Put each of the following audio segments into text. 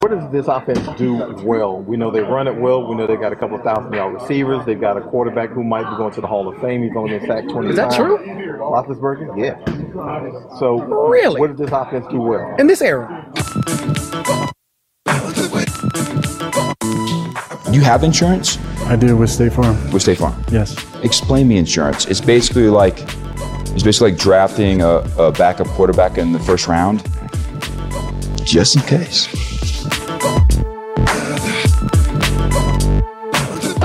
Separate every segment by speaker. Speaker 1: what does this offense do well? We know they run it well. We know they got a couple of thousand yard receivers. They've got a quarterback who might be going to the Hall of Fame. He's only been sacked 20
Speaker 2: Is that
Speaker 1: times.
Speaker 2: true?
Speaker 1: Roethlisberger? Yeah. So
Speaker 2: Really?
Speaker 1: what does this offense do well?
Speaker 2: in this era.
Speaker 3: You have insurance
Speaker 4: I do with State Farm.
Speaker 3: with State Farm.
Speaker 4: Yes.
Speaker 3: Explain me insurance. It's basically like it's basically like drafting a, a backup quarterback in the first round, just in case.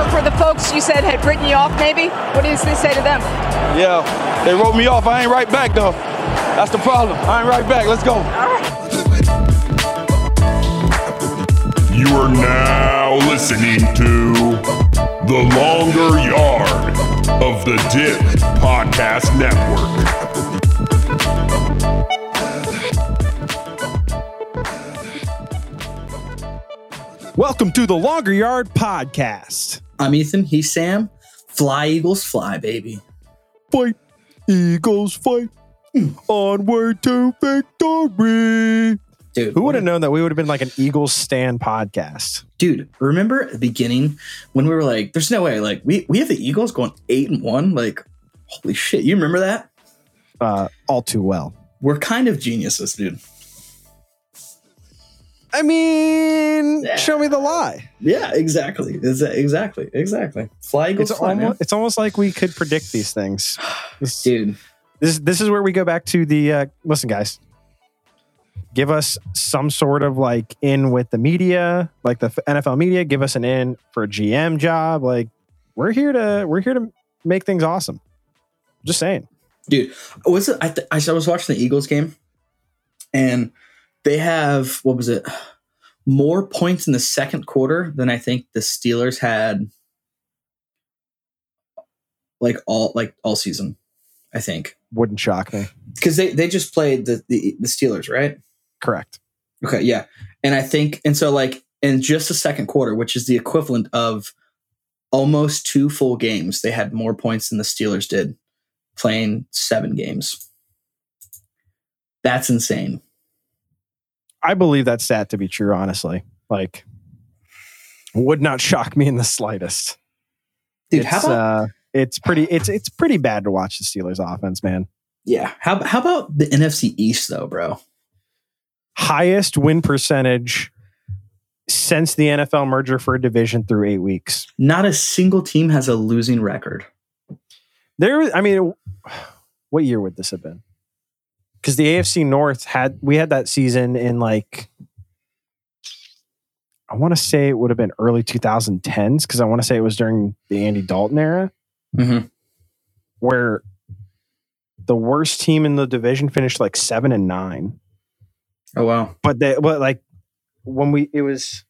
Speaker 5: For the folks you said had written you off, maybe, what does this say to them?
Speaker 6: Yeah, they wrote me off. I ain't right back though. That's the problem. I ain't right back. Let's go.
Speaker 7: You are now listening to The Longer Yard of the Dip Podcast Network.
Speaker 8: Welcome to the Longer Yard Podcast.
Speaker 9: I'm Ethan. He's Sam. Fly Eagles, fly, baby.
Speaker 8: Fight, Eagles fight, onward to victory.
Speaker 9: Dude,
Speaker 8: Who would have known that we would have been like an Eagles stand podcast?
Speaker 9: dude? Remember at the beginning when we were like, "There's no way!" Like we we have the Eagles going eight and one. Like, holy shit! You remember that?
Speaker 8: Uh, all too well.
Speaker 9: We're kind of geniuses, dude.
Speaker 8: I mean,
Speaker 9: Yeah.
Speaker 8: show me the lie.
Speaker 9: Yeah, exactly. Is that exactly, exactly? Fly Eagles,
Speaker 8: It's
Speaker 9: fly, man.
Speaker 8: almost, it's almost like we could predict these things. This,
Speaker 9: dude.
Speaker 8: this, this is where we go back to the uh, listen, guys. Give us some sort of like in with the media, like the NFL media. Give us an in for a GM job. Like we're here to we're here to make things awesome. Just saying.
Speaker 9: was Oh, it? I, th- I was watching the Eagles game, and they have what was it? More points in the second quarter than I think the Steelers had, like all like all season. I think
Speaker 8: Wouldn't shock me.
Speaker 9: because they they just played the, the the Steelers, right?
Speaker 8: Correct.
Speaker 9: Okay, yeah, and I think and so like in just the second quarter, which is the equivalent of almost two full games, they had more points than the Steelers did playing seven games. That's insane.
Speaker 8: I believe that stat to be true. Honestly, like would not shock me in the slightest.
Speaker 9: Dude,
Speaker 8: it's,
Speaker 9: how about
Speaker 8: uh, it's pretty. It's it's pretty bad to watch the Steelers offense, man.
Speaker 9: yeah? How how about the NFC East though, bro?
Speaker 8: highest win percentage since the NFL merger for a division through eight weeks.
Speaker 9: Not a single team has a losing record.
Speaker 8: There, I mean, what year would this have been? Because the AFC North had we had that season in like, I want to say it would have been early 2010s because I want to say it was during the Andy Dalton era
Speaker 9: Mm-hmm.
Speaker 8: where the worst team in the division finished like seven and nine.
Speaker 9: Oh wow,
Speaker 8: but they but like when we it was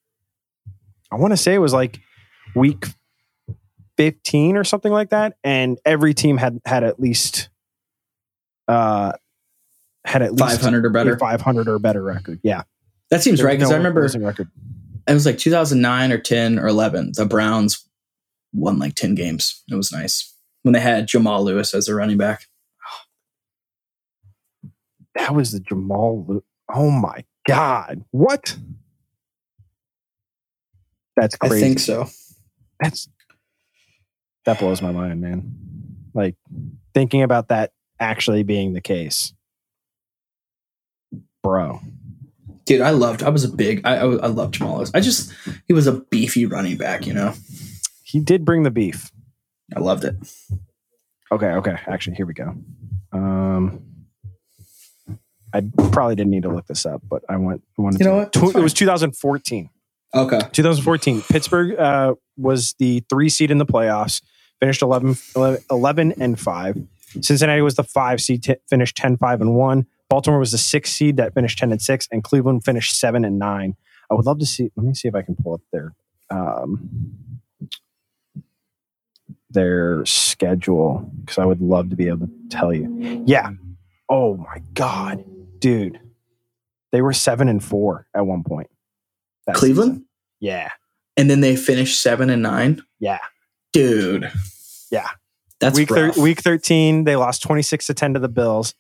Speaker 8: i want to say it was like week 15 or something like that and every team had had at least uh had at least
Speaker 9: five hundred or better.
Speaker 8: 500 or better record yeah
Speaker 9: That seems
Speaker 8: There was
Speaker 9: right because
Speaker 8: no
Speaker 9: I remember
Speaker 8: losing record
Speaker 9: it was like 2009 or 10 or 11 the browns won like 10 games it was nice when they had jamal lewis as their running back
Speaker 8: that was the jamal Lew- oh my god what that's crazy
Speaker 9: i think so
Speaker 8: that's that blows my mind man like thinking about that actually being the case bro
Speaker 9: dude i loved i was a big i i, I loved jamal lewis i just he was a beefy running back you know
Speaker 8: he did bring the beef
Speaker 9: i loved it
Speaker 8: okay okay actually here we go um i probably didn't need to look this up but i went I wanted
Speaker 9: You know
Speaker 8: to-
Speaker 9: what?
Speaker 8: Tw-
Speaker 9: It's
Speaker 8: it was 2014
Speaker 9: okay
Speaker 8: 2014 pittsburgh uh was the three seed in the playoffs finished 11 11, 11 and 5 cincinnati was the five seed t- finished 10 5 and 1 baltimore was the six seed that finished 10 and 6 and cleveland finished 7 and 9 i would love to see let me see if i can pull up their um their schedule because i would love to be able to tell you yeah oh my god dude they were 7 and 4 at one point that
Speaker 9: cleveland
Speaker 8: season. yeah
Speaker 9: and then they finished seven and nine
Speaker 8: Yeah.
Speaker 9: dude
Speaker 8: Yeah.
Speaker 9: that's
Speaker 8: week, thir-
Speaker 9: rough.
Speaker 8: week 13 they lost 26 to 10 to the bills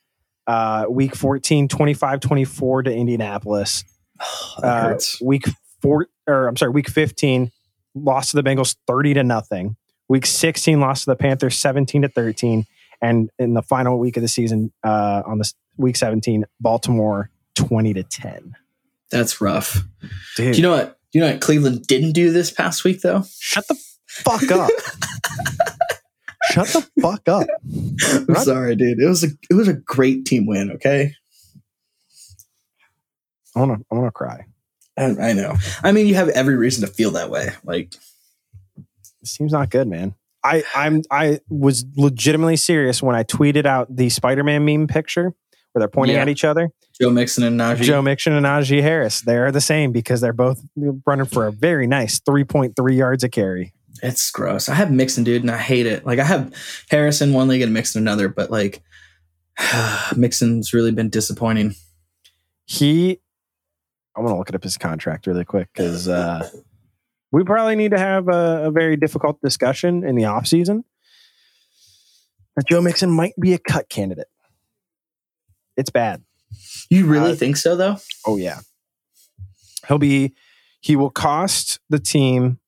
Speaker 8: uh, week 14 25 24 to indianapolis
Speaker 9: Oh, that
Speaker 8: uh,
Speaker 9: hurts.
Speaker 8: week four or I'm sorry, week 15 lost to the Bengals 30 to nothing. Week 16 lost to the Panthers 17 to 13, and in the final week of the season, uh, on this week 17, Baltimore 20 to 10.
Speaker 9: That's rough.
Speaker 8: Dude,
Speaker 9: Do you know what? Do you know what Cleveland didn't do this past week though?
Speaker 8: shut the fuck up. shut the fuck up.
Speaker 9: I'm
Speaker 8: Right.
Speaker 9: sorry, dude. It was a it was a great team win. Okay,
Speaker 8: I wanna I wanna cry.
Speaker 9: I, I know. I mean, you have every reason to feel that way. Like,
Speaker 8: This team's not good, man. I I'm I was legitimately serious when I tweeted out the Spider-Man meme picture where they're pointing
Speaker 9: Yeah.
Speaker 8: at each other.
Speaker 9: Joe Mixon and Najee.
Speaker 8: Joe Mixon and Najee Harris, they are the same because they're both running for a very nice 3.3 yards a carry.
Speaker 9: It's gross. I have Mixon, dude, and I hate it. Like I have Harrison one league and Mixon another, but like Mixon's really been disappointing.
Speaker 8: He, I'm going to look it up his contract really quick because uh, we probably need to have a, a very difficult discussion in the offseason. That Joe Mixon might be a cut candidate. It's bad.
Speaker 9: You really
Speaker 8: Uh,
Speaker 9: think so, though?
Speaker 8: Oh, yeah. He'll be, he will cost the team.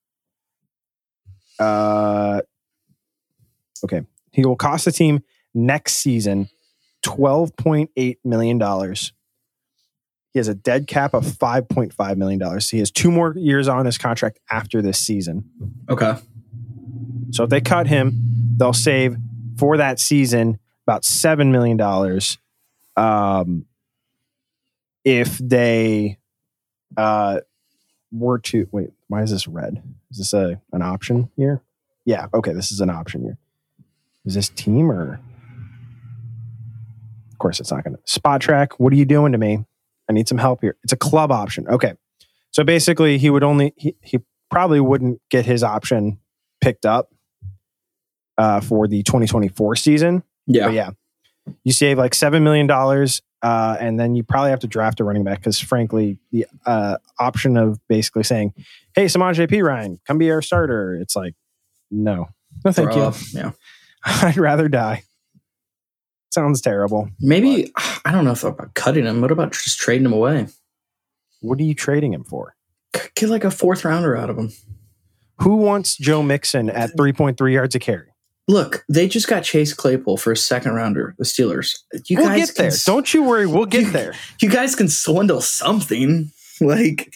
Speaker 8: Uh, He will cost the team next season $12.8 million. He has a dead cap of $5.5 million. So he has two more years on his contract after this season.
Speaker 9: Okay.
Speaker 8: So if they cut him, they'll save for that season about $7 million. Um, if they uh, were to wait, why is this red? Is this a an option year? Yeah, okay, this is an option year. Is this team or? Of course, it's not going to spot track. What are you doing to me? I need some help here. It's a club option. Okay, so basically, he would only he, he probably wouldn't get his option picked up uh, for the 2024 season.
Speaker 9: Yeah.
Speaker 8: But yeah, you save like seven million dollars, uh, and then you probably have to draft a running back because, frankly, the uh, option of basically saying, "Hey, Samaj P. Ryan, come be our starter," it's like, no, no, thank you.
Speaker 9: Bruh. Yeah.
Speaker 8: I'd rather die. Sounds terrible.
Speaker 9: Maybe I don't know if about cutting him. What about just trading him away?
Speaker 8: What are you trading him for?
Speaker 9: Get like a fourth rounder out of him.
Speaker 8: Who wants Joe Mixon at 3.3 yards a carry?
Speaker 9: Look, they just got Chase Claypool for a second rounder. The Steelers. You
Speaker 8: we'll
Speaker 9: guys
Speaker 8: get there.
Speaker 9: Can, s-
Speaker 8: Don't you worry. We'll get
Speaker 9: You-
Speaker 8: there.
Speaker 9: you guys can swindle something? Like,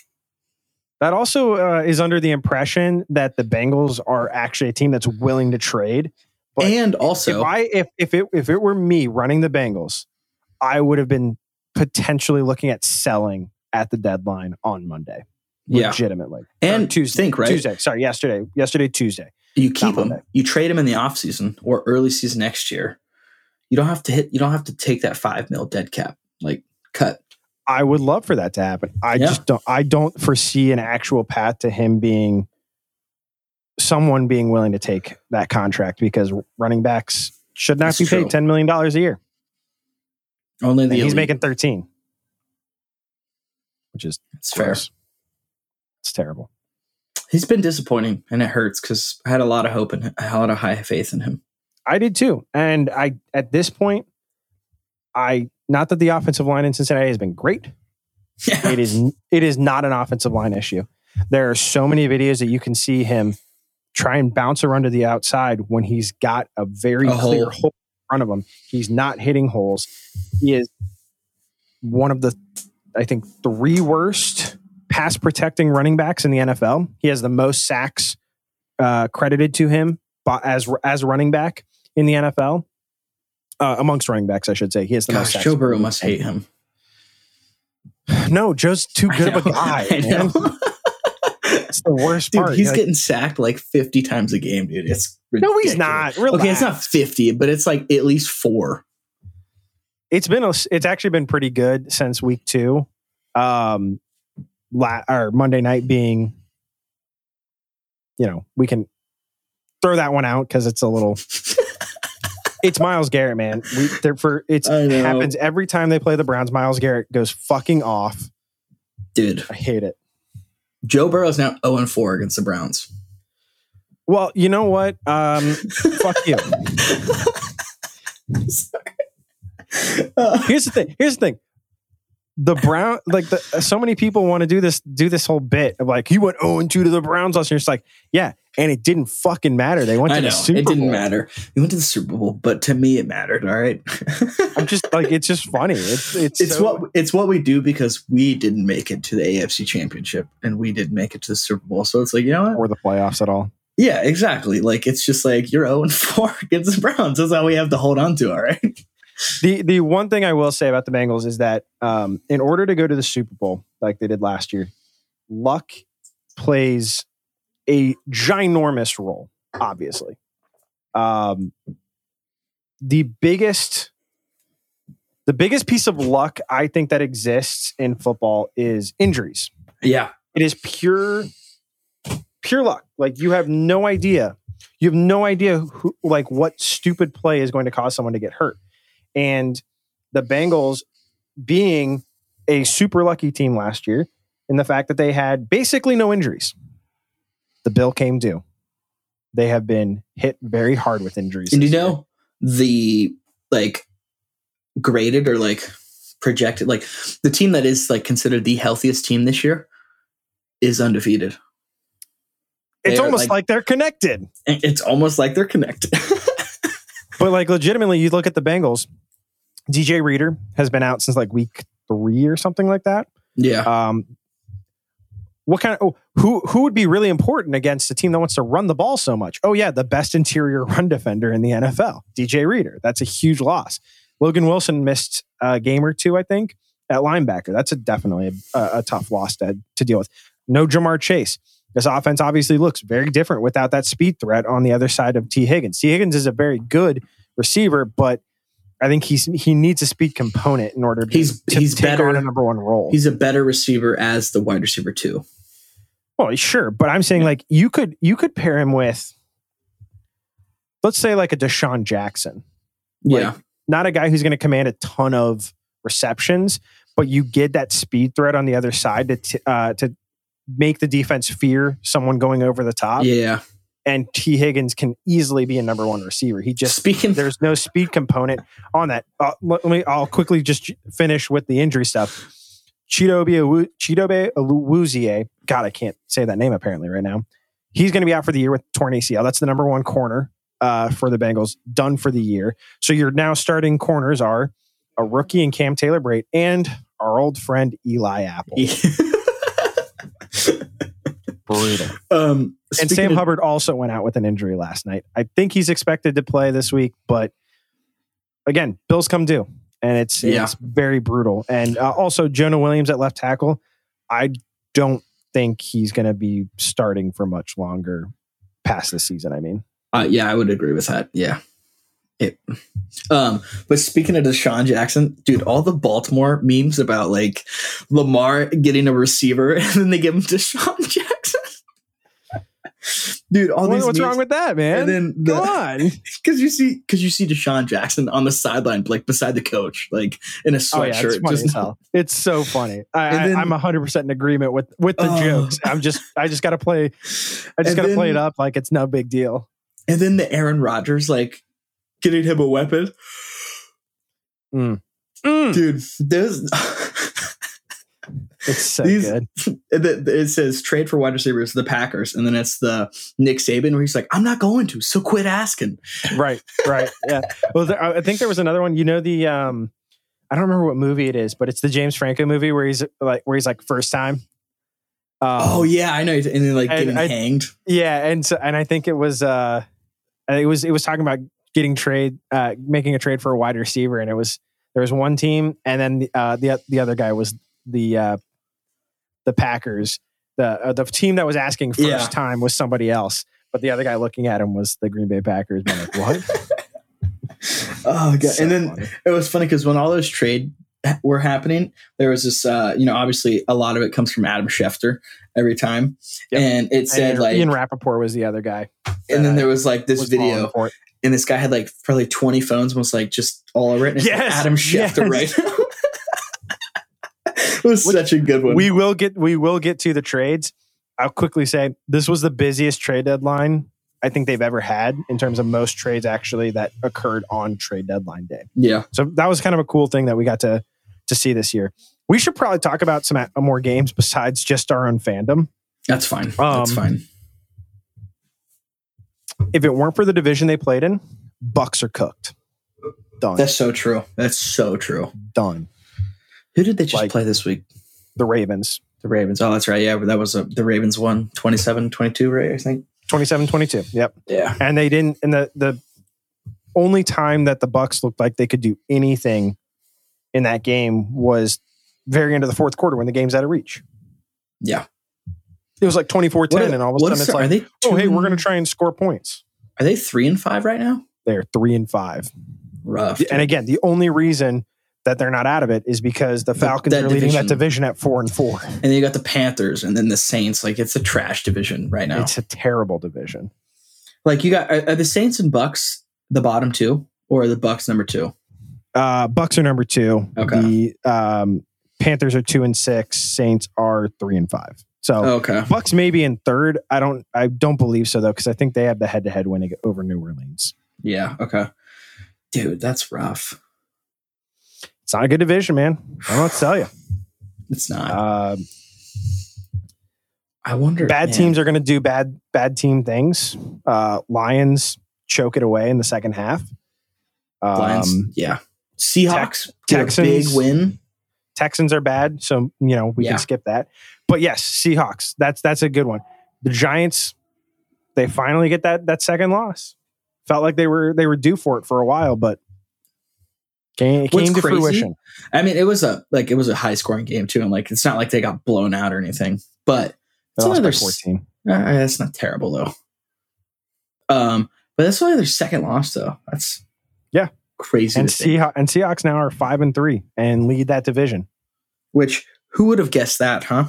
Speaker 8: That also uh, is under the impression that the Bengals are actually a team that's willing to trade. But-
Speaker 9: and also,
Speaker 8: if I if if it if it were me running the Bengals, I would have been potentially looking at selling at the deadline on Monday.
Speaker 9: yeah,
Speaker 8: Legitimately.
Speaker 9: and
Speaker 8: Tuesday.
Speaker 9: Think right.
Speaker 8: Tuesday. Sorry, yesterday. Yesterday, Tuesday.
Speaker 9: You keep
Speaker 8: Not
Speaker 9: them.
Speaker 8: Monday.
Speaker 9: You trade them in the offseason or early season next year. You don't have to hit. You don't have to take that five mil dead cap. Like cut.
Speaker 8: I would love for that to happen. I
Speaker 9: Yeah.
Speaker 8: just don't I don't foresee an actual path to him being someone being willing to take that contract because running backs should not
Speaker 9: That's
Speaker 8: be
Speaker 9: true.
Speaker 8: paid $10 million a year.
Speaker 9: Only
Speaker 8: And
Speaker 9: the
Speaker 8: he's
Speaker 9: elite.
Speaker 8: making 13. Which is
Speaker 9: It's fair.
Speaker 8: gross. It's terrible.
Speaker 9: He's been disappointing, and it hurts because I had a lot of hope and a lot of high faith in him.
Speaker 8: I did too. And I at this point, I not that the offensive line in Cincinnati has been great.
Speaker 9: Yeah.
Speaker 8: It is it is not an offensive line issue. There are so many videos that you can see him try and bounce around to the outside when he's got a very
Speaker 9: A
Speaker 8: clear
Speaker 9: hole.
Speaker 8: hole. in front of him. He's not hitting holes. He is one of the I think three worst pass protecting running backs in the NFL. He has the most sacks uh, credited to him bo- as as a running back in the NFL. Uh, amongst running backs, I should say, he has the most.
Speaker 9: Gosh,
Speaker 8: Sacks.
Speaker 9: Joe Burrow must hate him.
Speaker 8: No, Joe's too good
Speaker 9: I
Speaker 8: of a
Speaker 9: know.
Speaker 8: guy.
Speaker 9: I
Speaker 8: man.
Speaker 9: know.
Speaker 8: It's the worst
Speaker 9: dude,
Speaker 8: part.
Speaker 9: he's
Speaker 8: Like,
Speaker 9: getting sacked like fifty times a game, dude. It's
Speaker 8: no, he's
Speaker 9: ridiculous.
Speaker 8: not. Relax.
Speaker 9: Okay, it's not fifty, but it's like at least four.
Speaker 8: it's been a, it's actually been pretty good since week two um la- or monday night being you know we can throw that one out because it's a little it's miles garrett man we they're for it's
Speaker 9: I know.
Speaker 8: happens every time they play the browns miles garrett goes fucking off
Speaker 9: Dude,
Speaker 8: i hate it
Speaker 9: Joe Burrow's now zero and four against the Browns.
Speaker 8: well you know what um fuck you
Speaker 9: Uh,
Speaker 8: here's the thing here's the thing the Brown, like the, so many people want to do this, do this whole bit of like you went 0 2 to the Browns last year. It's like, yeah, and it didn't fucking matter. They went to
Speaker 9: I know
Speaker 8: the Super
Speaker 9: it didn't
Speaker 8: Bowl.
Speaker 9: matter. We went to the Super Bowl, but to me, it mattered. All right,
Speaker 8: I'm just like, it's just funny. It's it's,
Speaker 9: it's
Speaker 8: so-
Speaker 9: what it's what we do because we didn't make it to the AFC Championship and we didn't make it to the Super Bowl. So it's like you know what?
Speaker 8: or the playoffs at all.
Speaker 9: Yeah, exactly. Like it's just like you're 0 and 4 against the Browns. That's all we have to hold on to, all right?
Speaker 8: The the one thing I will say about the Bengals is that um, in order to go to the Super Bowl like they did last year, luck plays a ginormous role. Obviously, um, the biggest the biggest piece of luck I think that exists in football is injuries
Speaker 9: Yeah.
Speaker 8: it is pure pure luck like you have no idea you have no idea who like what stupid play is going to cause someone to get hurt and the bengals being a super lucky team last year in the fact that they had basically no injuries the bill came due they have been hit very hard with injuries
Speaker 9: And you
Speaker 8: this year.
Speaker 9: know the like graded or like projected like the team that is like considered the healthiest team this year is undefeated.
Speaker 8: it's
Speaker 9: they're,
Speaker 8: almost
Speaker 9: like-
Speaker 8: like they're connected
Speaker 9: And It's almost like they're connected.
Speaker 8: But like legitimately, you look at the Bengals. DJ Reader has been out since like week three or something like that.
Speaker 9: yeah.
Speaker 8: Um, what kind of oh, who who would be really important against a team that wants to run the ball so much? Oh yeah, the best interior run defender in the NFL, DJ Reader. That's a huge loss. Logan Wilson missed a game or two, I think, at linebacker. That's a definitely a, a tough loss to, to deal with. No Jamar Chase. This offense obviously looks very different without that speed threat on the other side of T. Higgins. T. Higgins is a very good receiver, but I think he's he needs a speed component in order to,
Speaker 9: He's-
Speaker 8: to
Speaker 9: he's
Speaker 8: take
Speaker 9: better-
Speaker 8: on a number one role.
Speaker 9: He's a better receiver as the wide receiver too.
Speaker 8: Well, sure, but I'm saying like you could you could pair him with, let's say like a Deshaun Jackson,
Speaker 9: Yeah.
Speaker 8: not a guy who's going to command a ton of receptions, but you get that speed threat on the other side to t- uh, to make the defense fear someone going over the top.
Speaker 9: yeah.
Speaker 8: And T Higgins can easily be a number one receiver. He just
Speaker 9: speaking
Speaker 8: there's no speed component on that. Uh, let let me. I'll quickly just finish with the injury stuff. Chidobe Awu- Chidobe Awuzie. God, I can't say that name apparently right now. He's going to be out for the year with torn ACL. That's the number one corner uh, for the Bengals, done for the year. So your now starting corners are a rookie and Cam Taylor Brait and our old friend Eli Apple
Speaker 1: Brutal.
Speaker 9: um
Speaker 8: and
Speaker 9: speaking
Speaker 8: Sam
Speaker 9: of-
Speaker 8: Hubbard also went out with an injury last night. I think he's expected to play this week, but again, bills come due, and it's
Speaker 9: Yeah.
Speaker 8: it's very brutal. And uh, also Jonah Williams at left tackle, I don't think he's going to be starting for much longer past the season. I mean,
Speaker 9: Uh, yeah, I would agree with that. Yeah. It, um, but speaking of Deshaun Jackson, dude, all the Baltimore memes about like Lamar getting a receiver and then they give him Deshaun Jackson. dude, all
Speaker 8: What-
Speaker 9: these
Speaker 8: what's
Speaker 9: memes-
Speaker 8: wrong with that, man?
Speaker 9: and then
Speaker 8: Come
Speaker 9: the,
Speaker 8: on.
Speaker 9: because you see because you see Deshaun Jackson on the sideline, like beside the coach, like in a
Speaker 8: Oh yeah,
Speaker 9: sweatshirt.
Speaker 8: it's funny
Speaker 9: just-
Speaker 8: as hell. It's so funny. I,
Speaker 9: And
Speaker 8: I,
Speaker 9: then-
Speaker 8: I'm 100 percent in agreement with with the
Speaker 9: Oh.
Speaker 8: jokes. I'm just I just got to play. I just
Speaker 9: And
Speaker 8: got to play
Speaker 9: then-
Speaker 8: it up like it's no big deal.
Speaker 9: and then the Aaron Rodgers like getting him a weapon.
Speaker 8: Mm. Mm.
Speaker 9: Dude, those
Speaker 8: It's so
Speaker 9: These-
Speaker 8: good.
Speaker 9: And then it says trade for wide receivers the Packers, and then it's the Nick Saban where he's like, "I'm not going to, so quit asking."
Speaker 8: Right, right. Yeah. Well, there, I I think there was another one. You know the um, I don't remember what movie it is, but it's the James Franco movie where he's like where he's like first time. Um,
Speaker 9: oh yeah, I know. And then like
Speaker 8: and
Speaker 9: getting
Speaker 8: I-
Speaker 9: hanged.
Speaker 8: yeah, and so and I think it was uh, it was it was talking about getting trade, uh, making a trade for a wide receiver, and it was there was one team, and then the uh, the the other guy was the uh, the Packers. The uh, the team that was asking first
Speaker 9: Yeah.
Speaker 8: time was somebody else, but the other guy looking at him was the Green Bay Packers. I'm like, what?
Speaker 9: Oh god!
Speaker 8: So
Speaker 9: and then
Speaker 8: funny.
Speaker 9: it was funny because when all those trade ha- were happening, there was this. uh You know, obviously, a lot of it comes from Adam Schefter every time,
Speaker 8: Yep.
Speaker 9: and it said
Speaker 8: And
Speaker 9: like,
Speaker 8: Ian Rappaport was the other guy.
Speaker 9: and then there was like this
Speaker 8: was
Speaker 9: video,
Speaker 8: falling for it.
Speaker 9: and this guy had like probably twenty phones, and was like just all over it. And it's, like,
Speaker 8: Yes,
Speaker 9: Adam Schefter,
Speaker 8: yes.
Speaker 9: right? it was
Speaker 8: Which-
Speaker 9: such a good one.
Speaker 8: We will get we will get to the trades. I'll quickly say this was the busiest trade deadline I think they've ever had in terms of most trades actually that occurred on trade deadline day.
Speaker 9: yeah,
Speaker 8: So that was kind of a cool thing that we got to to see this year. We should probably talk about some a- more games besides just our own fandom.
Speaker 9: That's fine. That's
Speaker 8: Um,
Speaker 9: fine.
Speaker 8: If it weren't for the division they played in, Bucks are cooked. Done.
Speaker 9: That's so true. That's so true.
Speaker 8: done.
Speaker 9: Who did they just
Speaker 8: Like-
Speaker 9: play this week?
Speaker 8: The Ravens,
Speaker 9: The Ravens. Oh, that's right. Yeah, that was a, the Ravens won 27 22, right? I think.
Speaker 8: 27-22. Yep.
Speaker 9: Yeah.
Speaker 8: and they didn't and the the only time that the bucks looked like they could do anything in that game was very end of the fourth quarter when the game's out of reach
Speaker 9: Yeah.
Speaker 8: it was like 24-10
Speaker 9: What-
Speaker 8: and all of a
Speaker 9: what
Speaker 8: sudden
Speaker 9: is
Speaker 8: it's
Speaker 9: their-
Speaker 8: like
Speaker 9: are they
Speaker 8: oh hey
Speaker 9: two-
Speaker 8: we're going to try and score points
Speaker 9: Are they three and five right now?
Speaker 8: they're three and five
Speaker 9: Rough.
Speaker 8: and again the only reason that they're not out of it is because the
Speaker 9: That-
Speaker 8: falcons
Speaker 9: that
Speaker 8: are leading that division
Speaker 9: division.
Speaker 8: at four and four
Speaker 9: and then you got the Panthers and then the Saints. Like it's a trash division right now.
Speaker 8: it's a terrible division
Speaker 9: like you got are, are the Saints and Bucks the bottom two or are the Bucks number two?
Speaker 8: uh bucks are number two
Speaker 9: Okay.
Speaker 8: the um panthers are two and six saints are three and five so
Speaker 9: Oh, Okay.
Speaker 8: Bucks maybe in third. I don't. I don't believe so though, because I think they have the head-to-head winning over New Orleans.
Speaker 9: Yeah. Okay. Dude, that's rough.
Speaker 8: It's not a good division, man. I don't know what to tell you.
Speaker 9: It's not.
Speaker 8: Uh,
Speaker 9: I wonder.
Speaker 8: bad
Speaker 9: man.
Speaker 8: teams are going to do bad bad team things. Uh, Lions choke it away in the second half. Um,
Speaker 9: Lions. yeah. Seahawks. Tex-
Speaker 8: Texans.
Speaker 9: big win.
Speaker 8: Texans are bad, so you know we
Speaker 9: Yeah.
Speaker 8: can skip that. But yes, Seahawks. That's that's a good one. The Giants. They finally get that that second loss. Felt like they were they were due for it for a while, but came, it
Speaker 9: What's
Speaker 8: came to
Speaker 9: crazy-
Speaker 8: fruition.
Speaker 9: I mean, it was a like it was a high scoring game too, and like it's not like they got blown out or anything. But
Speaker 8: They
Speaker 9: it's
Speaker 8: lost
Speaker 9: only
Speaker 8: by
Speaker 9: their
Speaker 8: 14.
Speaker 9: Uh, that's not terrible though. Um, but that's only their second loss though. That's
Speaker 8: Yeah.
Speaker 9: crazy.
Speaker 8: and
Speaker 9: to think.
Speaker 8: Seahawks and Seahawks now are five and three and lead that division.
Speaker 9: Which who would have guessed that, huh?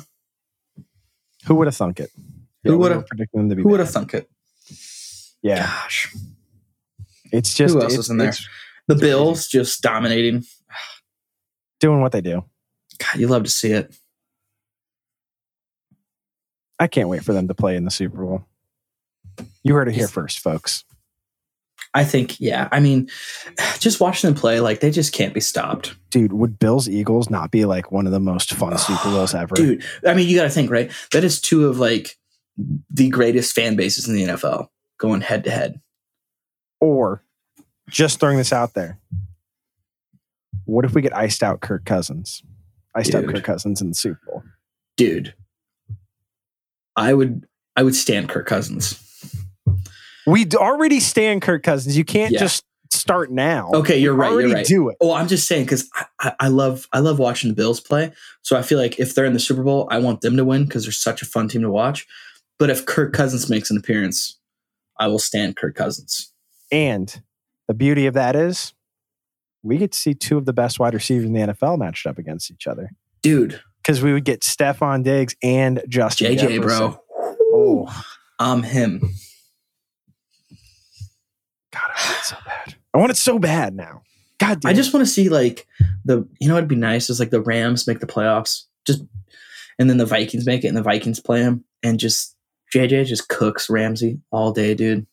Speaker 8: Who would have thunk it?
Speaker 9: Who
Speaker 8: Yeah, we
Speaker 9: woulda-
Speaker 8: were predicting them to be?
Speaker 9: Who would
Speaker 8: bad.
Speaker 9: have thunk it?
Speaker 8: Yeah,
Speaker 9: Gosh,
Speaker 8: it's just
Speaker 9: Who else
Speaker 8: it's,
Speaker 9: is in there?
Speaker 8: it's
Speaker 9: the
Speaker 8: It's crazy.
Speaker 9: Bills just dominating.
Speaker 8: doing what they do.
Speaker 9: God, you love to see it.
Speaker 8: I can't wait for them to play in the Super Bowl. You heard it here first, folks.
Speaker 9: I think, yeah. I mean, just watching them play, like they just can't be stopped,
Speaker 8: Dude, would Bills Eagles not be like one of the most fun Super Bowls ever?
Speaker 9: dude. I mean, you got to think, right? That is two of like the greatest fan bases in the NFL going head to head.
Speaker 8: Or just throwing this out there. What if we get iced out Kirk Cousins? Iced out
Speaker 9: Dude.
Speaker 8: Kirk Cousins in the Super Bowl.
Speaker 9: dude, I would I would stand Kirk Cousins.
Speaker 8: We d- already stand Kirk Cousins. You can't
Speaker 9: Yeah. Oh.
Speaker 8: just start now.
Speaker 9: Okay, you're right.
Speaker 8: Oh, already
Speaker 9: You're right.
Speaker 8: do it.
Speaker 9: Oh, I'm just saying because I, I, I love I love watching the Bills play. So I feel like if they're in the Super Bowl, I want them to win because they're such a fun team to watch. But if Kirk Cousins makes an appearance, I will stand Kirk Cousins.
Speaker 8: And the beauty of that is we get to see two of the best wide receivers in the NFL matched up against each other
Speaker 9: Dude,
Speaker 8: because we would get Stephon Diggs and Justin
Speaker 9: JJ,
Speaker 8: Jefferson.
Speaker 9: bro, I'm him.
Speaker 8: God, I want it so bad. I want it so bad now. God damn.
Speaker 9: I just want to see like the you know what'd be nice is like the Rams make the playoffs, just and then the Vikings make it and the Vikings play them and just JJ just cooks Ramsey all day, dude.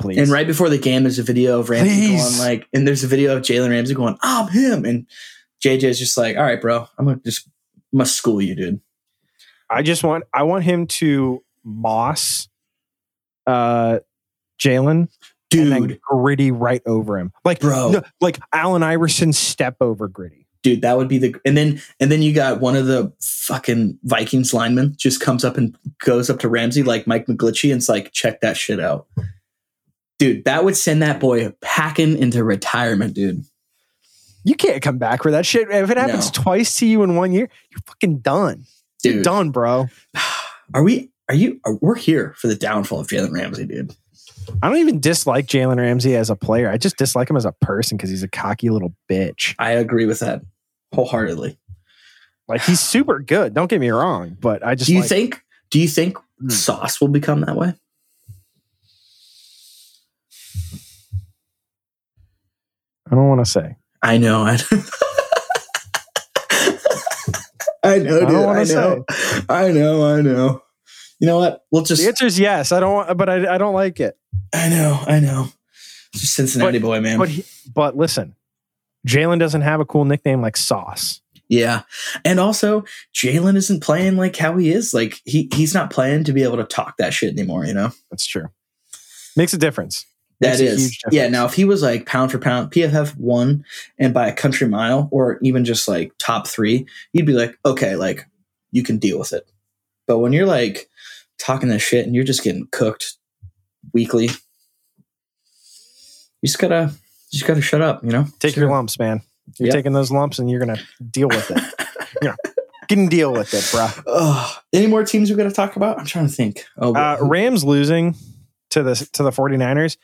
Speaker 8: please.
Speaker 9: And right before the game, there's a video of Ramsey
Speaker 8: Please.
Speaker 9: going like, and there's a video of Jalen Ramsey going, "I'm him," and JJ's just like, "All right, bro, I'm gonna just must school you, dude."
Speaker 8: I just want I want him to moss uh Jalen and then
Speaker 9: Dude,
Speaker 8: gritty right over him. Like
Speaker 9: Bro.
Speaker 8: no, like Allen Iverson step over gritty.
Speaker 9: dude, that would be the and then and then you got one of the fucking Vikings linemen just comes up and goes up to Ramsey like Mike McGlitchy and's like, check that shit out. Dude, that would send that boy packing into retirement, dude.
Speaker 8: You can't come back for that shit. If it happens
Speaker 9: No.
Speaker 8: twice to you in one year, you're fucking done. You're
Speaker 9: Dude.
Speaker 8: done, bro.
Speaker 9: Are we are you are, we're here for the downfall of Jalen Ramsey, dude.
Speaker 8: I don't even dislike Jalen Ramsey as a player. I just dislike him as a person because he's a cocky little bitch.
Speaker 9: I agree with that wholeheartedly.
Speaker 8: Like he's super good. Don't get me wrong, but I just
Speaker 9: do you
Speaker 8: like-
Speaker 9: think do you think
Speaker 8: Hmm.
Speaker 9: sauce will become that way?
Speaker 8: I don't want to say.
Speaker 9: I know. I, I know,
Speaker 8: don't
Speaker 9: dude. I,
Speaker 8: wanna
Speaker 9: know. I know. I know. You know what? We'll just.
Speaker 8: The answer is yes. I don't want, but I, I don't like it.
Speaker 9: I know. I know. Just Cincinnati boy, man.
Speaker 8: But he, but listen, Jalen doesn't have a cool nickname like Sauce.
Speaker 9: Yeah. And also, Jalen isn't playing like how he is. Like he he's not playing to be able to talk that shit anymore, you know?
Speaker 8: That's true. Makes a difference. Makes
Speaker 9: That
Speaker 8: a
Speaker 9: is.
Speaker 8: huge difference.
Speaker 9: Yeah. Now, if he was like pound for pound, PFF one and by a country mile or even just like top three, you'd be like, okay, like you can deal with it. But when you're like talking this shit and you're just getting cooked weekly, you just gotta, you just gotta shut up, you know?
Speaker 8: Take your lumps, man. You're
Speaker 9: Yep.
Speaker 8: taking those lumps and you're gonna deal with it. you're gonna fucking deal with it, bro.
Speaker 9: Ugh. Any more teams we gotta talk about? I'm trying to think. Oh,
Speaker 8: Uh, Rams losing to the to the 49ers.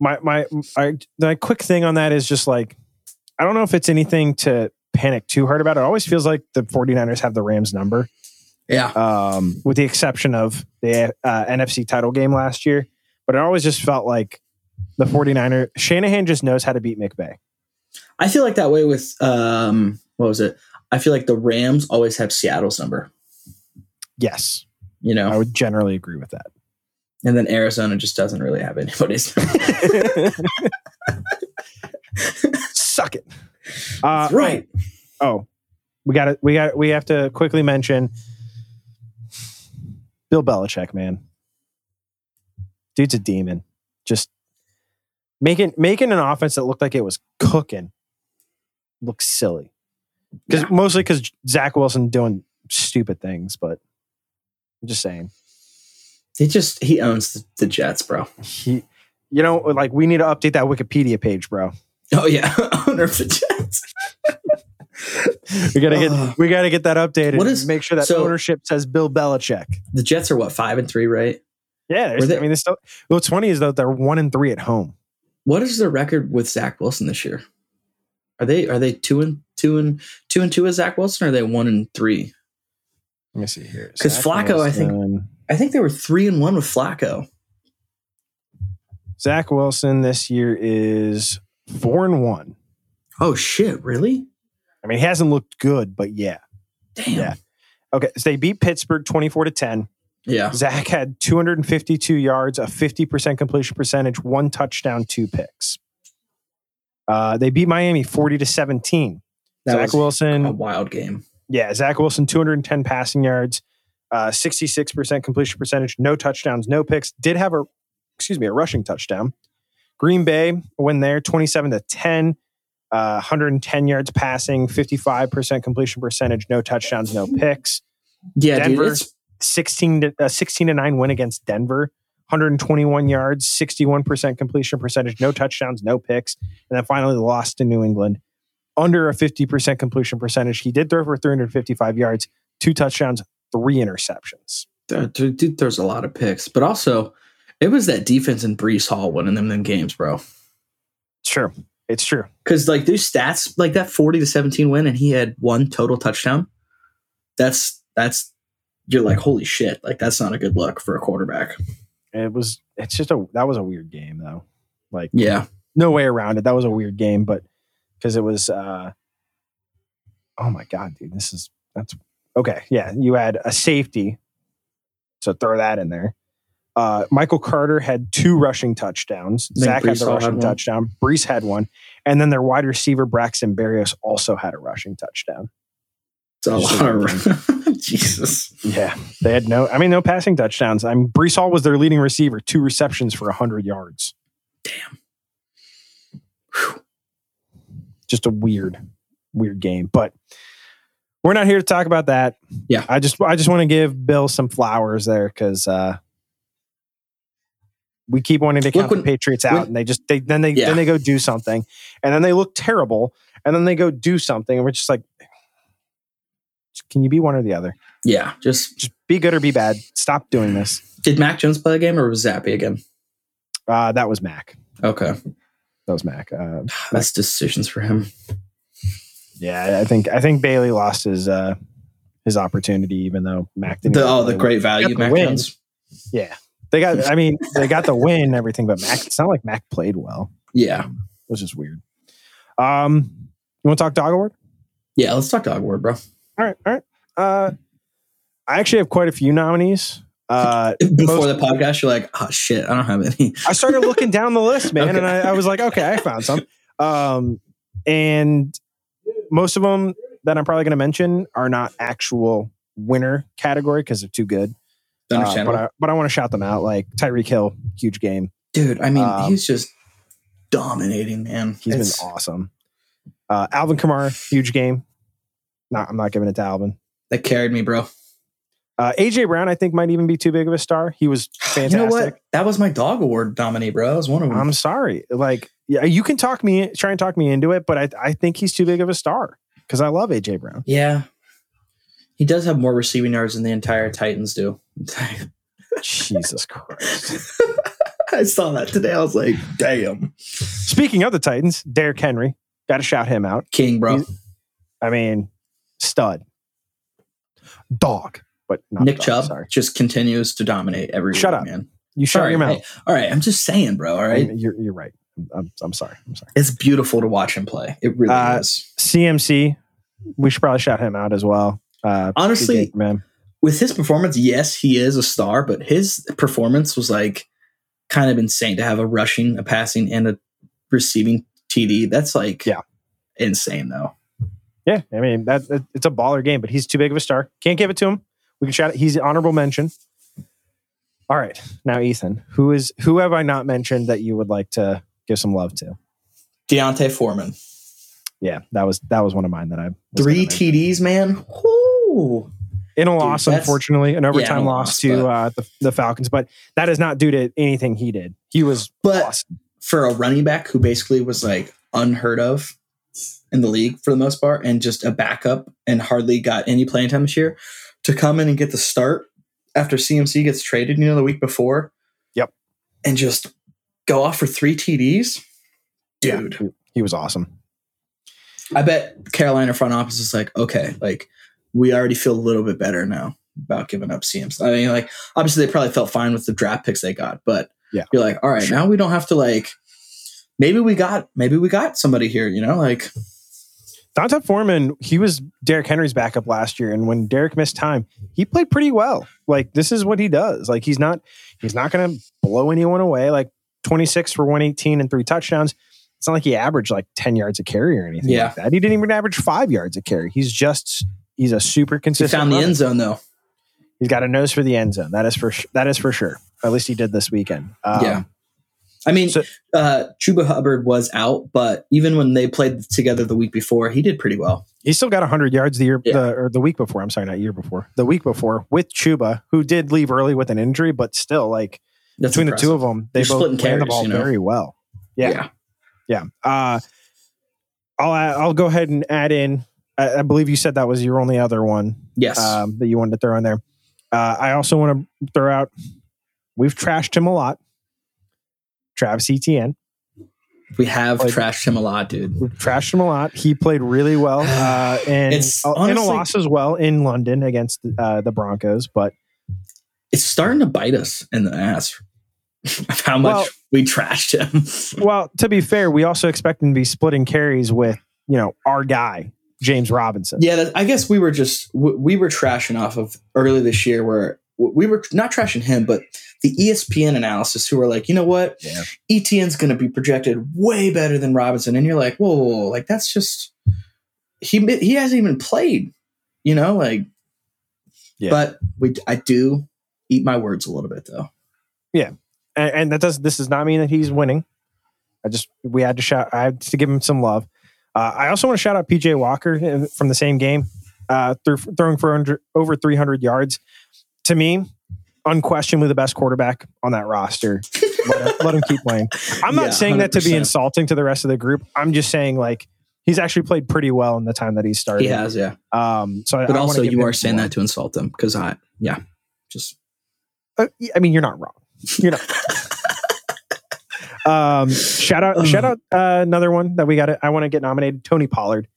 Speaker 8: My my I, my quick thing on that is just like I don't know if it's anything to panic too hard about. It always feels like the 49ers have the Rams number.
Speaker 9: yeah.
Speaker 8: um, with the exception of the uh, NFC title game last year. But it always just felt like the 49er, Shanahan just knows how to beat McVay.
Speaker 9: I feel like that way with um what was it? I feel like the Rams always have Seattle's number,
Speaker 8: Yes,
Speaker 9: you
Speaker 8: I
Speaker 9: know,
Speaker 8: would generally agree with that.
Speaker 9: and then Arizona just doesn't really have anybody's.
Speaker 8: Suck it. Uh,
Speaker 9: right.
Speaker 8: Oh, we got it. We got. We have to quickly mention Bill Belichick, man. Dude's a demon. Just making making an offense that looked like it was cooking looks silly. Because mostly because Zach Wilson doing stupid things, but I'm just saying
Speaker 9: He just he owns the, the Jets, bro.
Speaker 8: he. You know, like we need to update that Wikipedia page, bro.
Speaker 9: Oh yeah, owner of the Jets.
Speaker 8: We gotta
Speaker 9: Ugh.
Speaker 8: get we gotta get that updated.
Speaker 9: What is-
Speaker 8: make sure that
Speaker 9: so-
Speaker 8: ownership says Bill Belichick.
Speaker 9: The Jets are what five and three, right?
Speaker 8: Yeah,
Speaker 9: Were
Speaker 8: there's
Speaker 9: they-
Speaker 8: I mean, they still. What's funny is that they're one and three at home.
Speaker 9: What is their record with Zach Wilson this year? Are they are they two and two and two and two with Zach Wilson? Or are they one and three?
Speaker 8: Let me see here.
Speaker 9: 'Cause
Speaker 8: Zach
Speaker 9: Flacco, I think-
Speaker 8: Wilson-
Speaker 9: I think they were three and one with Flacco.
Speaker 8: Zach Wilson this year is four and one.
Speaker 9: Oh shit, really?
Speaker 8: I mean, he hasn't looked good, but yeah,
Speaker 9: Damn.
Speaker 8: Yeah. okay. So they beat Pittsburgh twenty-four to ten.
Speaker 9: yeah.
Speaker 8: Zach had two hundred and fifty-two yards, a fifty percent completion percentage, one touchdown, two picks. Uh, they beat Miami forty to seventeen.
Speaker 9: That
Speaker 8: Zach
Speaker 9: was
Speaker 8: Wilson
Speaker 9: a wild game.
Speaker 8: Yeah, Zach Wilson, 210 passing yards, uh, 66% completion percentage, no touchdowns, no picks. Did have a, excuse me, a rushing touchdown. Green Bay a win there, 27 to 10, uh, 110 yards passing, 55% completion percentage, no touchdowns, no picks.
Speaker 9: Yeah,
Speaker 8: Denver.
Speaker 9: dude, it's
Speaker 8: 16 to uh, 16 to nine win against Denver. 121 yards, 61% completion percentage, no touchdowns, no picks, and then finally lost to New England under a 50% completion percentage. He did throw for 355 yards, two touchdowns, three interceptions.
Speaker 9: there, there- uh, dude, there's a lot of picks, but also it was that defense and Brees Hall winning them them games, bro.
Speaker 8: Sure, it's true.
Speaker 9: Because like those stats, like that forty to seventeen win, and he had one total touchdown. That's that's you're like holy shit, like that's not a good look for a quarterback.
Speaker 8: It was. It's just a. That was a weird game though. Like
Speaker 9: Yeah,
Speaker 8: no way around it. That was a weird game, but because it was. uh Oh my god, dude! This is that's okay. Yeah, you had a safety, so throw that in there. Uh, Michael Carter had two rushing touchdowns.
Speaker 9: I think
Speaker 8: Zach had
Speaker 9: Brees
Speaker 8: the
Speaker 9: Hall had
Speaker 8: rushing
Speaker 9: one.
Speaker 8: touchdown. Brees had one, and then their wide receiver Braxton Berrios also had a rushing touchdown.
Speaker 9: it's a
Speaker 8: Just
Speaker 9: lot of Jesus.
Speaker 8: Yeah, they had no. I mean, no passing touchdowns. I mean, Brees Hall was their leading receiver, two receptions for hundred yards.
Speaker 9: Whew.
Speaker 8: Just a weird, weird game. But we're not here to talk about that.
Speaker 9: Yeah.
Speaker 8: I just, I just want to give Bill some flowers there because uh, we keep wanting to
Speaker 9: Look,
Speaker 8: count
Speaker 9: when-
Speaker 8: the Patriots out,
Speaker 9: when-
Speaker 8: and they just, they then they
Speaker 9: Yeah.
Speaker 8: then they go do something, and then they look terrible, and then they go do something, and we're just like, can you be one or the other?
Speaker 9: Yeah, just
Speaker 8: just be good or be bad. Stop doing this.
Speaker 9: did Mac Jones play a game or was Zappy again?
Speaker 8: Uh, that was Mac.
Speaker 9: Okay,
Speaker 8: That was Mac. Uh,
Speaker 9: that's decisions for him.
Speaker 8: yeah, I think I think Bailey lost his uh, his opportunity, even though Mac didn't.
Speaker 9: The,
Speaker 8: get
Speaker 9: oh,
Speaker 8: play
Speaker 9: the great value
Speaker 8: Got the
Speaker 9: Mac
Speaker 8: win.
Speaker 9: Jones.
Speaker 8: well. Yeah, they got. I mean, they got the win, and everything, but Mac. It's not like Mac played well,
Speaker 9: Yeah,
Speaker 8: which is weird. Um, you want to talk dog award?
Speaker 9: yeah. Let's talk dog word, bro.
Speaker 8: All right, all right. Uh, I actually have quite a few nominees. Uh,
Speaker 9: Before
Speaker 8: Most-
Speaker 9: the podcast, you're like, oh shit, I don't have any.
Speaker 8: I started looking down the list, man,
Speaker 9: Okay.
Speaker 8: and I, I was like, okay, I found some. Um, and most of them that I'm probably going to mention are not actual winner category because they're too good. Uh,
Speaker 9: Understandable.
Speaker 8: but I, but I want to shout them out. Like Tyreek Hill, huge game.
Speaker 9: Dude, I mean,
Speaker 8: um,
Speaker 9: he's just dominating, man.
Speaker 8: He's
Speaker 9: It's-
Speaker 8: been awesome. Uh, Alvin Kamara, huge game. Not, I'm not giving it to Alvin.
Speaker 9: that carried me, bro.
Speaker 8: Uh, AJ Brown, I think, might even be too big of a star. He was fantastic.
Speaker 9: You know what? That was my dog award nominee, bro. That was one of them.
Speaker 8: I'm sorry. Like, yeah, you can talk me, try and talk me into it, but I, I think he's too big of a star because I love AJ Brown.
Speaker 9: yeah. He does have more receiving yards than the entire Titans do.
Speaker 8: Jesus Christ.
Speaker 9: I saw that today. I was like, damn.
Speaker 8: Speaking of the Titans, Derrick Henry, got to shout him out.
Speaker 9: King, bro.
Speaker 8: He's- I mean, stud, dog, but not
Speaker 9: Nick
Speaker 8: dog,
Speaker 9: Chubb
Speaker 8: Sorry,
Speaker 9: just continues to dominate every
Speaker 8: Shut
Speaker 9: week,
Speaker 8: up.
Speaker 9: man.
Speaker 8: you shut
Speaker 9: Sorry,
Speaker 8: your mouth.
Speaker 9: hey, all right, I'm just saying, bro. All right.
Speaker 8: You're, you're right. I'm, I'm sorry. I'm sorry.
Speaker 9: It's beautiful to watch him play. It really
Speaker 8: Uh,
Speaker 9: is.
Speaker 8: CMC, we should probably shout him out as well. Uh,
Speaker 9: Honestly,
Speaker 8: man,
Speaker 9: with his performance, yes, he is a star, but his performance was like kind of insane to have a rushing, a passing, and a receiving TD. That's like
Speaker 8: Yeah.
Speaker 9: insane though.
Speaker 8: yeah, I mean that, that- it's a baller game, but he's too big of a star. Can't give it to him. We can shout it. He's an honorable mention. All right, now Ethan, who is who have I not mentioned that you would like to give some love to?
Speaker 9: Deontay Foreman,
Speaker 8: Yeah, that was that was one of mine that I was gonna
Speaker 9: three
Speaker 8: mention.
Speaker 9: TDs, man. Whoo!
Speaker 8: in a
Speaker 9: Dude,
Speaker 8: loss,
Speaker 9: that's-
Speaker 8: unfortunately, an overtime
Speaker 9: in a
Speaker 8: loss
Speaker 9: loss,
Speaker 8: to
Speaker 9: but-
Speaker 8: uh, the, the Falcons. But that is not due to anything he did. He was
Speaker 9: But
Speaker 8: awesome.
Speaker 9: for a running back who basically was like unheard of in the league for the most part, and just a backup and hardly got any playing time this year, to come in and get the start after CMC gets traded, you know, the week before.
Speaker 8: Yep.
Speaker 9: And just go off for three TDs.
Speaker 8: Yeah.
Speaker 9: Dude,
Speaker 8: He was awesome.
Speaker 9: I bet Carolina front office is like, okay, like we already feel a little bit better now about giving up CMC. I mean, like obviously they probably felt fine with the draft picks they got, but
Speaker 8: Yeah.
Speaker 9: you're like, all right, now we don't have to like. Maybe we got maybe we got somebody here, you know, like
Speaker 8: Dante Foreman, he was Derrick Henry's backup last year, and when Derrick missed time, he played pretty well. Like this is what he does. Like he's not he's not going to blow anyone away. Like twenty six for one eighteen and three touchdowns. It's not like he averaged like ten yards a carry or anything
Speaker 9: Yeah.
Speaker 8: like that. He didn't even average five yards a carry. He's just he's a super
Speaker 9: he
Speaker 8: consistent.
Speaker 9: found the
Speaker 8: runner.
Speaker 9: end zone though.
Speaker 8: He's got a nose for the end zone. That is for su- that is for sure. At least he did this weekend. Um,
Speaker 9: Yeah. I mean,
Speaker 8: So-
Speaker 9: uh Chuba Hubbard was out, but even when they played together the week before, he did pretty well.
Speaker 8: he still got 100 yards the year
Speaker 9: Yeah.
Speaker 8: the, or the week before. I'm sorry, not year before. The week before with Chuba, who did leave early with an injury, but still, like
Speaker 9: That's
Speaker 8: between the two
Speaker 9: impressive.
Speaker 8: of them, they
Speaker 9: You're splitting
Speaker 8: both ran the
Speaker 9: carries,
Speaker 8: ball
Speaker 9: you know?
Speaker 8: very well. Yeah, yeah. Uh, I'll I'll go ahead and add in. I, I believe you said that was your only other one
Speaker 9: Yes.
Speaker 8: um, that you wanted to throw in there. Uh, I also want to throw out. We've trashed him a lot. Travis Etienne.
Speaker 9: we have
Speaker 8: like-
Speaker 9: trashed him a lot, dude.
Speaker 8: We've trashed him a lot. He played really well, uh, and
Speaker 9: It's
Speaker 8: uh, in a
Speaker 9: honestly-
Speaker 8: loss as well in London against uh, the Broncos. But
Speaker 9: it's starting to bite us in the ass of how much
Speaker 8: Well-
Speaker 9: we trashed him.
Speaker 8: well, to be fair, we also expect him to be splitting carries with you know our guy James Robinson.
Speaker 9: yeah, that, I guess we were just we, we were trashing off of early this year where we were not trashing him, but the E ESPN analysis who were like, you know what, E
Speaker 3: Yeah.
Speaker 9: ETN's going to be projected way better than Robinson, and you're like, whoa, whoa, whoa, like that's just he mi- he hasn't even played, you know, like.
Speaker 8: Yeah.
Speaker 9: But we I do eat my words a little bit though.
Speaker 8: and, and that does this does not mean that he's winning. I just we had to shout. I had to give him some love. Uh, I also want to shout out PJ Walker uh, from the same game, uh, through, throwing for under, over 300 yards. To me, unquestionably the best quarterback on that roster. let, him, let him keep playing. I'm not
Speaker 9: Yeah,
Speaker 8: saying that to be
Speaker 9: 100%.
Speaker 8: insulting to the rest of the group. I'm just saying like he's actually played pretty well in the time that he's started.
Speaker 9: He has, yeah.
Speaker 8: Um, so, I-
Speaker 9: But
Speaker 8: I wanna
Speaker 9: also,
Speaker 8: give
Speaker 9: you
Speaker 8: him
Speaker 9: are saying
Speaker 8: more.
Speaker 9: that to insult them because I, yeah, just
Speaker 8: Uh, I mean, you're not wrong. You're not. um, shout out, shout out uh, another one that we got. I want to get nominated. Tony Pollard,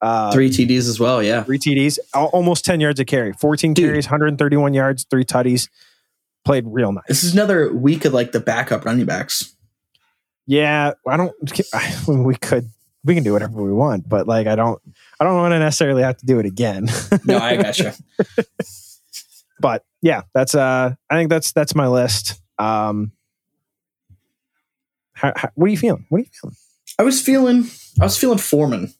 Speaker 8: uh, three,
Speaker 9: three TDs as well. Yeah,
Speaker 8: TDs, al- almost ten yards a carry, fourteen
Speaker 9: Dude.
Speaker 8: carries, 131 yards, three tutties. Played real nice.
Speaker 9: this is another week of like the backup running backs.
Speaker 8: Yeah, I don't. I mean, we could, we can do whatever we want, but like, I don't, I don't want to necessarily have to do it again.
Speaker 9: No, I gotcha.
Speaker 8: but yeah, that's uh, I think that's that's my list. Um, how, how, what are you feeling? What are you feeling?
Speaker 9: I was feeling, I was feeling Foreman.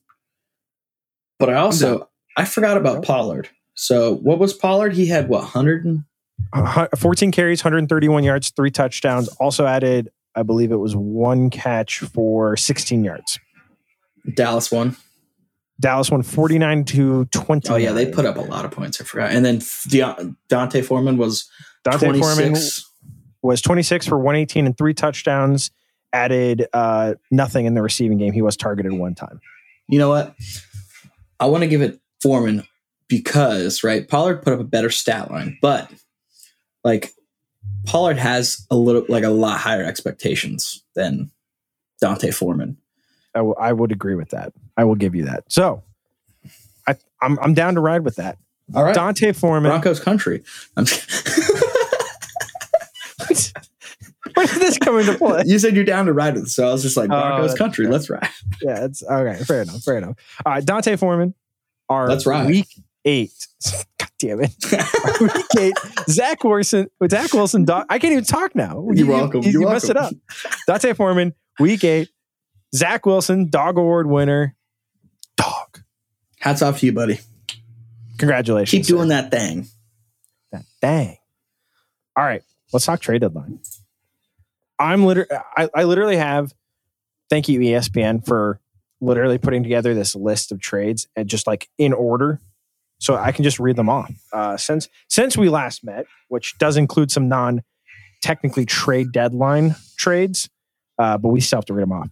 Speaker 9: But I also I forgot about Pollard. So what was Pollard? He had what hundred and
Speaker 8: Uh, hu- 14 carries, 131 yards, three touchdowns. Also added, I believe it was one catch for 16 yards.
Speaker 9: Dallas won.
Speaker 8: Dallas won 49 to 20.
Speaker 9: Oh yeah, they put up a lot of points. I forgot. And then Deon- Dante Foreman was
Speaker 8: Dante
Speaker 9: twenty
Speaker 8: Foreman
Speaker 9: six.
Speaker 8: was 26 for 118 and three touchdowns. Added uh, nothing in the receiving game. He was targeted one time.
Speaker 9: You know what? I want to give it Foreman because right Pollard put up a better stat line, but like Pollard has a little like a lot higher expectations than Dante Foreman.
Speaker 8: I w- I would agree with that. I will give you that. So I, I'm, I'm down to ride with that.
Speaker 9: All right,
Speaker 8: Dante Foreman.
Speaker 9: Broncos country. I'm
Speaker 8: Where did this come into play?
Speaker 9: you said you're down to ride with, so I was just like
Speaker 8: Oh,
Speaker 9: Broncos
Speaker 8: that's
Speaker 9: country.
Speaker 8: fair.
Speaker 9: Let's ride.
Speaker 8: Yeah, it's okay. Fair enough. Fair enough. All right, Dante Foreman. Our
Speaker 9: Let's ride.
Speaker 8: Week eight. God damn it. Our week eight. Zach Wilson. With Zach Wilson. Doc, I can't even talk now.
Speaker 9: You're welcome.
Speaker 8: You,
Speaker 9: You're
Speaker 8: you messed it up.
Speaker 9: welcome.
Speaker 8: Dante Foreman. Week eight. Zach Wilson. Dog Award winner. Dog.
Speaker 9: Hats off to you, buddy.
Speaker 8: Congratulations.
Speaker 9: Keep doing that thing.
Speaker 8: that. Dang. All right. Let's talk trade deadline. I'm literally. I, I literally have. Thank you E ESPN for literally putting together this list of trades and just like in order, so I can just read them off. Uh, since since we last met, which does include some non technically trade deadline trades, uh, but we still have to read them off.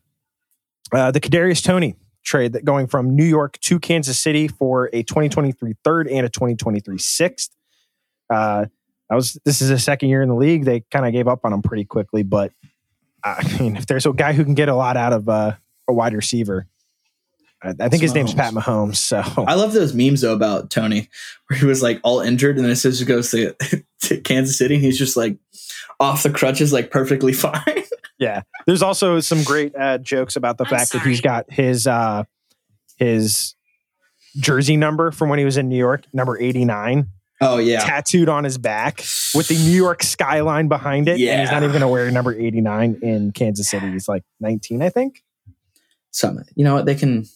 Speaker 8: Uh, the Kadarius Tony trade that going from New York to Kansas City for a 2023 third and a 2023 sixth. Uh, that was this is his second year in the league. They kind of gave up on him pretty quickly, but I mean, if there's a guy who can get a lot out of uh, a wide receiver, I, I think his name's
Speaker 9: Mahomes.
Speaker 8: Pat Mahomes. So
Speaker 9: I love those memes though about Tony, where he was like all injured, and then his sister goes to, to Kansas City, and he's just like off the crutches, like perfectly fine.
Speaker 8: Yeah. There's also some great uh, jokes about the
Speaker 2: I'm
Speaker 8: fact that he's
Speaker 2: sorry.
Speaker 8: got his uh, his jersey number from when he was in New York, number 89,
Speaker 9: Oh yeah,
Speaker 8: tattooed on his back with the New York skyline behind it. And he's not
Speaker 9: Yeah.
Speaker 8: even going to wear number 89 in Kansas City. He's like 19, I think.
Speaker 9: some you know what they can.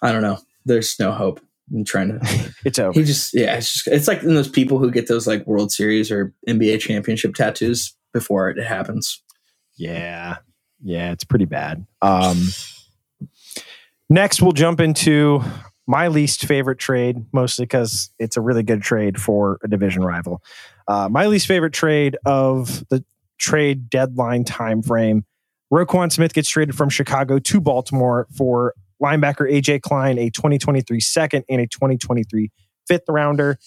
Speaker 9: I don't know. There's no hope. I'm trying to.
Speaker 8: It's over.
Speaker 9: He just yeah. It's just it's like in those people who get those like World Series or NBA championship tattoos before it happens.
Speaker 8: Yeah. Yeah, it's pretty bad. Um next we'll jump into my least favorite trade, mostly because it's a really good trade for a division rival. Uh, my least favorite trade of the trade deadline time frame. Roquan Smith gets traded from Chicago to Baltimore for linebacker AJ Klein, a 2023 second and a 2023 fifth rounder.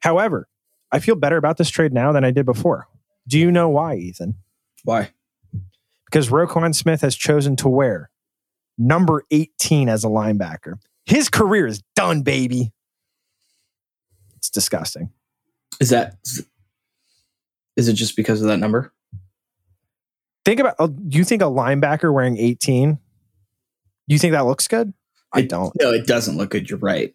Speaker 8: However, I feel better about this trade now than I did before. Do you know why, Ethan?
Speaker 9: Why?
Speaker 8: because Roquan Smith has chosen to wear number 18 as a linebacker. His career is done, baby. It's disgusting.
Speaker 9: Is that? Is it just because of that number?
Speaker 8: Think about oh, you think a linebacker wearing 18? You think that looks good? I
Speaker 9: It-
Speaker 8: don't.
Speaker 9: No, it doesn't look good. You're right.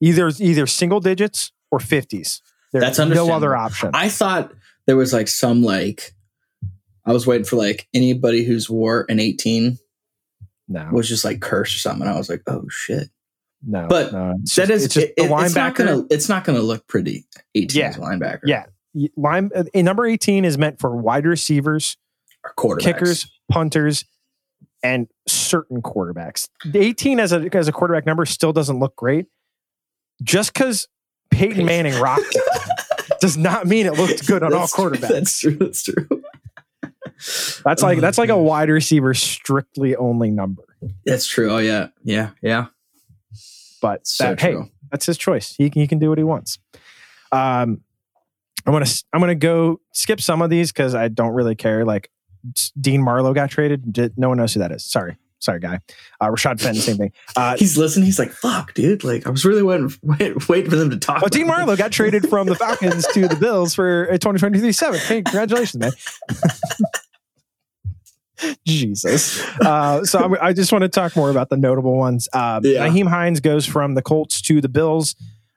Speaker 8: Either either single digits or 50s. There's
Speaker 9: That's
Speaker 8: no
Speaker 9: understandable.
Speaker 8: other option.
Speaker 9: I thought there was like some like I was waiting for like anybody who's wore an 18
Speaker 8: no.
Speaker 9: was just like cursed or something. I was like, oh shit.
Speaker 8: No.
Speaker 9: but
Speaker 8: no, it's
Speaker 9: that
Speaker 8: just-
Speaker 9: is
Speaker 8: it's just
Speaker 9: it-
Speaker 8: the
Speaker 9: it- it's not
Speaker 8: linebacker.
Speaker 9: gonna it's not gonna look pretty. 18
Speaker 8: Yeah.
Speaker 9: as a linebacker.
Speaker 8: Yeah. y- line, uh, number 18 is meant for wide receivers,
Speaker 9: Or quarterbacks.
Speaker 8: kickers, punters, and certain quarterbacks. The 18 as a as a quarterback number still doesn't look great. Just because Peyton
Speaker 9: Peyton.
Speaker 8: Manning rocked it does not mean it looked good on all
Speaker 9: That's true.
Speaker 8: quarterbacks.
Speaker 9: That's true. Mm-hmm. That's true.
Speaker 8: That's like that's like a wide receiver strictly only number.
Speaker 9: That's true. Oh yeah. Yeah. Yeah.
Speaker 8: But
Speaker 9: So
Speaker 8: that, hey,
Speaker 9: true.
Speaker 8: that's his choice. He can, he can do what he wants. Um, I'm gonna s- I'm gonna go skip some of these because I don't really care. Like s- Dean Marlowe got traded. Did- No one knows who that is. Sorry, sorry, guy. Uh, Rashad Fenton, same thing. Uh,
Speaker 9: He's listening. He's like, "Fuck, dude! Like, I was really waiting, wait, waiting for them to talk."
Speaker 8: Oh, Dean
Speaker 9: about it.
Speaker 8: Marlowe got traded from the Falcons to the Bills for a 2023 seven. Hey, congratulations, man. Jesus. Uh, so I'm, I just want to talk more about the notable ones. Um,
Speaker 9: Yeah.
Speaker 8: Naheem Hines goes from the Colts to the Bills.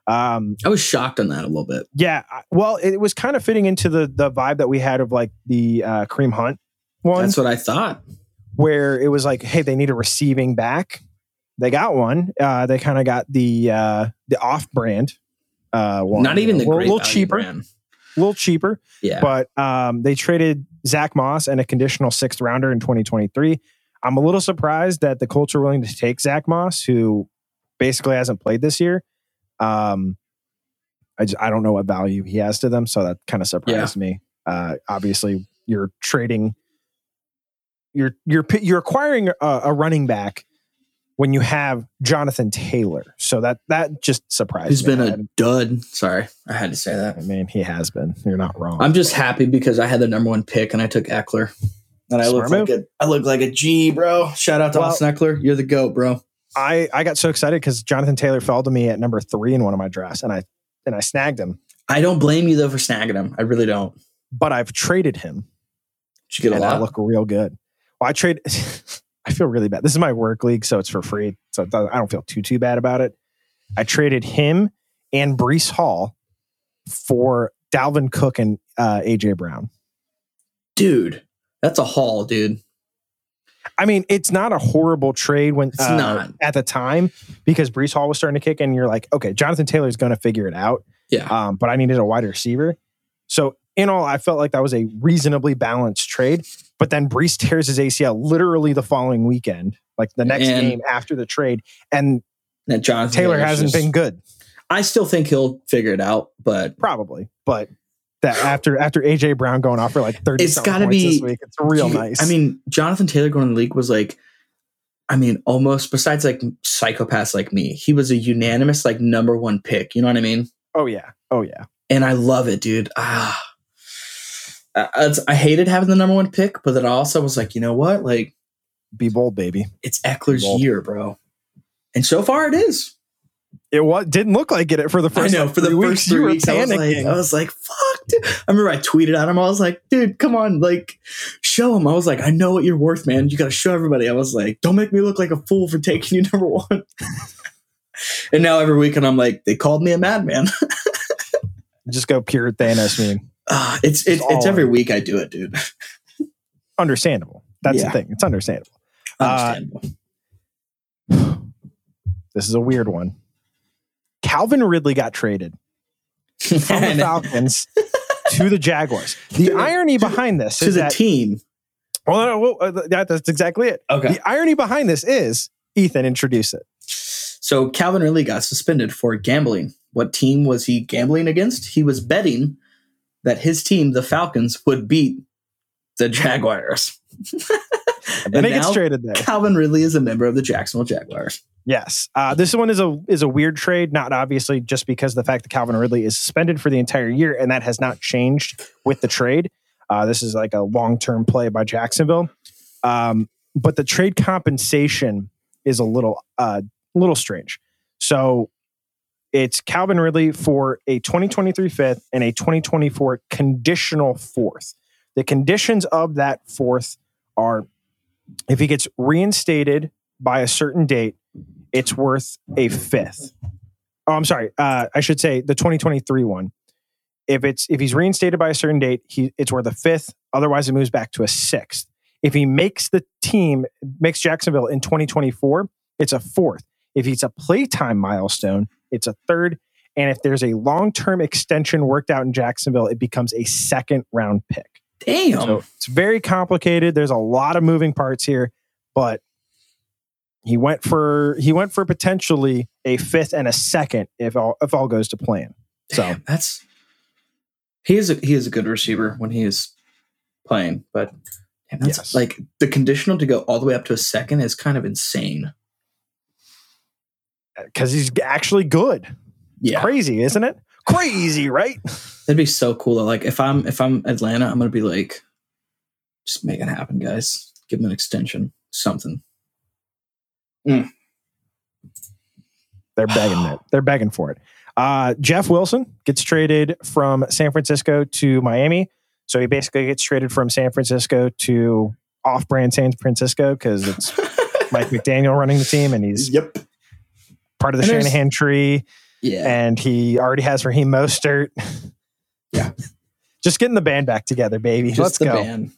Speaker 8: Um,
Speaker 9: I was shocked on that a little bit.
Speaker 8: yeah, I- well, it was kind of fitting into the the vibe that we had of like the uh, Kareem Hunt one,
Speaker 9: That's what I thought.
Speaker 8: where it was like, hey, they need a receiving back. They got one. Uh, they kind of got the uh, the off brand uh, one.
Speaker 9: Not even
Speaker 8: a
Speaker 9: the
Speaker 8: little,
Speaker 9: great
Speaker 8: little
Speaker 9: value
Speaker 8: cheaper,
Speaker 9: brand.
Speaker 8: a little cheaper.
Speaker 9: Yeah.
Speaker 8: But um, they traded Zach Moss and a conditional sixth rounder in 2023. I'm a little surprised that the Colts are willing to take Zach Moss, who basically hasn't played this year. Um, I just I don't know what value he has to them, so that kind of surprised me. Uh, obviously, you're trading, you're you're pi- you're acquiring a, a running back when you have Jonathan Taylor, so that that just surprised
Speaker 9: Who's
Speaker 8: me.
Speaker 9: been
Speaker 8: I
Speaker 9: a
Speaker 8: hadn't-
Speaker 9: dud. Sorry, I had to say that.
Speaker 8: I mean, he has been. You're not wrong.
Speaker 9: I'm just happy because I had the number one pick and I took Eckler. And I look
Speaker 8: Smart
Speaker 9: like
Speaker 8: move.
Speaker 9: a I look like a G, bro. Shout out to
Speaker 8: Well-
Speaker 9: Austin Eckler. You're the goat, bro.
Speaker 8: I I got so excited because Jonathan Taylor fell to me at number three in one of my drafts, and I and I snagged him.
Speaker 9: I don't blame you though for snagging him. I really don't.
Speaker 8: But I've traded him,
Speaker 9: Did you get a
Speaker 8: and I
Speaker 9: lot?
Speaker 8: look real good. Well, I trade. I feel really bad. This is my work league, so it's for free. So it doesn't- I don't feel too too bad about it. I traded him and Brees Hall for Dalvin Cook and uh, AJ Brown.
Speaker 9: dude, that's a haul, dude.
Speaker 8: I mean, it's not a horrible trade when uh,
Speaker 9: It's not.
Speaker 8: at the time because Brees Hall was starting to kick, and you're like, okay, Jonathan Taylor's going to figure it out.
Speaker 9: Yeah.
Speaker 8: um, but I needed a wide receiver. So in all, I felt like that was a reasonably balanced trade. But then Brees tears his ACL literally the following weekend, like the next
Speaker 9: And-
Speaker 8: game after the trade, and
Speaker 9: That Jonathan
Speaker 8: Taylor
Speaker 9: Taylor's
Speaker 8: hasn't
Speaker 9: just-
Speaker 8: been good,
Speaker 9: I still think he'll figure it out, but
Speaker 8: probably. But that after after AJ Brown going off for like thirty,
Speaker 9: It's
Speaker 8: it's got
Speaker 9: gotta
Speaker 8: to be
Speaker 9: be-
Speaker 8: this week. It's real
Speaker 9: You-
Speaker 8: nice.
Speaker 9: I mean, Jonathan Taylor going to the league was like, I mean, almost besides like psychopaths like me, he was a unanimous like number one pick. You know what I mean?
Speaker 8: oh yeah, oh yeah.
Speaker 9: and I love it, dude. Ah, I, it's- I hated having the number one pick, but then I also was like, you know what? Like,
Speaker 8: Be bold, baby.
Speaker 9: it's Eckler's
Speaker 8: Well-
Speaker 9: year, bro. And so far, it is.
Speaker 8: It was didn't look like it for the first.
Speaker 9: I know
Speaker 8: like,
Speaker 9: for the
Speaker 8: three
Speaker 9: first three
Speaker 8: you were
Speaker 9: weeks, I was like,
Speaker 8: panicking.
Speaker 9: I was like, fuck, dude. I remember I tweeted at him. I was like, dude, come on, like, show him. I was like, I know what you're worth, man. You got to show everybody. I was like, don't make me look like a fool for taking you number one. and now every weekend, I'm like, they called me a madman.
Speaker 8: Just go pure Thanos meme.
Speaker 9: Ah, it's it's,
Speaker 8: It's
Speaker 9: it's
Speaker 8: all
Speaker 9: every
Speaker 8: in.
Speaker 9: week I do it, dude.
Speaker 8: Understandable. That's
Speaker 9: Yeah.
Speaker 8: the thing. It's understandable. Uh,
Speaker 9: Understandable.
Speaker 8: This is a weird one. Calvin Ridley got traded from the
Speaker 9: And-
Speaker 8: Falcons to the Jaguars. The
Speaker 9: To the-
Speaker 8: irony behind this
Speaker 9: to
Speaker 8: is
Speaker 9: the
Speaker 8: that
Speaker 9: team.
Speaker 8: well, no, well, uh, that, that's exactly it.
Speaker 9: Okay.
Speaker 8: The irony behind this is Ethan introduced it.
Speaker 9: So Calvin Ridley got suspended for gambling. What team was he gambling against? He was betting that his team, the Falcons, would beat the Jaguars.
Speaker 8: And, it gets traded there.
Speaker 9: Calvin Ridley is a member of the Jacksonville Jaguars.
Speaker 8: Yes, uh, this one is a is a weird trade. Not obviously just because of the fact that Calvin Ridley is suspended for the entire year, and that has not changed with the trade. Uh, this is like a long term play by Jacksonville, um, but the trade compensation is a little uh, little strange. So it's Calvin Ridley for a 2023 fifth and a 2024 conditional fourth. The conditions of that fourth are if he gets reinstated by a certain date it's worth a fifth. Oh, I'm sorry. Uh, I should say the 2023 one. If it's if he's reinstated by a certain date, he it's worth a fifth. Otherwise, it moves back to a sixth. If he makes the team, makes Jacksonville in 2024, it's a fourth. If it's a playtime milestone, it's a third. And if there's a long term extension worked out in Jacksonville, it becomes a second round pick.
Speaker 9: Damn.
Speaker 8: So it's very complicated. There's a lot of moving parts here, but he went for he went for potentially a fifth and a second if all if all goes to plan. So
Speaker 9: Damn, that's he is a he is a good receiver when he is playing, but damn, that's
Speaker 8: Yes.
Speaker 9: like the conditional to go all the way up to a second is kind of insane.
Speaker 8: because he's actually good,
Speaker 9: Yeah.
Speaker 8: crazy, isn't it? Crazy, right?
Speaker 9: That'd be so cool. Like if I'm if I'm Atlanta, I'm gonna be like, just make it happen, guys. Give them an extension, something.
Speaker 8: They're begging it. They're begging for it. Uh, Jeff Wilson gets traded from San Francisco to Miami. So he basically gets traded from San Francisco to off-brand San Francisco because it's Mike McDaniel running the team and he's
Speaker 9: yep.
Speaker 8: part of the
Speaker 9: And there's-
Speaker 8: Shanahan tree.
Speaker 9: Yeah.
Speaker 8: and he already has Raheem Mostert.
Speaker 9: Yeah.
Speaker 8: Just getting the band back together, baby.
Speaker 9: Just
Speaker 8: Let's
Speaker 9: the
Speaker 8: go.
Speaker 9: ban.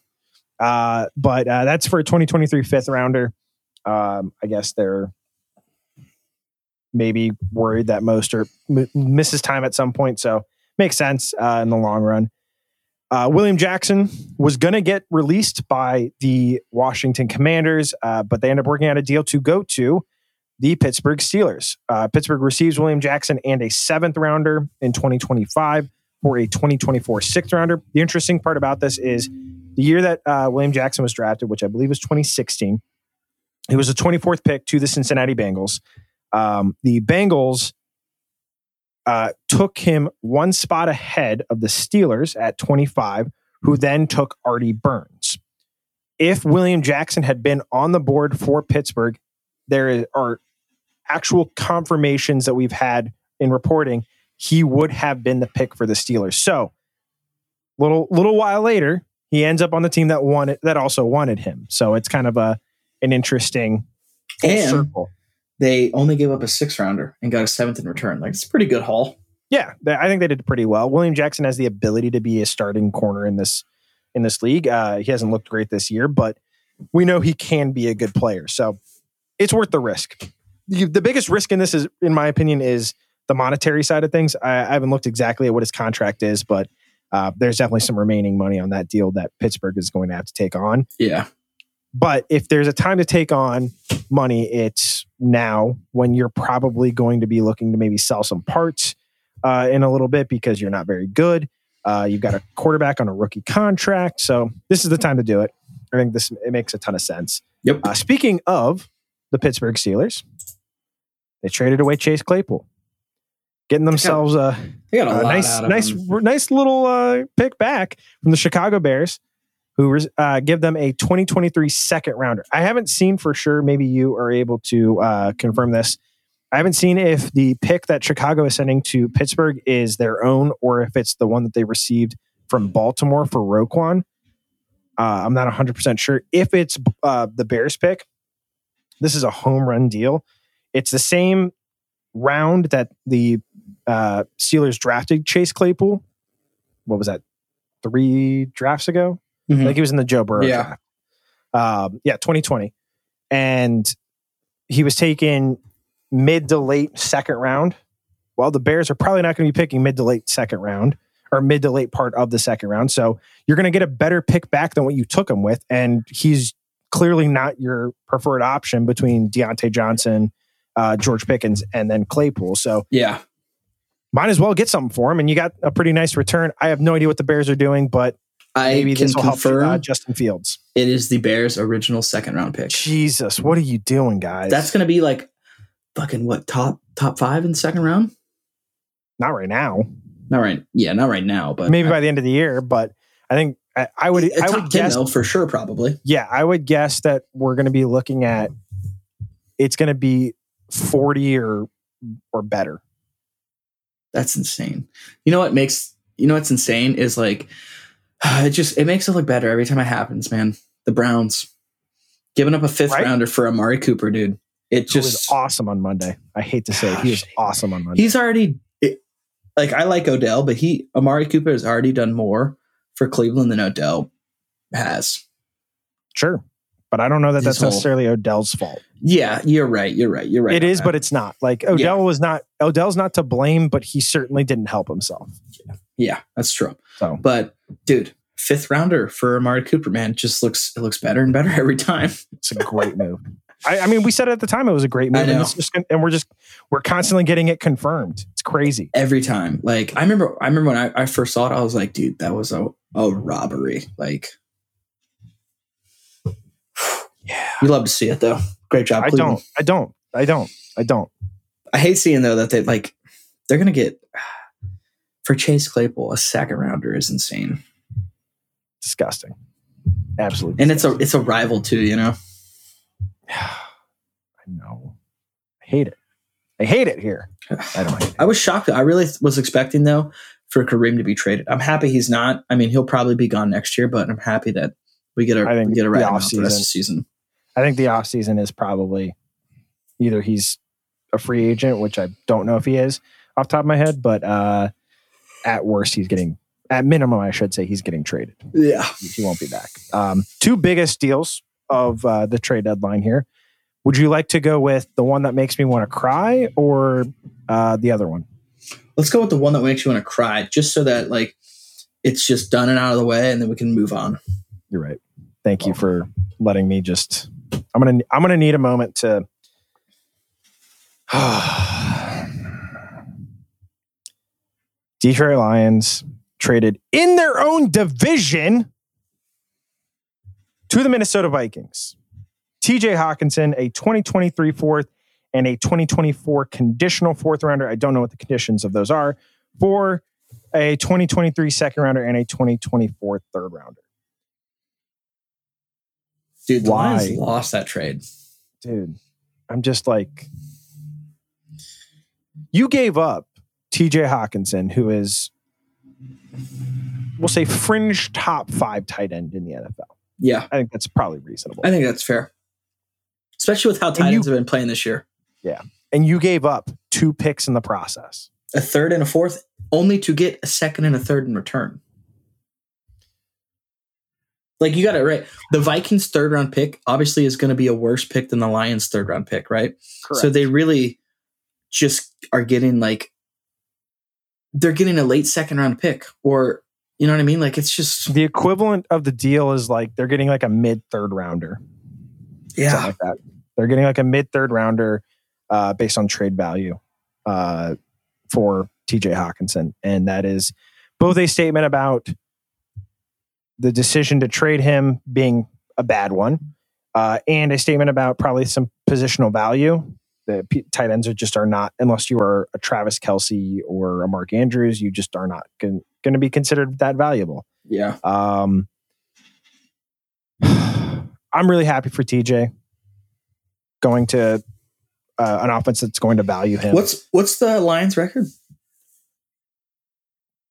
Speaker 8: Uh, but uh, that's for a 2023 fifth rounder. Um, I guess they're maybe worried that Mostert m- misses time at some point. So makes sense uh, in the long run. Uh, William Jackson was going to get released by the Washington Commanders, uh, but they end up working out a deal to go to the Pittsburgh Steelers. Uh, Pittsburgh receives William Jackson and a seventh rounder in 2025 for a 2024 sixth rounder. The interesting part about this is the year that uh, William Jackson was drafted, which I believe was 2016, he was the 24th pick to the Cincinnati Bengals. Um, the Bengals uh, took him one spot ahead of the Steelers at 25, who then took Artie Burns. If William Jackson had been on the board for Pittsburgh, there is- are actual confirmations that we've had in reporting he would have been the pick for the Steelers. So, little little while later, he ends up on the team that wanted that also wanted him. So it's kind of a an interesting full
Speaker 9: And-
Speaker 8: circle.
Speaker 9: They only gave up a six rounder and got a seventh in return. Like it's a pretty good haul.
Speaker 8: Yeah, they- I think they did pretty well. William Jackson has the ability to be a starting corner in this in this league. Uh, he hasn't looked great this year, but we know he can be a good player. So it's worth the risk. The, the biggest risk in this is, in my opinion, is the monetary side of things. I, I haven't looked exactly at what his contract is, but uh, there's definitely some remaining money on that deal that Pittsburgh is going to have to take on.
Speaker 9: Yeah.
Speaker 8: But if there's a time to take on money, it's now when you're probably going to be looking to maybe sell some parts uh, in a little bit because you're not very good. Uh, you've got a quarterback on a rookie contract. So this is the time to do it. I think this it makes a ton of sense.
Speaker 9: Yep.
Speaker 8: Uh, speaking of the Pittsburgh Steelers, they traded away Chase Claypool, getting themselves a,
Speaker 9: They got a
Speaker 8: a
Speaker 9: lot
Speaker 8: Uh, nice,
Speaker 9: out of
Speaker 8: nice,
Speaker 9: him.
Speaker 8: r- nice little uh, pick back from the Chicago Bears, who res- uh, give them a 2023 second rounder. I haven't seen for sure. Maybe you are able to uh, confirm this. I haven't seen if the pick that Chicago is sending to Pittsburgh is their own or if it's the one that they received from Baltimore for Roquan. Uh, I'm not 100% sure. If it's uh, the Bears pick, this is a home run deal. It's the same round that the uh, Steelers drafted Chase Claypool. What was that? Three drafts ago?
Speaker 9: Mhm.
Speaker 8: Like he was in the Joe Burrow
Speaker 9: Yeah.
Speaker 8: draft. Um, yeah, 2020. And he was taken mid to late second round. Well, the Bears are probably not going to be picking mid to late second round or mid to late part of the second round. So you're going to get a better pick back than what you took him with. And he's clearly not your preferred option between Deontay Johnson, uh, George Pickens, and then Claypool. So
Speaker 9: yeah.
Speaker 8: might as well get something for him. And you got a pretty nice return. I have no idea what the Bears are doing, but
Speaker 9: I
Speaker 8: maybe
Speaker 9: can
Speaker 8: this will help
Speaker 9: confirm
Speaker 8: uh, Justin Fields.
Speaker 9: it is the Bears' original second round pick.
Speaker 8: Jesus, what are you doing, guys?
Speaker 9: That's going to be like fucking what top top five in the second round?
Speaker 8: not right now.
Speaker 9: Not right. Yeah, not right now, but
Speaker 8: Maybe by the end of the year, but I think I, I would.
Speaker 9: a
Speaker 8: I
Speaker 9: top
Speaker 8: would
Speaker 9: 10
Speaker 8: guess.
Speaker 9: though, for sure, probably.
Speaker 8: Yeah, I would guess that we're going to be looking at. It's going to be forty or or better.
Speaker 9: That's insane. You know what makes you know what's insane is like it just it makes it look better every time it happens, man. The Browns giving up a fifth
Speaker 8: Right?
Speaker 9: rounder for Amari Cooper, dude. It
Speaker 8: He was
Speaker 9: just
Speaker 8: awesome on Monday. I hate to say it, he was awesome on Monday.
Speaker 9: he's already it- like I like Odell, but he Amari Cooper has already done more for Cleveland than Odell has.
Speaker 8: sure, but I don't know that
Speaker 9: His
Speaker 8: that's
Speaker 9: whole-
Speaker 8: necessarily Odell's fault.
Speaker 9: Yeah, you're right. You're right. You're right.
Speaker 8: it
Speaker 9: on
Speaker 8: is,
Speaker 9: that.
Speaker 8: but it's not. Like Odell was not. Odell's not to blame, but he certainly didn't help himself.
Speaker 9: yeah, that's true.
Speaker 8: So
Speaker 9: But dude, fifth rounder for Amari Cooper, man, it just looks it looks better and better every time.
Speaker 8: it's a great move. I, I mean, we said at the time it was a great
Speaker 9: I
Speaker 8: move, and,
Speaker 9: know.
Speaker 8: it's just, gonna- and we're just we're constantly getting it confirmed. It's crazy.
Speaker 9: Every time. Like I remember I remember when I, I first saw it, I was like, dude, that was a, a robbery. Like Yeah. You love to see it though. Great job.
Speaker 8: I
Speaker 9: Cleveland.
Speaker 8: don't. I don't. I don't. I don't.
Speaker 9: I hate seeing though that they like they're gonna get for Chase Claypool, a second rounder is insane.
Speaker 8: Disgusting. Absolutely.
Speaker 9: And it's a it's a rival too, you know?
Speaker 8: I know. I hate it. I hate it here. I don't like it.
Speaker 9: I was shocked. I really was expecting though for Kareem to be traded. I'm happy he's not. I mean, he'll probably be gone next year, but I'm happy that we get a
Speaker 8: I think
Speaker 9: we get a
Speaker 8: the
Speaker 9: ride him out
Speaker 8: offseason-
Speaker 9: for the rest of the season.
Speaker 8: I think the offseason is probably either he's a free agent, which I don't know if he is off the top of my head, but uh, at worst, he's getting, at minimum, I should say, he's getting traded.
Speaker 9: Yeah,
Speaker 8: He won't be back. Um, two biggest deals of uh, the trade deadline here Would you like to go with the one that makes me want to cry or uh, the other one?
Speaker 9: Let's go with the one that makes you want to cry, just so that like it's just done and out of the way, and then we can move on.
Speaker 8: You're right. Thank you for letting me just. I'm gonna. I'm gonna need a moment to. Detroit Lions traded in their own division to the Minnesota Vikings. TJ Hawkinson, a 2023 fourth and a 2024 conditional fourth rounder. I don't know what the conditions of those are for a 2023 second rounder and a 2024 third rounder.
Speaker 9: Dude, the
Speaker 8: Why?
Speaker 9: Lions lost that trade.
Speaker 8: Dude, I'm just like, you gave up TJ Hawkinson, who is, we'll say, fringe top five tight end in the NFL.
Speaker 9: Yeah,
Speaker 8: I think that's probably reasonable.
Speaker 9: I think that's fair, especially with how tight
Speaker 8: you-
Speaker 9: ends have been playing this year.
Speaker 8: and you gave up two picks in the process.
Speaker 9: A third and a fourth, only to get a second and a third in return. Like you got it right. The Vikings' third round pick obviously is going to be a worse pick than the Lions' third round pick, right? So they really just are getting like they're getting a late second round pick, or you know what I mean? Like it's just
Speaker 8: the equivalent of the deal is like they're getting like a mid third rounder, something
Speaker 9: yeah,
Speaker 8: like that. They're getting like a mid third rounder uh, based on trade value uh, for TJ Hawkinson. And that is both a statement about the decision to trade him being a bad one uh, and a statement about probably some positional value. The p- tight ends are just are not, unless you are a Travis Kelsey or a Mark Andrews, you just are not going to be considered that valuable.
Speaker 9: yeah.
Speaker 8: Um, I'm really happy for TJ going to uh, an offense that's going to value him.
Speaker 9: What's what's the Lions' record?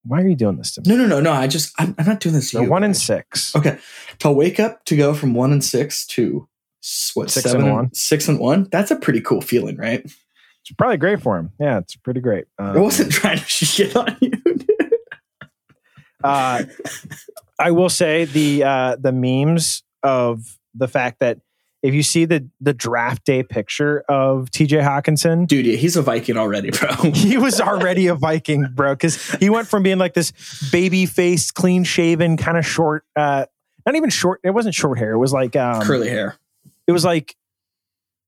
Speaker 8: Why are you doing this to me?
Speaker 9: No, no, no, no. I just I'm, I'm not doing this. To
Speaker 8: They're
Speaker 9: you.
Speaker 8: one and six.
Speaker 9: Okay, to wake up to go from one and six to s- what
Speaker 8: Six and
Speaker 9: seven
Speaker 8: one.
Speaker 9: six and one. That's a pretty cool feeling, right?
Speaker 8: It's probably great for him. Yeah, it's pretty great. Um,
Speaker 9: I wasn't trying to shit on you. dude.
Speaker 8: Uh, I will say the uh, the memes of the fact that if you see the the draft day picture of TJ Hawkinson,
Speaker 9: Dude, yeah, he's a Viking already, bro.
Speaker 8: he was already a Viking, bro, because he went from being like this baby faced, clean shaven, kind of short, uh, not even short. It wasn't short hair. It was like um,
Speaker 9: Curly hair.
Speaker 8: It was like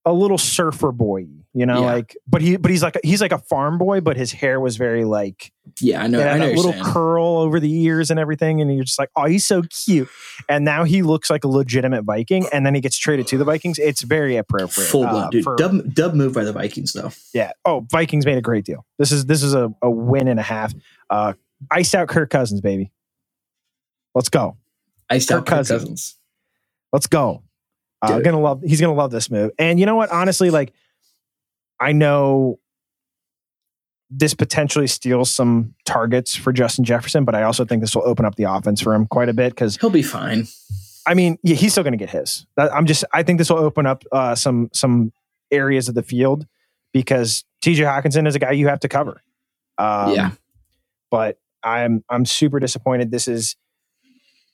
Speaker 8: a little surfer boy, you know,
Speaker 9: Yeah.
Speaker 8: like. But he, but he's like he's like a farm boy, but his hair was very like
Speaker 9: Yeah, I know.
Speaker 8: it
Speaker 9: I
Speaker 8: had
Speaker 9: know.
Speaker 8: that
Speaker 9: what
Speaker 8: little
Speaker 9: you're saying.
Speaker 8: curl over the ears and everything, and you're just like, oh, he's so cute. And now he looks like a legitimate Viking, and then he gets traded to the Vikings. It's very appropriate,
Speaker 9: Full blown,
Speaker 8: uh,
Speaker 9: dude.
Speaker 8: for-
Speaker 9: dub, dub move by the Vikings, though.
Speaker 8: yeah. Oh, Vikings made a great deal. This is this is a, a win and a half. Uh iced out Kirk Cousins, baby. Let's go.
Speaker 9: I still
Speaker 8: Kirk
Speaker 9: Kirk
Speaker 8: Cousins.
Speaker 9: Cousins.
Speaker 8: Let's go. Uh,
Speaker 9: Dude.
Speaker 8: gonna love he's gonna love this move. And you know what? Honestly, like I know this potentially steals some targets for Justin Jefferson, but I also think this will open up the offense for him quite a bit because
Speaker 9: He'll be fine.
Speaker 8: I mean, yeah, he's still going to get his. That- I'm just, I think this will open up uh, some some areas of the field because T.J. Hawkinson is a guy you have to cover. Um,
Speaker 9: Yeah.
Speaker 8: but I'm I'm super disappointed. This is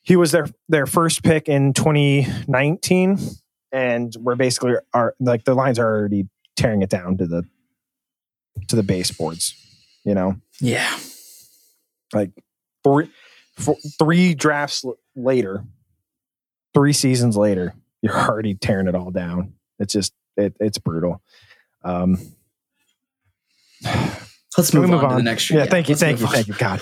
Speaker 8: he was their their first pick in 2019, and we're basically are like the lines are already tearing it down to the to the baseboards. You know,
Speaker 9: Yeah.
Speaker 8: like three, four, three drafts l- later, three seasons later, you're already tearing it all down. It's just it, it's brutal. Um,
Speaker 9: Let's
Speaker 8: can
Speaker 9: move,
Speaker 8: we
Speaker 9: on, to the next
Speaker 8: yeah,
Speaker 9: year.
Speaker 8: thank you,
Speaker 9: let's
Speaker 8: thank
Speaker 9: move
Speaker 8: you,
Speaker 9: on.
Speaker 8: thank you, God.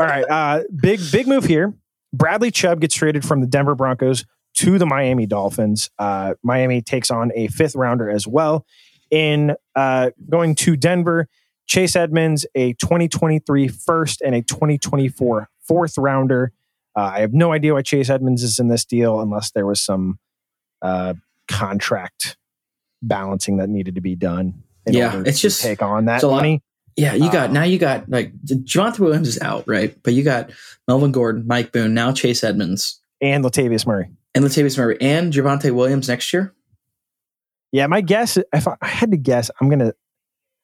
Speaker 8: all right, uh, big big move here. Bradley Chubb gets traded from the Denver Broncos to the Miami Dolphins. Uh, Miami takes on a fifth rounder as well. In uh, going to Denver, Chase Edmonds, a 2023 first and a 2024 fourth rounder. Uh, I have no idea why Chase Edmonds is in this deal unless there was some uh, contract balancing that needed to be done. In
Speaker 9: Yeah,
Speaker 8: order
Speaker 9: it's
Speaker 8: to
Speaker 9: just-
Speaker 8: take on that
Speaker 9: it's a lot.
Speaker 8: money.
Speaker 9: Yeah, you got
Speaker 8: Um,
Speaker 9: now. You got like Javante Williams is out, right? But you got Melvin Gordon, Mike Boone, now Chase Edmonds,
Speaker 8: And Latavius Murray.
Speaker 9: and Latavius Murray, and Javante Williams next year.
Speaker 8: Yeah, my guess, if I I had to guess, I'm going to,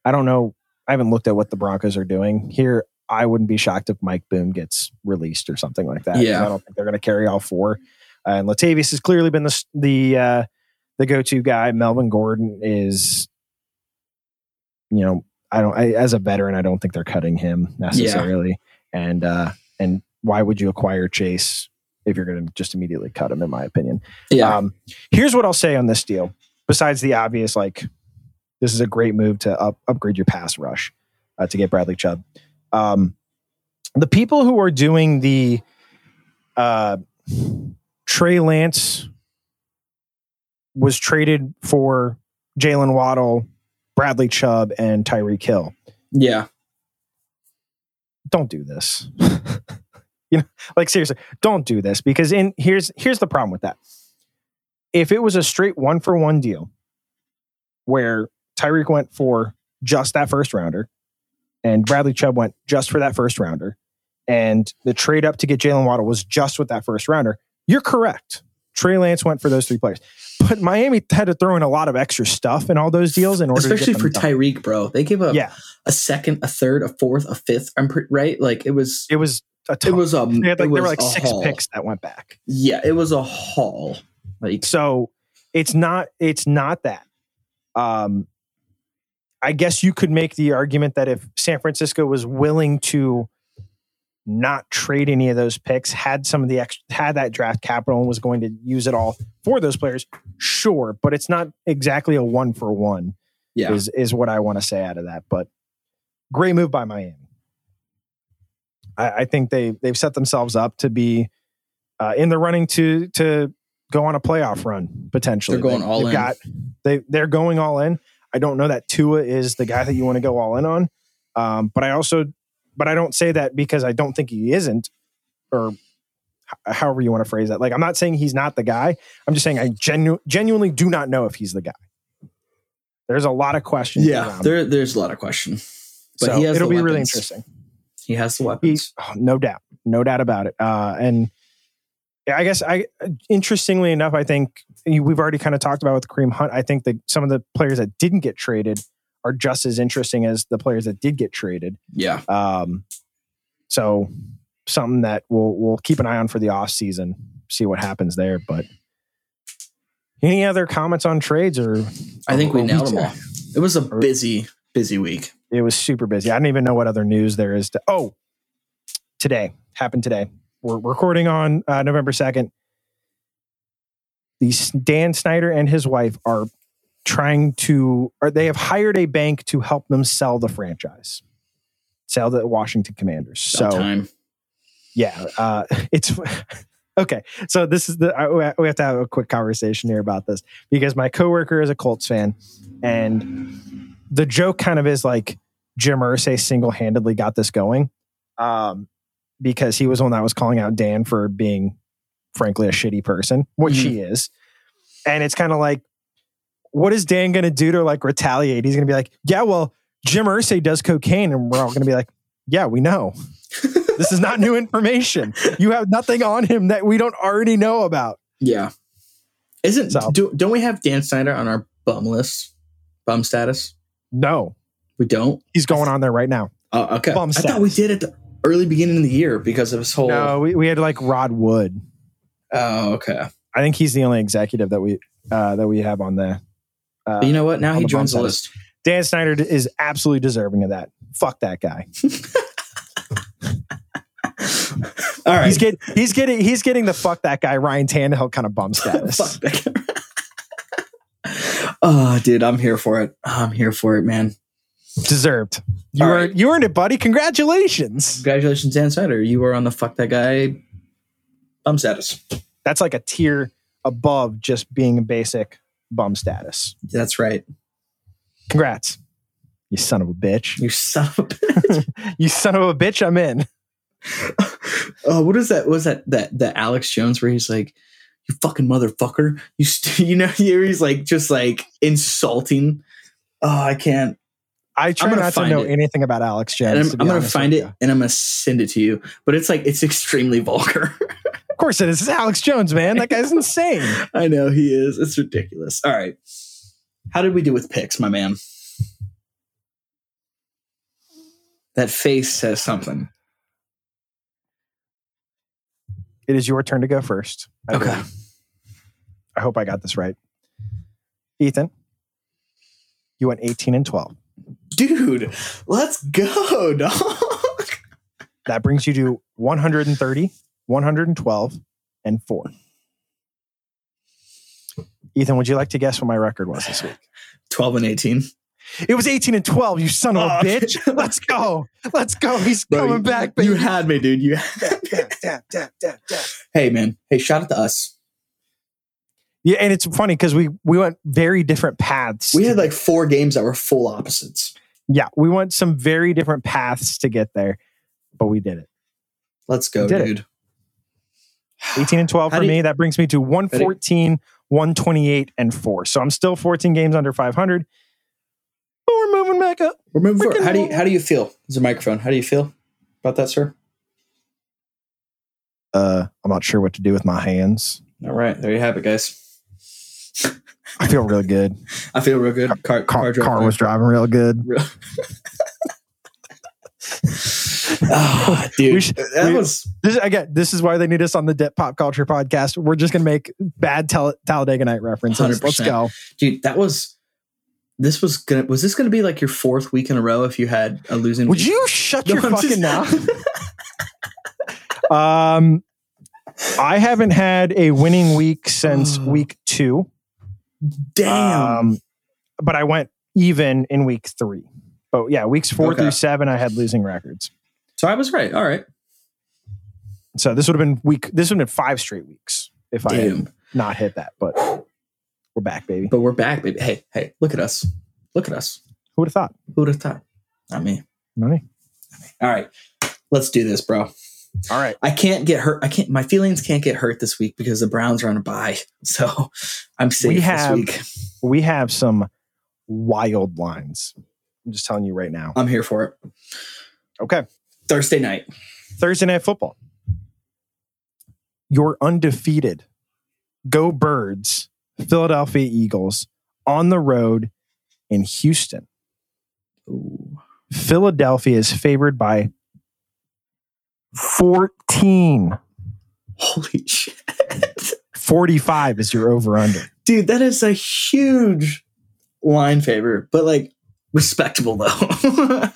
Speaker 8: I don't know. I haven't looked at what the Broncos are doing here. I wouldn't be shocked if Mike Boom gets released or something like that. 'cause
Speaker 9: Yeah.
Speaker 8: I don't think they're going to carry all four. Uh, and Latavius has clearly been the, s- the, uh, the go-to guy. Melvin Gordon is, you know, I don't I, as a veteran, I don't think they're cutting him necessarily. And uh, and why would you acquire Chase if you're going to just immediately cut him? In my opinion.
Speaker 9: Yeah.
Speaker 8: Um, here's what I'll say on this deal. Besides the obvious, like this is a great move to up, upgrade your pass rush uh, to get Bradley Chubb. Um, the people who are doing the uh, Trey Lance was traded for Jalen Waddle, Bradley Chubb, and Tyreek Hill.
Speaker 9: yeah.
Speaker 8: Don't do this. you know, like seriously, don't do this because in here's here's the problem with that. If it was a straight one for one deal where Tyreek went for just that first rounder and Bradley Chubb went just for that first rounder and the trade up to get Jalen Waddle was just with that first rounder, you're correct. Trey Lance went for those three players. But Miami had to throw in a lot of extra stuff in all those deals in order
Speaker 9: Especially
Speaker 8: to get
Speaker 9: for
Speaker 8: them done.
Speaker 9: Tyreek, bro. They gave up
Speaker 8: Yeah.
Speaker 9: a second, a third, a fourth, a fifth. I'm pretty right. Like it was
Speaker 8: It was a
Speaker 9: it
Speaker 8: ton.
Speaker 9: was um
Speaker 8: they had like,
Speaker 9: it
Speaker 8: there were
Speaker 9: was
Speaker 8: like
Speaker 9: a
Speaker 8: six
Speaker 9: haul.
Speaker 8: picks that went back.
Speaker 9: Yeah, it was a haul. Like
Speaker 8: So it's not it's not that. Um I guess you could make the argument that if San Francisco was willing to not trade any of those picks, had some of the ex- had that draft capital and was going to use it all for those players, sure, but it's not exactly a one for one
Speaker 9: yeah.
Speaker 8: is is what I want to say out of that. But great move by Miami. I, I think they they've set themselves up to be uh, in the running to to go on a playoff run potentially.
Speaker 9: They're going
Speaker 8: They-
Speaker 9: all
Speaker 8: they've
Speaker 9: in.
Speaker 8: Got, they they're going all in. I don't know that Tua is the guy that you want to go all in on, um, but I also but I don't say that because I don't think he isn't or. h- However, you want to phrase that. Like, I'm not saying he's not the guy. I'm just saying I genu- genuinely do not know if he's the guy. There's a lot of questions.
Speaker 9: yeah,
Speaker 8: around
Speaker 9: there there's a lot of question. But
Speaker 8: um, so
Speaker 9: he has
Speaker 8: it'll
Speaker 9: the
Speaker 8: be really
Speaker 9: weapons.
Speaker 8: interesting.
Speaker 9: He has the
Speaker 8: He,
Speaker 9: weapons.
Speaker 8: oh, no doubt, no doubt about it. Uh, and yeah, I guess I, interestingly enough, I think you- we've already kind of talked about with Kareem Hunt. I think that some of the players that didn't get traded are just as interesting as the players that did get traded.
Speaker 9: yeah.
Speaker 8: Um, so something that we'll we'll keep an eye on for the off season, see what happens there. But any other comments on trades or?
Speaker 9: I think we
Speaker 8: or-
Speaker 9: nailed them all. It was a busy, busy week.
Speaker 8: It was super busy. I don't even know what other news there is to. Oh, today happened today. We're recording on uh, November second. The S- Dan Snyder and his wife are trying to, or they have hired a bank to help them sell the franchise, sell the Washington Commanders.
Speaker 9: About
Speaker 8: so
Speaker 9: time.
Speaker 8: yeah, uh, it's okay. So this is the I, we- we have to have a quick conversation here about this because my coworker is a Colts fan, and the joke kind of is like Jim Irsay single handedly got this going, um, because he was the one that was calling out Dan for being, frankly, a shitty person, which he is, and it's kind of like, what is Dan going to do to like retaliate? He's going to be like, yeah, well, Jim Irsay does cocaine, and we're all going to be like, yeah, we know. This is not new information. You have nothing on him that we don't already know about.
Speaker 9: Yeah. Isn't
Speaker 8: So-
Speaker 9: do, don't we have Dan Snyder on our bum list? Bum status?
Speaker 8: No,
Speaker 9: We don't.
Speaker 8: he's going on there right now.
Speaker 9: Oh, okay.
Speaker 8: Bum
Speaker 9: I thought we did at the early beginning of the year because of his whole
Speaker 8: No, Uh, we, we had like Rod Wood.
Speaker 9: Oh, okay.
Speaker 8: I think he's the only executive that we uh, that we have on there. Uh,
Speaker 9: But you know what? Now
Speaker 8: on
Speaker 9: he
Speaker 8: the bum
Speaker 9: joins the
Speaker 8: status.
Speaker 9: list.
Speaker 8: Dan Snyder d- is absolutely deserving of that. Fuck that guy.
Speaker 9: All right.
Speaker 8: He's get he's getting he's getting the fuck that guy Ryan Tannehill kind of bum status.
Speaker 9: Fuck oh, dude, I'm here for it. I'm here for it, man.
Speaker 8: Deserved. You
Speaker 9: All
Speaker 8: earned you earned it, buddy. Congratulations.
Speaker 9: Congratulations, Dan Snyder. You are on the fuck that guy bum status.
Speaker 8: That's like a tier above just being a basic bum status.
Speaker 9: That's right.
Speaker 8: Congrats. You son of a bitch.
Speaker 9: You son of a bitch.
Speaker 8: you son of a bitch, I'm in.
Speaker 9: Oh, what is that? What was that that that Alex Jones where he's like, "You fucking motherfucker!" You st-, you know, here he's like just like insulting. Oh, I can't.
Speaker 8: I try
Speaker 9: I'm gonna
Speaker 8: not to
Speaker 9: find
Speaker 8: know
Speaker 9: it.
Speaker 8: anything about Alex
Speaker 9: And
Speaker 8: Jones.
Speaker 9: I'm,
Speaker 8: to be
Speaker 9: I'm gonna
Speaker 8: honest
Speaker 9: find
Speaker 8: with
Speaker 9: it
Speaker 8: you.
Speaker 9: and I'm gonna send it to you. But it's like it's extremely vulgar.
Speaker 8: Of course it is. It's Alex Jones, man. That guy's insane.
Speaker 9: I know he is. It's ridiculous. All right, how did we do with picks, my man? That face says something.
Speaker 8: It is your turn to go first. I
Speaker 9: Okay.
Speaker 8: believe. I hope I got this right. Ethan, you went 18 and 12.
Speaker 9: Dude, let's go, dog.
Speaker 8: That brings you to 130, 112, and four. Ethan, would you like to guess what my record was this week?
Speaker 9: 12 and 18.
Speaker 8: It was 18 and 12, you son of a
Speaker 9: Oh.
Speaker 8: bitch. Let's go. Let's go. He's
Speaker 9: Bro,
Speaker 8: coming
Speaker 9: you-
Speaker 8: back,
Speaker 9: You
Speaker 8: baby.
Speaker 9: had me, dude. You had me. Hey, man. Hey, shout out to us.
Speaker 8: Yeah, and it's funny because we we went very different paths.
Speaker 9: We had like four games that were full opposites.
Speaker 8: yeah, we went some very different paths to get there, but we did it.
Speaker 9: Let's go,
Speaker 8: We did it.
Speaker 9: dude.
Speaker 8: 18 and 12
Speaker 9: How
Speaker 8: for
Speaker 9: do you-
Speaker 8: me. That brings me to 114, 128, and four. So I'm still 14 games under 500, but we're moving back up.
Speaker 9: We're moving forward.
Speaker 8: Freaking
Speaker 9: How do you
Speaker 8: hell.
Speaker 9: how do you feel? There's a microphone. How do you feel about that, sir?
Speaker 8: Uh, I'm not sure what to do with my hands.
Speaker 9: All right, there you have it, guys.
Speaker 8: I feel real good.
Speaker 9: I feel real good. Car,
Speaker 8: Car,
Speaker 9: car, drove
Speaker 8: car
Speaker 9: by.
Speaker 8: was driving real good.
Speaker 9: Ah, dude,
Speaker 8: We should-
Speaker 9: that
Speaker 8: we-
Speaker 9: was
Speaker 8: This again, this is why they need us on the Dip Pop Culture podcast. We're just gonna make bad Tal- Talladega Night references. Let's
Speaker 9: 100%.
Speaker 8: go.
Speaker 9: dude. That was. This was gonna. Was this gonna be like your fourth week in a row if you had a losing?
Speaker 8: Would
Speaker 9: week?
Speaker 8: you shut
Speaker 9: No,
Speaker 8: your
Speaker 9: I'm
Speaker 8: fucking
Speaker 9: just-
Speaker 8: mouth? um, I haven't had a winning week since week two.
Speaker 9: Damn.
Speaker 8: Um, but I went even in week three. But yeah, weeks four
Speaker 9: Okay.
Speaker 8: through seven, I had losing records.
Speaker 9: so I was right. All right.
Speaker 8: So this would have been week. This would have been five straight weeks if I had
Speaker 9: Damn.
Speaker 8: not hit that. But we're back, baby.
Speaker 9: But we're back, baby. Hey, hey, look at us. Look at us.
Speaker 8: Who would have thought?
Speaker 9: Who would have thought? Not me.
Speaker 8: Not me.
Speaker 9: All right. Let's do this, bro.
Speaker 8: All right.
Speaker 9: I can't get hurt. I can't. My feelings can't get hurt this week because the Browns are on a bye. So I'm safe
Speaker 8: We
Speaker 9: this
Speaker 8: have-
Speaker 9: week.
Speaker 8: we have some wild lines. I'm just telling you right now.
Speaker 9: I'm here for it.
Speaker 8: Okay.
Speaker 9: Thursday night.
Speaker 8: Thursday night football. You're undefeated. Go Birds, Philadelphia Eagles on the road in Houston.
Speaker 9: Ooh.
Speaker 8: Philadelphia is favored by 14.
Speaker 9: Holy shit.
Speaker 8: 45 is your over under.
Speaker 9: Dude, that is a huge line favor, but like respectable though.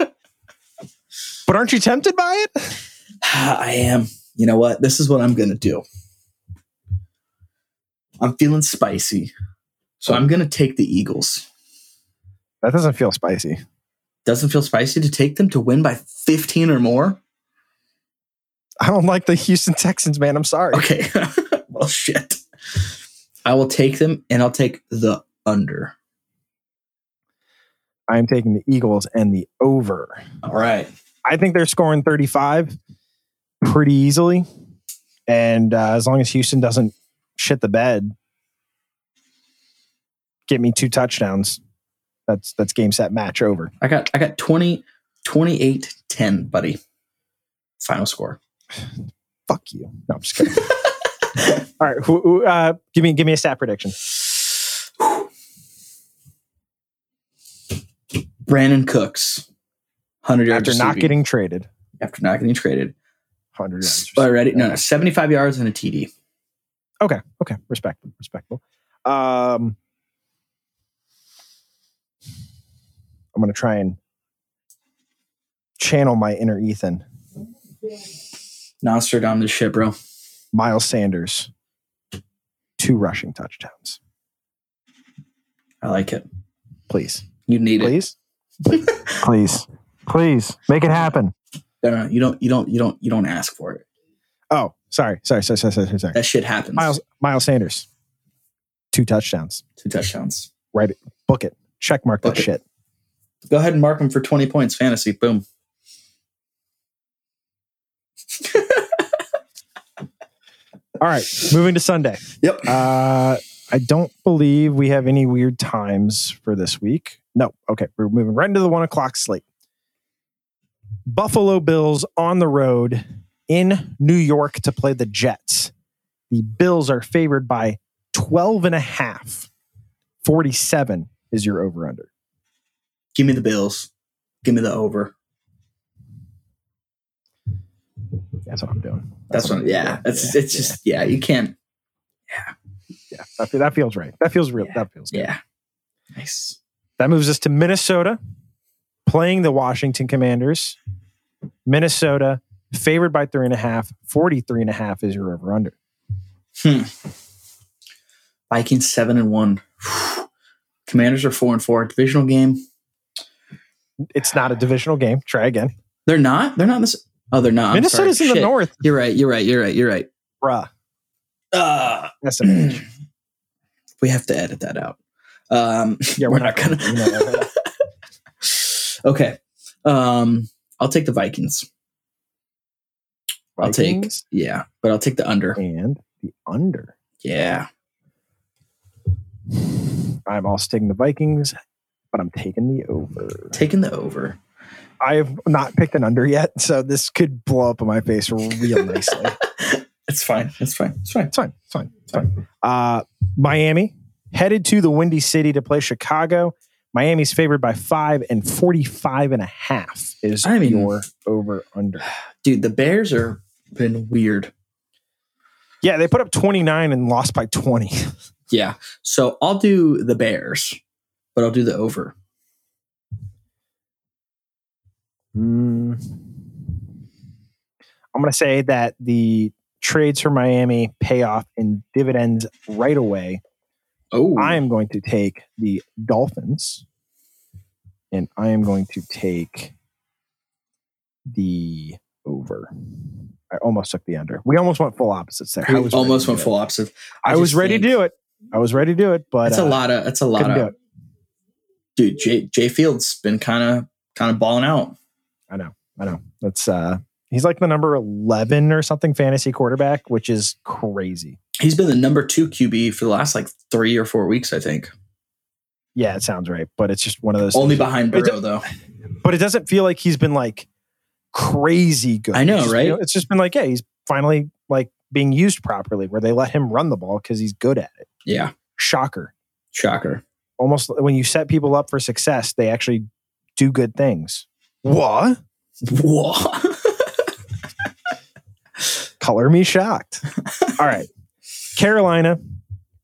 Speaker 8: But aren't you tempted by it?
Speaker 9: I am. You know what? This is what I'm going to do. I'm feeling spicy. So I'm going to take the Eagles.
Speaker 8: That doesn't feel spicy.
Speaker 9: Doesn't feel spicy to take them to win by 15 or more?
Speaker 8: I don't like the Houston Texans, man. I'm sorry.
Speaker 9: Okay. well, shit. I will take them and I'll take the under.
Speaker 8: I'm taking the Eagles and the over.
Speaker 9: All right.
Speaker 8: I think they're scoring 35 pretty easily. And uh, as long as Houston doesn't shit the bed, get me two touchdowns. That's that's game set match over.
Speaker 9: I got I got 20 28 10, buddy. Final score.
Speaker 8: Fuck you. No, I'm just kidding. All right, who, who, uh, give me give me a stat prediction.
Speaker 9: Brandon Cooks, 100 yards
Speaker 8: After not
Speaker 9: receiving.
Speaker 8: getting traded,
Speaker 9: after not getting traded.
Speaker 8: hundred yards.
Speaker 9: Already, no, no, 75 yards and a TD.
Speaker 8: Okay, okay, respectable, respectable. Um, I'm gonna try and channel my inner Ethan.
Speaker 9: Nostradamus shit, bro.
Speaker 8: Miles Sanders, two rushing touchdowns.
Speaker 9: I like it.
Speaker 8: Please,
Speaker 9: You need
Speaker 8: please, please, please, make it happen.
Speaker 9: it. No, no, you don't. You don't. You don't. You don't ask for it.
Speaker 8: Oh, sorry, sorry, sorry, sorry, sorry, sorry.
Speaker 9: That shit happens.
Speaker 8: Miles, Miles Sanders, two touchdowns.
Speaker 9: Two touchdowns.
Speaker 8: Book it. Check mark that
Speaker 9: Book it.
Speaker 8: shit.
Speaker 9: Go ahead and mark him for 20 points fantasy. Boom.
Speaker 8: All right, moving to Sunday.
Speaker 9: Yep.
Speaker 8: Uh, I don't believe we have any weird times for this week. No. Okay. We're moving right into the one o'clock slate. Buffalo Bills on the road in New York to play the Jets. The Bills are favored by 12 and a half. 47 is your over under.
Speaker 9: Give me the Bills. Give me the over.
Speaker 8: That's what I'm doing.
Speaker 9: That's what. Yeah. That's. it's just. Yeah. You can't.
Speaker 8: Yeah. That, fe- that feels right. That feels real. That feels good.
Speaker 9: Yeah. Nice.
Speaker 8: That moves us to Minnesota playing the Washington Commanders. Minnesota favored by three and a half. 43 and a half is your over under.
Speaker 9: Vikings seven and one. Commanders are four and four. Divisional game.
Speaker 8: It's not a divisional game. Try again.
Speaker 9: They're not. They're not. This. Oh, they're not. I'm
Speaker 8: Minnesota's
Speaker 9: sorry.
Speaker 8: in the
Speaker 9: Shit.
Speaker 8: north.
Speaker 9: You're right. You're right. You're right. You're right.
Speaker 8: Bruh.
Speaker 9: Uh,
Speaker 8: That's a
Speaker 9: we have to edit that out. Um,
Speaker 8: Yeah, we're, not gonna.
Speaker 9: gonna- okay. Um, I'll take the Vikings. I'll take
Speaker 8: Vikings
Speaker 9: yeah, but I'll take the under.
Speaker 8: and the under.
Speaker 9: Yeah.
Speaker 8: I'm all sticking the Vikings, but I'm taking the over.
Speaker 9: Taking the over.
Speaker 8: I have not picked an under yet, so this could blow up in my face real nicely.
Speaker 9: It's fine. It's fine. It's fine.
Speaker 8: It's fine. It's fine. It's fine. Uh, Miami headed to the Windy City to play Chicago. Miami's favored by five and 45 and a half is
Speaker 9: I mean-
Speaker 8: your over under.
Speaker 9: Dude, the Bears are been weird.
Speaker 8: Yeah, they put up 29 and lost by 20.
Speaker 9: Yeah. So I'll do the Bears, but I'll do the over.
Speaker 8: Hmm. I'm going to say that the trades for Miami pay off in dividends right away.
Speaker 9: Oh,
Speaker 8: I am going to take the Dolphins, and I am going to take the over. I almost took the under. We almost went full opposites there. I was ready
Speaker 9: almost
Speaker 8: to
Speaker 9: went
Speaker 8: do
Speaker 9: full
Speaker 8: it.
Speaker 9: opposite.
Speaker 8: I,
Speaker 9: I
Speaker 8: was
Speaker 9: just
Speaker 8: ready to
Speaker 9: think-
Speaker 8: do it. I was ready to do it, but
Speaker 9: That's a
Speaker 8: uh,
Speaker 9: lot of. That's a lot
Speaker 8: couldn't do
Speaker 9: of.
Speaker 8: it.
Speaker 9: Dude, Jay, Jay Fields been kind of kind of balling out.
Speaker 8: I know. I know. That's uh, he's like the number eleven or something fantasy quarterback, which is crazy.
Speaker 9: He's been the number two QB for the last like three or four weeks, I think.
Speaker 8: Yeah, it sounds right, but it's just one of those.
Speaker 9: Only behind
Speaker 8: It's-
Speaker 9: Burrow though.
Speaker 8: but it doesn't feel like he's been like crazy good.
Speaker 9: I know,
Speaker 8: It's just,
Speaker 9: right?
Speaker 8: you it's just been like, yeah, he's finally like being used properly, where they let him run the ball because he's good at it.
Speaker 9: Yeah.
Speaker 8: Shocker!
Speaker 9: Shocker.
Speaker 8: Almost when you set people up for success, they actually do good things. What?
Speaker 9: Whoa.
Speaker 8: Color me shocked. All right, Carolina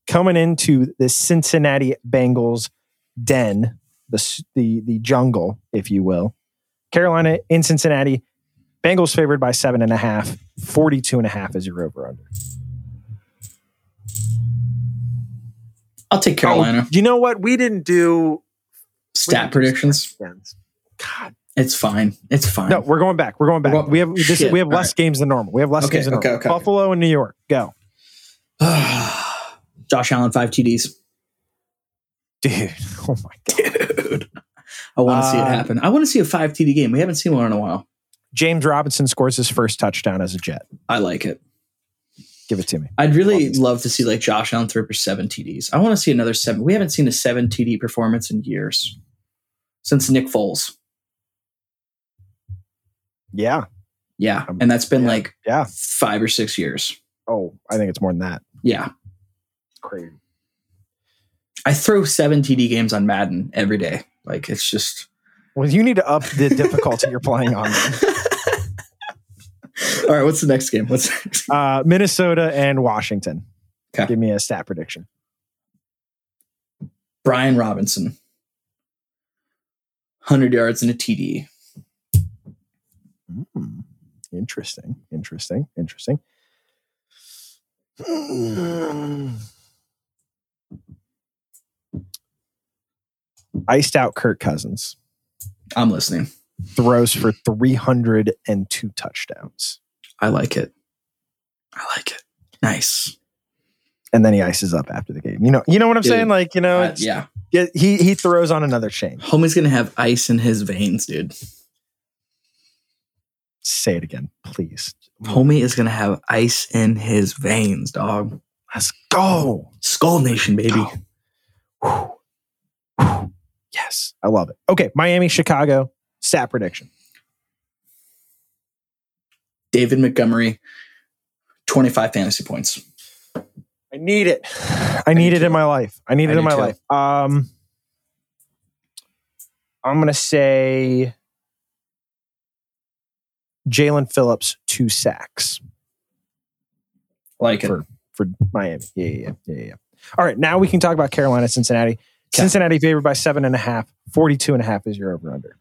Speaker 8: coming into the Cincinnati Bengals den, the s- the the jungle, if you will. Carolina in Cincinnati. Bengals favored by seven and a half. 42 and a half is your over under.
Speaker 9: I'll take
Speaker 8: Oh,
Speaker 9: Carolina.
Speaker 8: you know what? We didn't do
Speaker 9: Stat predictions.
Speaker 8: God.
Speaker 9: It's fine. It's fine.
Speaker 8: No, we're going back. We're going back.
Speaker 9: We're going-
Speaker 8: we have this,
Speaker 9: Shit.
Speaker 8: we have
Speaker 9: All
Speaker 8: less games than normal. We have less
Speaker 9: Okay,
Speaker 8: games than
Speaker 9: okay,
Speaker 8: normal.
Speaker 9: okay.
Speaker 8: Buffalo and New York. Go.
Speaker 9: Josh Allen five TDs.
Speaker 8: Dude. Oh my god.
Speaker 9: Dude. I want to see it
Speaker 8: Um,
Speaker 9: happen. I want to see a five TD game. We haven't seen one in a while.
Speaker 8: James Robinson scores his first touchdown as a jet.
Speaker 9: I like it.
Speaker 8: Give it to me.
Speaker 9: I'd really
Speaker 8: Love it.
Speaker 9: love to see like Josh Allen throw for seven TDs. I want to see another seven. We haven't seen a seven TD performance in years since Nick Foles.
Speaker 8: Yeah.
Speaker 9: Yeah,
Speaker 8: Um,
Speaker 9: and that's been
Speaker 8: yeah,
Speaker 9: like
Speaker 8: yeah.
Speaker 9: five or six years.
Speaker 8: Oh, I think it's more than that.
Speaker 9: Yeah,
Speaker 8: It's crazy.
Speaker 9: I throw seven TD games on Madden every day. Like it's just
Speaker 8: Well, you need to up the difficulty you're playing on.
Speaker 9: all right. What's the next game? What's
Speaker 8: Uh, Minnesota and Washington.
Speaker 9: Okay.
Speaker 8: Give me a stat prediction.
Speaker 9: Brian Robinson? Hundred yards and a TD.
Speaker 8: Hmm. Interesting. Interesting. Interesting. Iced out Kirk Cousins
Speaker 9: I'm listening.
Speaker 8: throws for 302 touchdowns.
Speaker 9: I like it. I like it. Nice.
Speaker 8: And then he ices up after the game. You know, you know what I'm
Speaker 9: Dude,
Speaker 8: saying? Like, you know,
Speaker 9: Uh,
Speaker 8: it's,
Speaker 9: yeah,
Speaker 8: yeah, he he throws on another chain.
Speaker 9: homie's gonna have ice in his veins, dude.
Speaker 8: Say it again, please.
Speaker 9: Homie is gonna have ice in his veins, dog.
Speaker 8: Let's go.
Speaker 9: Skull Nation, baby.
Speaker 8: Go. Whew. Whew. Yes, I love it. Okay, Miami, Chicago, stat prediction.
Speaker 9: David Montgomery, 25 fantasy points.
Speaker 8: I need it. I need
Speaker 9: do
Speaker 8: it
Speaker 9: too.
Speaker 8: in my life. I need
Speaker 9: I
Speaker 8: it
Speaker 9: do
Speaker 8: in my
Speaker 9: too.
Speaker 8: life. Um, I'm gonna say Jalen Phillips two sacks
Speaker 9: Like it.
Speaker 8: for Miami. Yeah, yeah, yeah, yeah, yeah. All right, now we can talk about Carolina, Cincinnati. Cincinnati favored by seven and a half. 42 and a half is your over under.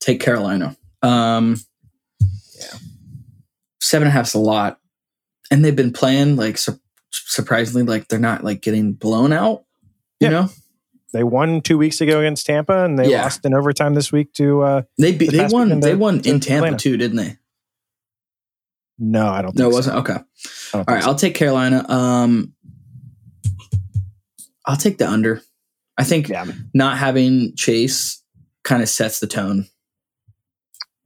Speaker 9: Take Carolina. Um, yeah, seven and a half's a lot, and they've been playing like sur- surprisingly like they're not like getting blown out. You
Speaker 8: Yeah.
Speaker 9: know,
Speaker 8: They won two weeks ago against Tampa and they
Speaker 9: Yeah.
Speaker 8: lost in overtime this week to, uh,
Speaker 9: they be,
Speaker 8: The
Speaker 9: they
Speaker 8: past
Speaker 9: won
Speaker 8: weekend
Speaker 9: they
Speaker 8: to-
Speaker 9: won
Speaker 8: to
Speaker 9: in Tampa
Speaker 8: Atlanta.
Speaker 9: too, didn't they?
Speaker 8: no, I don't think
Speaker 9: No, it
Speaker 8: so.
Speaker 9: wasn't. Okay,
Speaker 8: I don't
Speaker 9: all
Speaker 8: think
Speaker 9: right.
Speaker 8: so.
Speaker 9: I'll take Carolina. Um, I'll take the under. I think
Speaker 8: Yeah.
Speaker 9: not having Chase kind of sets the tone.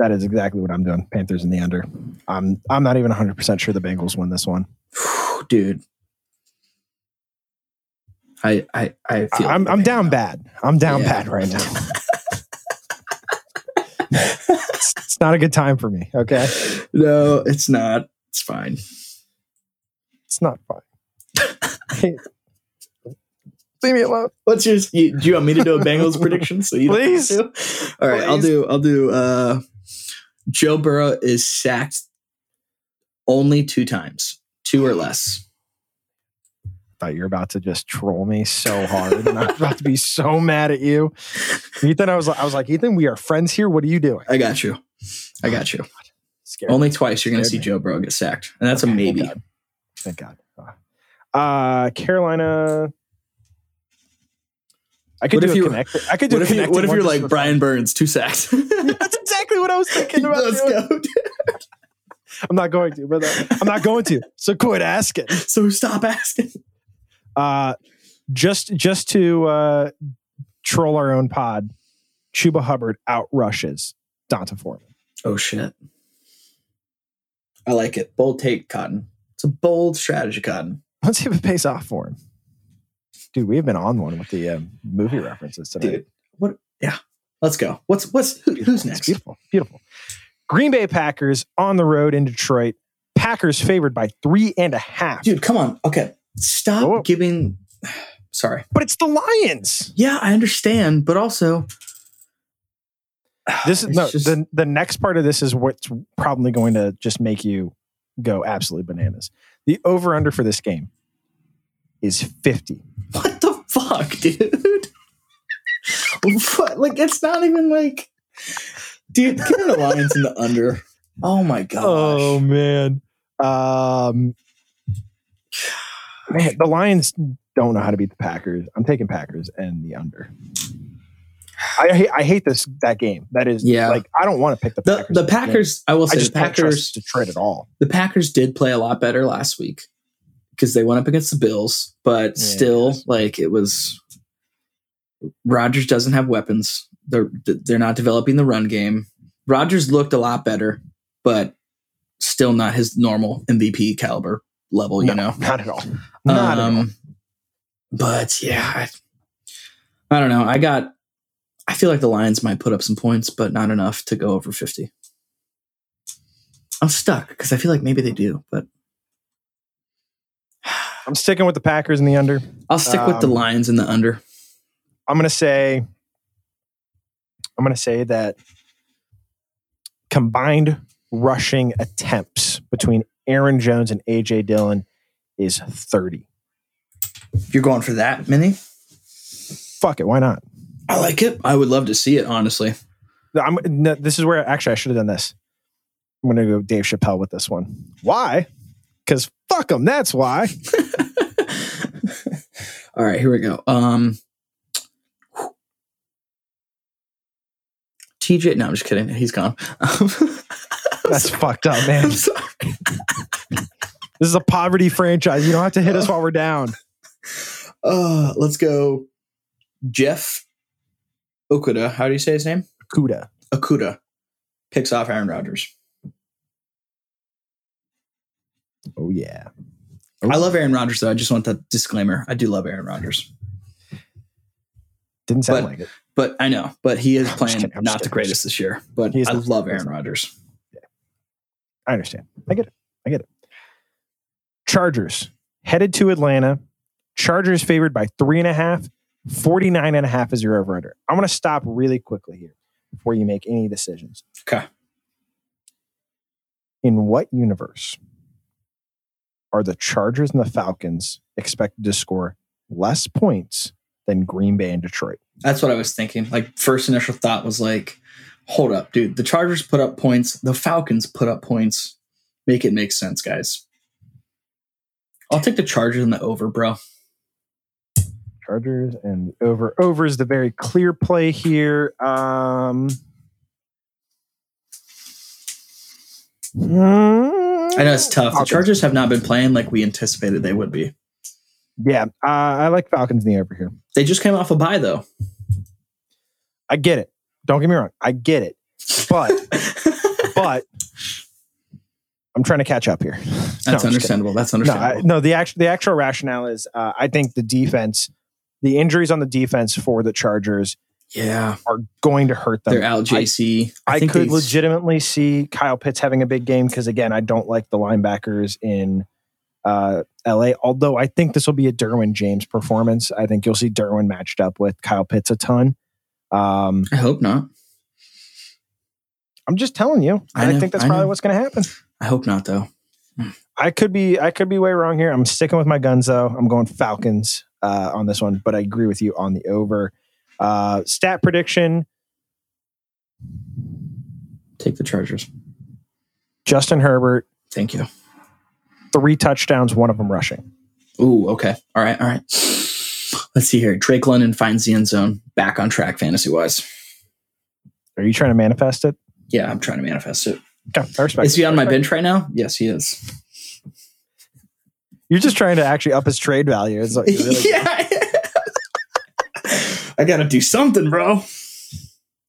Speaker 8: That is exactly what I'm doing. Panthers in the under. I'm, I'm not even 100% sure the Bengals win this one.
Speaker 9: Whew, dude. I I I
Speaker 8: I-
Speaker 9: feel
Speaker 8: I'm, I'm down bad. I'm down
Speaker 9: Yeah.
Speaker 8: bad right now. it's, it's not a good time for me. Okay.
Speaker 9: No, it's not. It's fine.
Speaker 8: It's not fun. Leave me alone.
Speaker 9: What's yours? You, do you want me to do a Bengals prediction? So you don't have
Speaker 8: Please.
Speaker 9: to? All right, I'll
Speaker 8: Please.
Speaker 9: do. I'll do. Uh, Joe Burrow is sacked only two times, two or less.
Speaker 8: thought you were about to just troll me so hard. and I was about to be so mad at you. Ethan, I was like, I was like, Ethan, we are friends here. What are you doing?
Speaker 9: I got you. I got you.
Speaker 8: Scared.
Speaker 9: Only twice you're going to
Speaker 8: Scared
Speaker 9: see
Speaker 8: me.
Speaker 9: Joe Burrow get sacked, and that's a
Speaker 8: Okay,
Speaker 9: maybe.
Speaker 8: Thank God. Thank God. Uh, Carolina. I could
Speaker 9: What
Speaker 8: do
Speaker 9: if
Speaker 8: a
Speaker 9: you-
Speaker 8: connect. I could do
Speaker 9: What
Speaker 8: a
Speaker 9: if you?
Speaker 8: connected
Speaker 9: What if
Speaker 8: one
Speaker 9: you're
Speaker 8: just
Speaker 9: like
Speaker 8: with-
Speaker 9: Brian Burns, two sacks?
Speaker 8: That's exactly what I was thinking about.
Speaker 9: Let's
Speaker 8: doing.
Speaker 9: go. dude.
Speaker 8: I'm not going to, but uh, I'm not going to. So quit asking.
Speaker 9: So stop asking.
Speaker 8: Uh, just just to uh, troll our own pod, Chuba Hubbard outrushes Donta Foreman.
Speaker 9: Oh shit. I like it. Bold take, Cotton. It's a bold strategy, Cotton.
Speaker 8: Let's see if it pays off for him. Dude, we have been on one with the um, movie references today.
Speaker 9: Dude. What yeah. Let's go. What's what's who,
Speaker 8: Beautiful.
Speaker 9: who's
Speaker 8: It's
Speaker 9: next?
Speaker 8: Beautiful, beautiful. Green Bay Packers on the road in Detroit. Packers favored by three and a half.
Speaker 9: Dude, come on. Okay. Stop
Speaker 8: Oh.
Speaker 9: giving sorry.
Speaker 8: But it's the Lions.
Speaker 9: Yeah, I understand, but also
Speaker 8: This is
Speaker 9: It's
Speaker 8: no,
Speaker 9: just-
Speaker 8: the the next part of this is what's probably going to just make you go absolutely bananas. The over under for this game is fifty.
Speaker 9: what the fuck, dude? what? Like it's not even like dude, give me the Lions in the under. Oh my gosh.
Speaker 8: man, um, man, the Lions don't know how to beat the Packers. I'm taking Packers and the under. I hate, I hate this that game. That is
Speaker 9: Yeah.
Speaker 8: like I don't want to pick the
Speaker 9: the
Speaker 8: Packers.
Speaker 9: the Packers, I will
Speaker 8: I
Speaker 9: say
Speaker 8: just
Speaker 9: the
Speaker 8: don't trust
Speaker 9: Packers
Speaker 8: Detroit at all.
Speaker 9: the Packers did play a lot better last week because they went up against the Bills, but still, like it was. Rodgers doesn't have weapons. They're they're not developing the run game. Rodgers looked a lot better, but still not his normal MVP caliber level. You know,
Speaker 8: Not at all. Not at all.
Speaker 9: Um, But yeah, I, I don't know. I got. I feel like the Lions might put up some points, but not enough to go over fifty. I'm stuck because I feel like maybe they do, but
Speaker 8: I'm sticking with the Packers and the under.
Speaker 9: I'll stick with the
Speaker 8: Um,
Speaker 9: Lions in the under.
Speaker 8: I'm gonna say I'm gonna say that combined rushing attempts between Aaron Jones and AJ Dillon is 30.
Speaker 9: You're going for that many?
Speaker 8: Fuck it, why not?
Speaker 9: I like it. I would love to see it, honestly.
Speaker 8: I'm, no, this is where actually I should have done this. I'm gonna go Dave Chappelle with this one. Why? Because fuck them. That's why.
Speaker 9: All right, here we go. Um TJ, no, I'm just kidding. He's gone. Um,
Speaker 8: That's fucked up, man.
Speaker 9: I'm
Speaker 8: This
Speaker 9: sorry.
Speaker 8: is a poverty franchise. You don't have to hit us while we're down.
Speaker 9: Uh, let's go. Jeff Okuda. How do you say his name?
Speaker 8: Cuda.
Speaker 9: Okuda picks off Aaron Rodgers.
Speaker 8: Oh yeah.
Speaker 9: I love Aaron Rodgers, though. I just want that disclaimer. I do love Aaron Rodgers.
Speaker 8: Didn't sound
Speaker 9: But-
Speaker 8: like it.
Speaker 9: But I know, but he is
Speaker 8: I'm just
Speaker 9: playing
Speaker 8: kidding, I'm just
Speaker 9: not the
Speaker 8: kidding.
Speaker 9: greatest this year. But
Speaker 8: He is
Speaker 9: I
Speaker 8: not.
Speaker 9: love Aaron Rodgers.
Speaker 8: I understand. I get it. I get it. Chargers headed to Atlanta. Chargers favored by three and a half. 49 and a half is your over under. I'm going to stop really quickly here before you make any decisions.
Speaker 9: Okay.
Speaker 8: In what universe are the Chargers and the Falcons expected to score less points than Green Bay and Detroit.
Speaker 9: That's what I was thinking. Like first initial thought was like, hold up, dude. The Chargers put up points. The Falcons put up points. Make it make sense, guys. I'll take the Chargers and the over, bro.
Speaker 8: Chargers and over. Over is the very clear play here. Um, hmm.
Speaker 9: I know it's tough. The Chargers have not been playing like we anticipated they would be.
Speaker 8: yeah, uh, I like Falcons in the over here.
Speaker 9: They just came off a bye though.
Speaker 8: I get it. Don't get me wrong. I get it. But but I'm trying to catch up here. No, I'm just
Speaker 9: That's
Speaker 8: kidding.
Speaker 9: understandable. That's
Speaker 8: No, I,
Speaker 9: understandable.
Speaker 8: no. The actual the actual rationale is uh, I think the defense, the injuries on the defense for the Chargers
Speaker 9: yeah,
Speaker 8: are going to hurt them.
Speaker 9: they're out. JC.
Speaker 8: I,
Speaker 9: think
Speaker 8: could
Speaker 9: they-
Speaker 8: legitimately see Kyle Pitts having a big game because again, I don't like the linebackers in uh, LA. Although I think this will be a Derwin James performance. I think you'll see Derwin matched up with Kyle Pitts a ton. Um,
Speaker 9: I hope not.
Speaker 8: I'm just telling you.
Speaker 9: I
Speaker 8: I,
Speaker 9: know,
Speaker 8: think that's
Speaker 9: I
Speaker 8: probably
Speaker 9: know.
Speaker 8: what's going to happen.
Speaker 9: I hope not though.
Speaker 8: I could be I could be way wrong here. I'm sticking with my guns though. I'm going Falcons uh, on this one, but I agree with you on the over. Uh, stat prediction:
Speaker 9: Take the Chargers.
Speaker 8: Justin Herbert
Speaker 9: Thank you.
Speaker 8: three touchdowns, one of them rushing.
Speaker 9: Ooh, okay. All right, all right. Let's see here. Drake London finds the end zone. Back on track fantasy wise.
Speaker 8: Are you trying to manifest it?
Speaker 9: Yeah, I'm trying to manifest it.
Speaker 8: Okay, I respect.
Speaker 9: Is
Speaker 8: it.
Speaker 9: he on my bench right now? Yes, he is.
Speaker 8: You're just trying to actually up his trade value. It's like, you're really-
Speaker 9: yeah. I gotta do something, bro.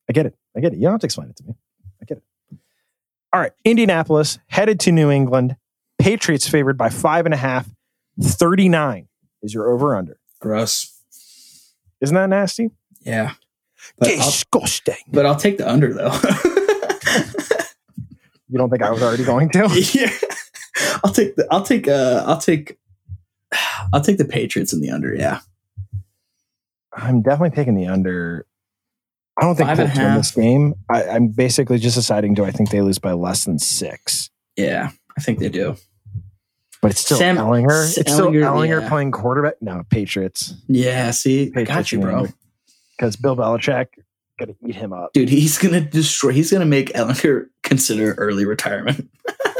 Speaker 8: I get it. I get it. You don't have to explain it to me. I get it. All right. Indianapolis headed to New England. Patriots favored by five and a half. 39 is your over under.
Speaker 9: Gross.
Speaker 8: Isn't that nasty?
Speaker 9: Yeah. But I'll,
Speaker 8: Disgusting.
Speaker 9: but I'll take the under though.
Speaker 8: You don't think I was already going to?
Speaker 9: yeah. I'll take the I'll take uh I'll take I'll take the Patriots in the under, yeah.
Speaker 8: I'm definitely taking the under. I don't think
Speaker 9: Five and
Speaker 8: Colts
Speaker 9: a
Speaker 8: win
Speaker 9: half.
Speaker 8: this game. I, I'm basically just deciding do I think they lose by less than six?
Speaker 9: Yeah, I think they do.
Speaker 8: But it's still
Speaker 9: Sam-
Speaker 8: Ellinger.
Speaker 9: S-
Speaker 8: It's still
Speaker 9: Ellinger,
Speaker 8: Ellinger
Speaker 9: yeah.
Speaker 8: playing quarterback. No, Patriots.
Speaker 9: Yeah, see, I
Speaker 8: Patriots
Speaker 9: got you,
Speaker 8: in the
Speaker 9: bro.
Speaker 8: under. Because Bill Belichick gonna eat him up.
Speaker 9: Dude, he's gonna destroy he's gonna make Ellinger consider early retirement.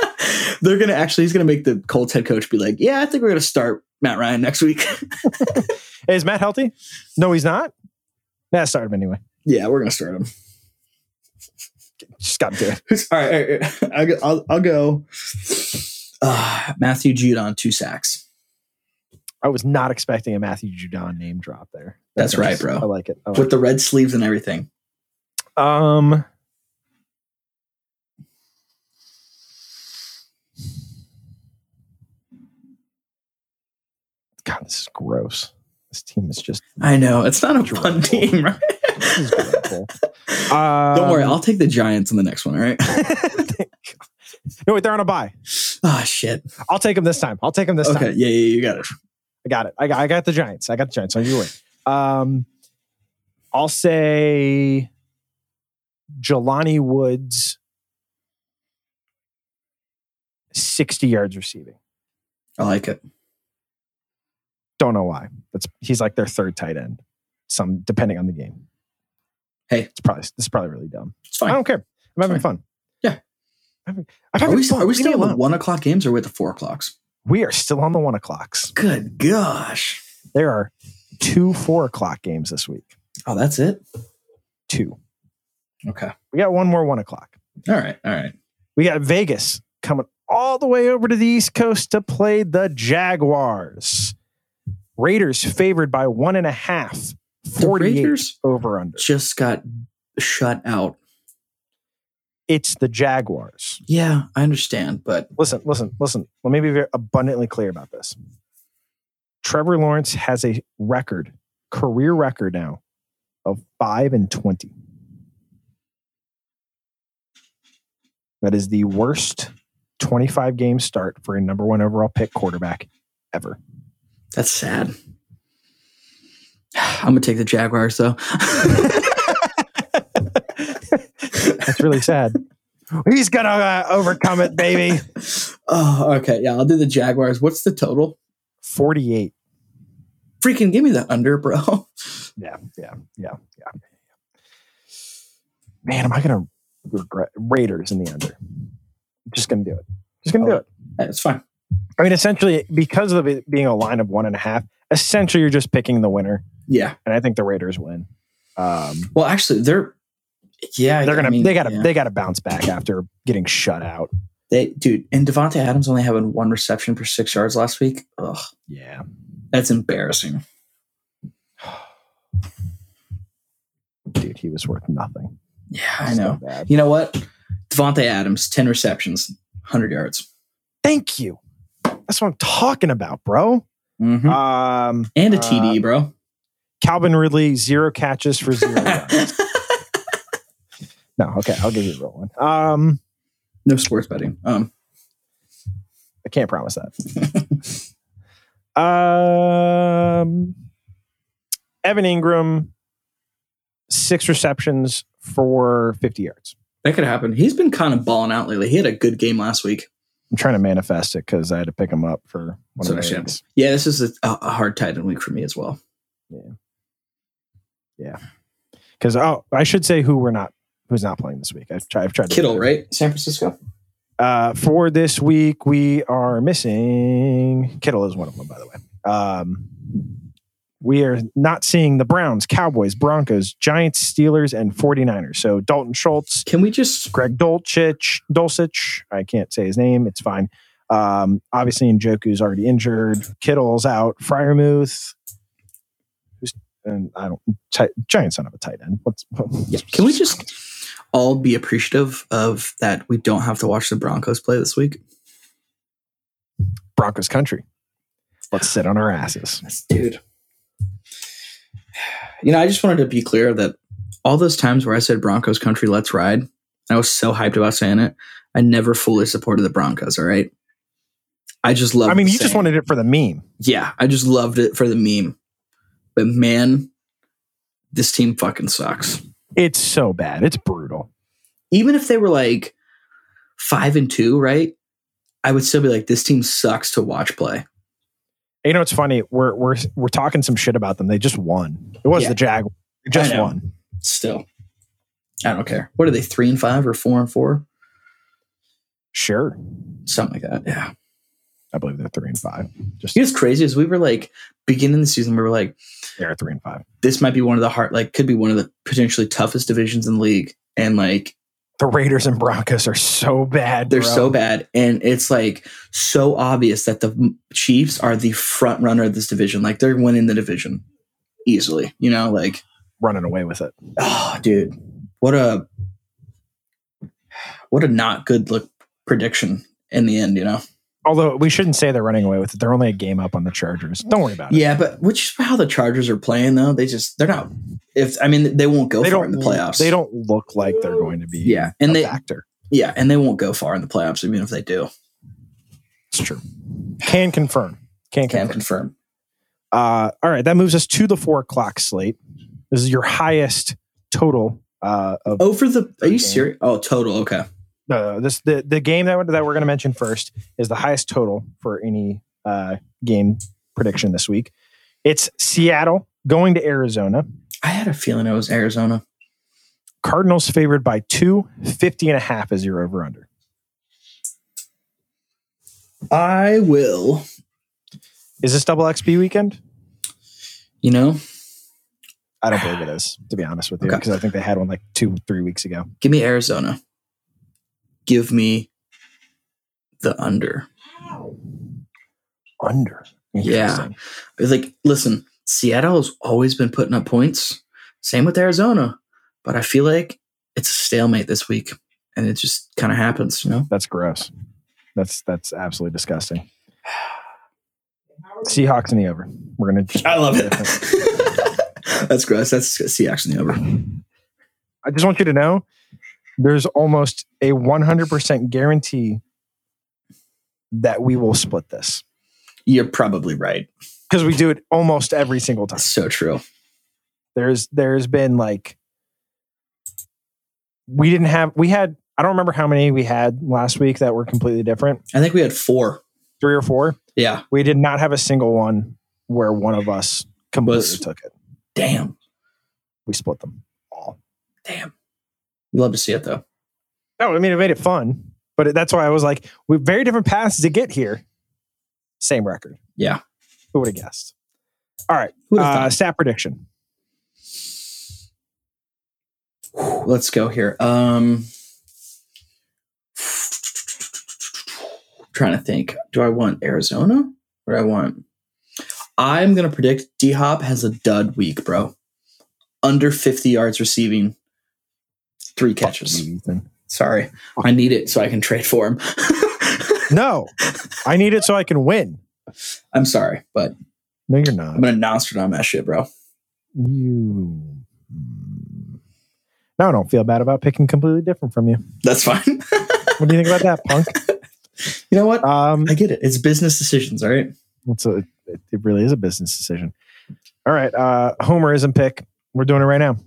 Speaker 9: They're gonna actually he's gonna make the Colts head coach be like, Yeah, I think we're gonna start Matt Ryan next week.
Speaker 8: Hey, is Matt healthy? No, he's not. Nah, start him anyway.
Speaker 9: yeah, we're gonna start him.
Speaker 8: Just got to do it.
Speaker 9: all right, all right, all right. I'll, go- I'll, I'll go. Uh, Matthew Judon two sacks.
Speaker 8: I was not expecting a Matthew Judon name drop there.
Speaker 9: That's right,
Speaker 8: nice. I
Speaker 9: bro.
Speaker 8: like it. I like
Speaker 9: with the red sleeves and everything.
Speaker 8: it. Um, God, this is gross. This team is just
Speaker 9: I know it's not a fun team, right?
Speaker 8: this is dreadful. um,
Speaker 9: Don't worry, I'll take the Giants in the next one. All right.
Speaker 8: no, wait, they're on a bye.
Speaker 9: oh shit.
Speaker 8: I'll take them this time. I'll take them this time.
Speaker 9: Okay. Yeah, yeah, you got it.
Speaker 8: I got it. I got, I got the Giants. I got the Giants. So you win. Um, I'll say Jelani Woods, 60 yards receiving.
Speaker 9: I like it.
Speaker 8: Don't know why. That's he's like their third tight end. Some depending on the game.
Speaker 9: Hey.
Speaker 8: it's probably this is probably really dumb.
Speaker 9: It's
Speaker 8: I
Speaker 9: fine.
Speaker 8: don't care. I'm having
Speaker 9: Fine.
Speaker 8: fun.
Speaker 9: Yeah.
Speaker 8: I'm having, I'm
Speaker 9: Are
Speaker 8: having
Speaker 9: we,
Speaker 8: fun.
Speaker 9: are we
Speaker 8: Leave me
Speaker 9: still on the
Speaker 8: alone.
Speaker 9: one o'clock games or with the four o'clocks?
Speaker 8: We are still on the one o'clocks.
Speaker 9: Good gosh.
Speaker 8: There are two four o'clock games this week.
Speaker 9: Oh, that's it.
Speaker 8: Two.
Speaker 9: Okay.
Speaker 8: We got one more one o'clock.
Speaker 9: All right. All right.
Speaker 8: We got Vegas coming all the way over to the East Coast to play the Jaguars. Raiders favored by one and a half.
Speaker 9: The
Speaker 8: 48
Speaker 9: Raiders
Speaker 8: over under.
Speaker 9: just got shut out.
Speaker 8: It's the Jaguars.
Speaker 9: Yeah, I understand, but
Speaker 8: Listen, listen, listen. Let me be very abundantly clear about this. Trevor Lawrence has a record, career record now of 5 and 20. That is the worst 25 game start for a number 1 overall pick quarterback ever.
Speaker 9: That's sad. I'm gonna take the Jaguars though.
Speaker 8: That's really sad. He's gonna uh, overcome it, baby.
Speaker 9: oh, okay. Yeah, I'll do the Jaguars. What's the total?
Speaker 8: Forty-eight.
Speaker 9: freaking give me the under, bro.
Speaker 8: Yeah, yeah, yeah, yeah. Man, am I gonna regret Raiders in the under? Just gonna do it. Just
Speaker 9: Oh.
Speaker 8: gonna do it.
Speaker 9: It's fine.
Speaker 8: I mean, essentially, because of it being a line of one and a half, essentially you're just picking the winner,
Speaker 9: Yeah.
Speaker 8: and I think the Raiders win. Um,
Speaker 9: Well, actually, they're yeah.
Speaker 8: they're
Speaker 9: I
Speaker 8: gonna
Speaker 9: mean,
Speaker 8: they gotta
Speaker 9: yeah.
Speaker 8: they gotta bounce back after getting shut out.
Speaker 9: They dude, and Devonte Adams only having one reception for six yards last week. Ugh,
Speaker 8: Yeah.
Speaker 9: that's embarrassing.
Speaker 8: Dude, he was worth nothing.
Speaker 9: Yeah, I know.
Speaker 8: So bad.
Speaker 9: You know what? Devonte Adams, ten receptions, hundred yards.
Speaker 8: Thank you. That's what I'm talking about, bro.
Speaker 9: Mhm.
Speaker 8: Um,
Speaker 9: and a
Speaker 8: uh,
Speaker 9: TD, bro.
Speaker 8: Calvin Ridley, zero catches for zero. yards. no, okay, I'll give you a real one. Um,
Speaker 9: no sports betting. Um,
Speaker 8: I can't promise that. um, Evan Ingram, six receptions for 50 yards.
Speaker 9: that could happen. He's been kind of balling out lately. He had a good game last week.
Speaker 8: I'm trying to manifest it because I had to pick him up for one
Speaker 9: It's
Speaker 8: of the
Speaker 9: understandable.
Speaker 8: leagues.
Speaker 9: Yeah, this is a, a a hard tight end week for me as well.
Speaker 8: Because oh, I should say who we're not who's not playing this week. I've tried. I've tried to
Speaker 9: Kittle, right? San Francisco.
Speaker 8: Uh, for this week, we are missing Kittle is one of them, by the way. Um, we are not seeing the Browns, Cowboys, Broncos, Giants, Steelers, and 49ers. So Dalton Schultz,
Speaker 9: Can we just
Speaker 8: Greg Dolchich, Dulcich, I can't say his name, it's fine. Um, obviously, Njoku's already injured. Kittle's out. Fryermuth, who's and I don't ti- Giants don't have a tight end. What's
Speaker 9: yeah, can we just all be appreciative of that we don't have to watch the Broncos play this week?
Speaker 8: Broncos country? Let's sit on our asses.
Speaker 9: dude. You know, I just wanted to be clear that all those times where I said Broncos country, let's ride, I was so hyped about saying it. I never fully supported the Broncos. All right, I just love.
Speaker 8: I mean, you just wanted it for the meme.
Speaker 9: yeah, I just loved it for the meme. But man, this team fucking sucks.
Speaker 8: It's so bad. It's brutal.
Speaker 9: Even if they were like five and two, right? I would still be like, this team sucks to watch play.
Speaker 8: You know, it's funny. We're we're we're talking some shit about them. They just won. It was
Speaker 9: Yeah.
Speaker 8: the Jag. They just
Speaker 9: I know.
Speaker 8: won.
Speaker 9: Still, I don't care. What are they? Three and five or four and four?
Speaker 8: Sure,
Speaker 9: Something like that. Yeah.
Speaker 8: I believe they're three and five. Just
Speaker 9: You know what's crazy is we were like beginning the season, we were like,
Speaker 8: they're three and five.
Speaker 9: this might be one of the hard, like, could be one of the potentially toughest divisions in the league, and like
Speaker 8: The Raiders and Broncos are so bad.
Speaker 9: they're
Speaker 8: bro.
Speaker 9: so bad, and it's like so obvious that the Chiefs are the front runner of this division. Like they're winning the division easily, you know. Like,
Speaker 8: running away with it.
Speaker 9: oh, dude, what a what a not good look prediction in the end, you know.
Speaker 8: Although we shouldn't say they're running away with it. They're only a game up on the Chargers. Don't worry about
Speaker 9: Yeah, but which is how the Chargers are playing though. They just they're not. If I mean, they won't go
Speaker 8: it. They
Speaker 9: far
Speaker 8: don't
Speaker 9: in the playoffs.
Speaker 8: They don't look like they're going to be.
Speaker 9: Yeah, and
Speaker 8: a
Speaker 9: they-
Speaker 8: factor.
Speaker 9: Yeah, and they won't go far in the playoffs, even if they do.
Speaker 8: It's true. Can confirm. Can
Speaker 9: Can
Speaker 8: confirm.
Speaker 9: confirm.
Speaker 8: Uh, all right, that moves us to the four o'clock slate. This is your highest total uh, of
Speaker 9: Over Oh, the are
Speaker 8: Okay.
Speaker 9: you serious? Oh, total. Okay.
Speaker 8: uh, this. The, the game that, that we're going to mention first is the highest total for any uh, game prediction this week. It's Seattle going to Arizona.
Speaker 9: I had a feeling it was Arizona.
Speaker 8: Cardinals favored by two, 50 and a half is your over under.
Speaker 9: I will.
Speaker 8: Is this double XP weekend?
Speaker 9: You know,
Speaker 8: I don't believe it is, to be honest with you,
Speaker 9: Okay.
Speaker 8: because I think they had one like two, three weeks ago.
Speaker 9: give me Arizona. Give me the under.
Speaker 8: Under.
Speaker 9: Yeah.
Speaker 8: Interesting.
Speaker 9: It's Like, listen, Seattle has always been putting up points. Same with Arizona, but I feel like it's a stalemate this week, and it just kind of happens. You know,
Speaker 8: That's gross. That's that's absolutely disgusting. Seahawks in the over. We're gonna.
Speaker 9: I love it. That's gross. That's see actually over.
Speaker 8: I just want you to know, there's almost a 100% guarantee that we will split this
Speaker 9: You're probably right.
Speaker 8: because we do it almost every single time.
Speaker 9: That's so true.
Speaker 8: There's there's been like we didn't have we had I don't remember how many we had last week that were completely different.
Speaker 9: I think we had four.
Speaker 8: Three or four.
Speaker 9: Yeah.
Speaker 8: We did not have a single one where one of us completely
Speaker 9: Was-
Speaker 8: took it.
Speaker 9: Damn,
Speaker 8: We split them all.
Speaker 9: damn. You love to see it though.
Speaker 8: No, I mean it made it fun, but it- that's why I was like, we have very different paths to get here. Same record.
Speaker 9: Yeah.
Speaker 8: Who would have guessed? All right.
Speaker 9: Who'd've
Speaker 8: Uh,
Speaker 9: thought?
Speaker 8: stat prediction.
Speaker 9: Whew, Let's go here. Um, trying to think. Do I want Arizona? Or do I want? I'm gonna predict D Hop has a dud week, bro. Under 50 yards receiving, three catches. Sorry, I need it so I can trade for him.
Speaker 8: No, I need it so I can win.
Speaker 9: I'm sorry, but
Speaker 8: No, you're not.
Speaker 9: I'm gonna Nostradamus that shit, bro.
Speaker 8: You. Now I don't feel bad about picking completely different from you.
Speaker 9: That's fine.
Speaker 8: What do you think about that, punk?
Speaker 9: you know what?
Speaker 8: Um,
Speaker 9: I get it. It's business decisions, all right?
Speaker 8: it's a, it, it really is a business decision. All right, uh, homerism pick. We're doing it right now.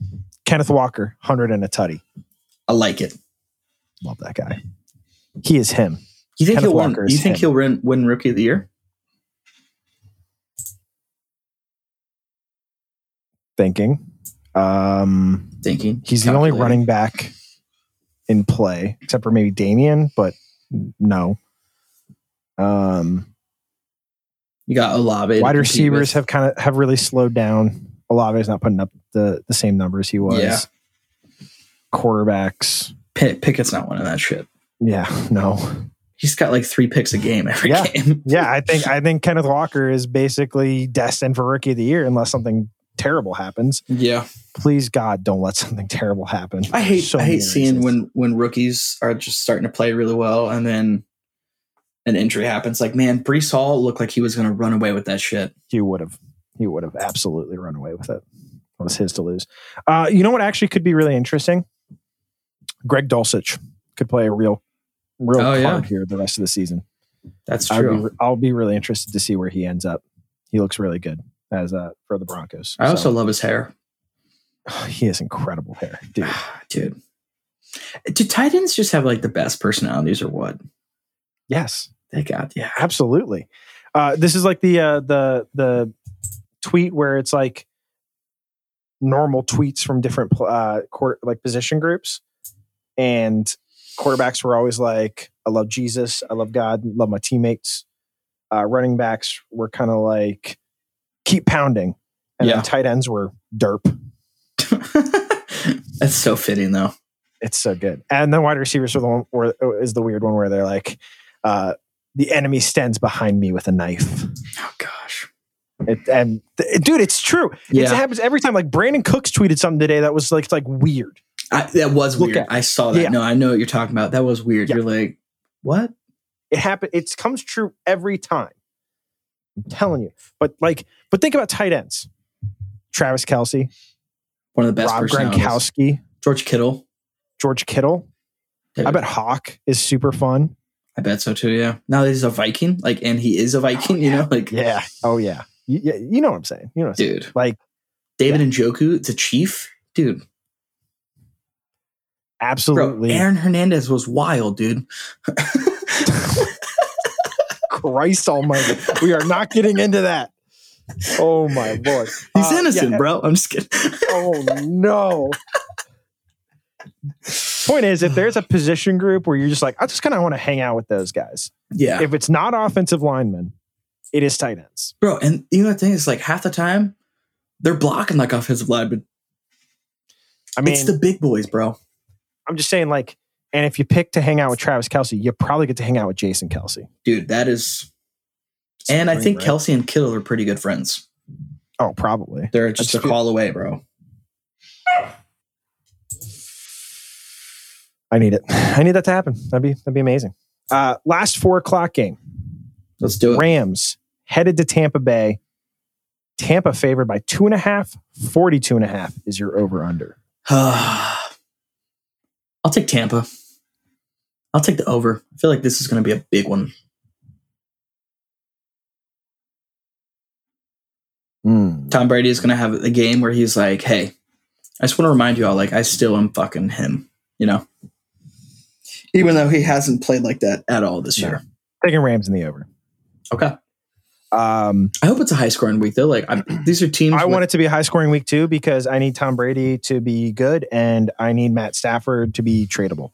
Speaker 8: Kenneth Walker, hundred and a tutty.
Speaker 9: I like it.
Speaker 8: Love that guy. He is him.
Speaker 9: You think
Speaker 8: Kenneth
Speaker 9: he'll
Speaker 8: Walker
Speaker 9: win?
Speaker 8: is
Speaker 9: You think
Speaker 8: him.
Speaker 9: he'll win, win Rookie of the Year?
Speaker 8: Thinking. Um,
Speaker 9: Thinking
Speaker 8: he's the only
Speaker 9: calculating.
Speaker 8: running back in play, except for maybe Damien, but no. Um,
Speaker 9: You got Olave. to
Speaker 8: wide
Speaker 9: compete
Speaker 8: receivers
Speaker 9: with.
Speaker 8: have kind of have really slowed down. Olave's not putting up the the same numbers he was.
Speaker 9: Yeah.
Speaker 8: Quarterbacks,
Speaker 9: Pick, Pickett's not winning that shit.
Speaker 8: yeah, no,
Speaker 9: He's got like three picks a game every
Speaker 8: Yeah.
Speaker 9: game.
Speaker 8: yeah. I think I think Kenneth Walker is basically destined for rookie of the year unless something terrible happens.
Speaker 9: Yeah,
Speaker 8: Please God, don't let something terrible happen.
Speaker 9: I hate
Speaker 8: So
Speaker 9: I hate
Speaker 8: many
Speaker 9: seeing
Speaker 8: reasons.
Speaker 9: when when rookies are just starting to play really well and then an injury happens. Like man, Brees Hall looked like he was going to run away with that shit.
Speaker 8: he would have he would have absolutely run away with it. It was his to lose. Uh, you know what actually could be really interesting? Greg Dulcich could play a real real
Speaker 9: Oh,
Speaker 8: card
Speaker 9: yeah.
Speaker 8: here the rest of the season.
Speaker 9: That's
Speaker 8: I'd be,
Speaker 9: true.
Speaker 8: I'll be really interested to see where he ends up. He looks really good as uh, for the Broncos.
Speaker 9: I also
Speaker 8: So-
Speaker 9: love his hair,
Speaker 8: he has incredible hair, dude.
Speaker 9: dude. Do tight ends just have like the best personalities or what?
Speaker 8: Yes,
Speaker 9: They got yeah.
Speaker 8: absolutely. Uh, this is like the uh, the the tweet where it's like normal tweets from different pl- uh, court like position groups, and quarterbacks were always like, "I love Jesus, I love God, love my teammates." Uh, running backs were kind of like, "Keep pounding," and
Speaker 9: Yeah.
Speaker 8: then tight ends were derp.
Speaker 9: That's so fitting though.
Speaker 8: it's so good. And then wide receivers are the one where is the weird one where they're like, uh, the enemy stands behind me with a knife.
Speaker 9: Oh gosh.
Speaker 8: It, and th- dude, it's true. It
Speaker 9: Yeah,
Speaker 8: happens every time. Like Brandon Cooks tweeted something today that was like like weird.
Speaker 9: I, that was
Speaker 8: Look
Speaker 9: weird.
Speaker 8: at-
Speaker 9: I saw that.
Speaker 8: Yeah.
Speaker 9: No, I know what you're talking about. That was weird.
Speaker 8: Yeah.
Speaker 9: You're like, what?
Speaker 8: It happened. It comes true every time. I'm telling you. But like, but think about tight ends. Travis Kelsey,
Speaker 9: One of the best
Speaker 8: Rob
Speaker 9: personalities.
Speaker 8: Gronkowski,
Speaker 9: George Kittle.
Speaker 8: George Kittle.
Speaker 9: Dude,
Speaker 8: I bet Hawk is super fun.
Speaker 9: I bet so too. Yeah. Now that he's a Viking, like, and he is a Viking. You know, like,
Speaker 8: Oh, Yeah. Oh yeah. You, yeah, you know what I'm saying. You know what I'm saying.
Speaker 9: dude,
Speaker 8: Like
Speaker 9: David and Njoku, the chief, dude, bro,
Speaker 8: absolutely
Speaker 9: Aaron Hernandez was wild, dude.
Speaker 8: Christ Almighty. We are not getting into that. Oh my lord.
Speaker 9: He's
Speaker 8: Uh,
Speaker 9: innocent,
Speaker 8: yeah.
Speaker 9: bro. I'm just kidding.
Speaker 8: Oh no. Point is, if there's a position group where you're just like, I just kind of want to hang out with those guys.
Speaker 9: yeah,
Speaker 8: If it's not offensive linemen, it is tight ends.
Speaker 9: bro. And you know the thing is, like, half the time they're blocking like offensive linemen.
Speaker 8: I mean,
Speaker 9: it's the big boys, bro.
Speaker 8: I'm just saying, like, and if you pick to hang out with Travis Kelsey, you probably get to hang out with Jason Kelsey.
Speaker 9: Dude, that is. And I
Speaker 8: Supreme,
Speaker 9: think
Speaker 8: right?
Speaker 9: Kelsey and Kittle are pretty good friends.
Speaker 8: Oh, probably.
Speaker 9: They're just
Speaker 8: That's
Speaker 9: a
Speaker 8: good.
Speaker 9: call away, bro.
Speaker 8: I need it. I need that to happen. That'd be that'd be amazing. Uh, last four o'clock game.
Speaker 9: Let's do it.
Speaker 8: Rams headed to Tampa Bay. Tampa favored by two and a half. 42 and a half is your over under.
Speaker 9: I'll take Tampa. I'll take the over. I feel like this is going to be a big one.
Speaker 8: Hmm.
Speaker 9: Tom Brady is going to have a game where he's like, "Hey, I just want to remind you all, like, I still am fucking him," you know. Even though he hasn't played like that at all this
Speaker 8: No.
Speaker 9: year.
Speaker 8: Taking Rams in the over.
Speaker 9: Okay.
Speaker 8: Um,
Speaker 9: I hope it's a high scoring week though. Like I'm, these are teams.
Speaker 8: I
Speaker 9: with-
Speaker 8: want it to be a high scoring week too because I need Tom Brady to be good and I need Matt Stafford to be tradable.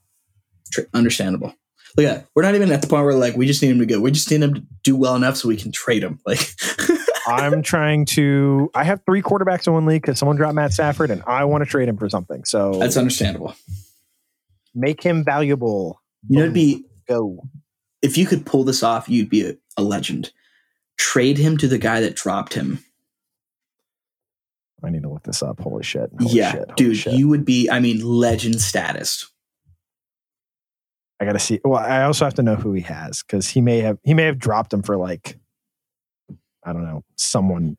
Speaker 9: tra- understandable. Look at that. we're not even at the point where like we just need him to go. We just need him to do well enough so we can trade him. Like
Speaker 8: I'm trying to. I have three quarterbacks in one league because someone dropped Matt Stafford and I want to trade him for something. So
Speaker 9: that's understandable.
Speaker 8: make him valuable.
Speaker 9: You know, it'd be
Speaker 8: Go.
Speaker 9: if you could pull this off, you'd be a, a legend. Trade him to the guy that dropped him.
Speaker 8: I need to look this up. Holy shit! Holy
Speaker 9: yeah,
Speaker 8: shit. Holy
Speaker 9: dude,
Speaker 8: shit.
Speaker 9: you would be. I mean, legend status.
Speaker 8: I gotta see. Well, I also have to know who he has because he may have he may have dropped him for like I don't know someone.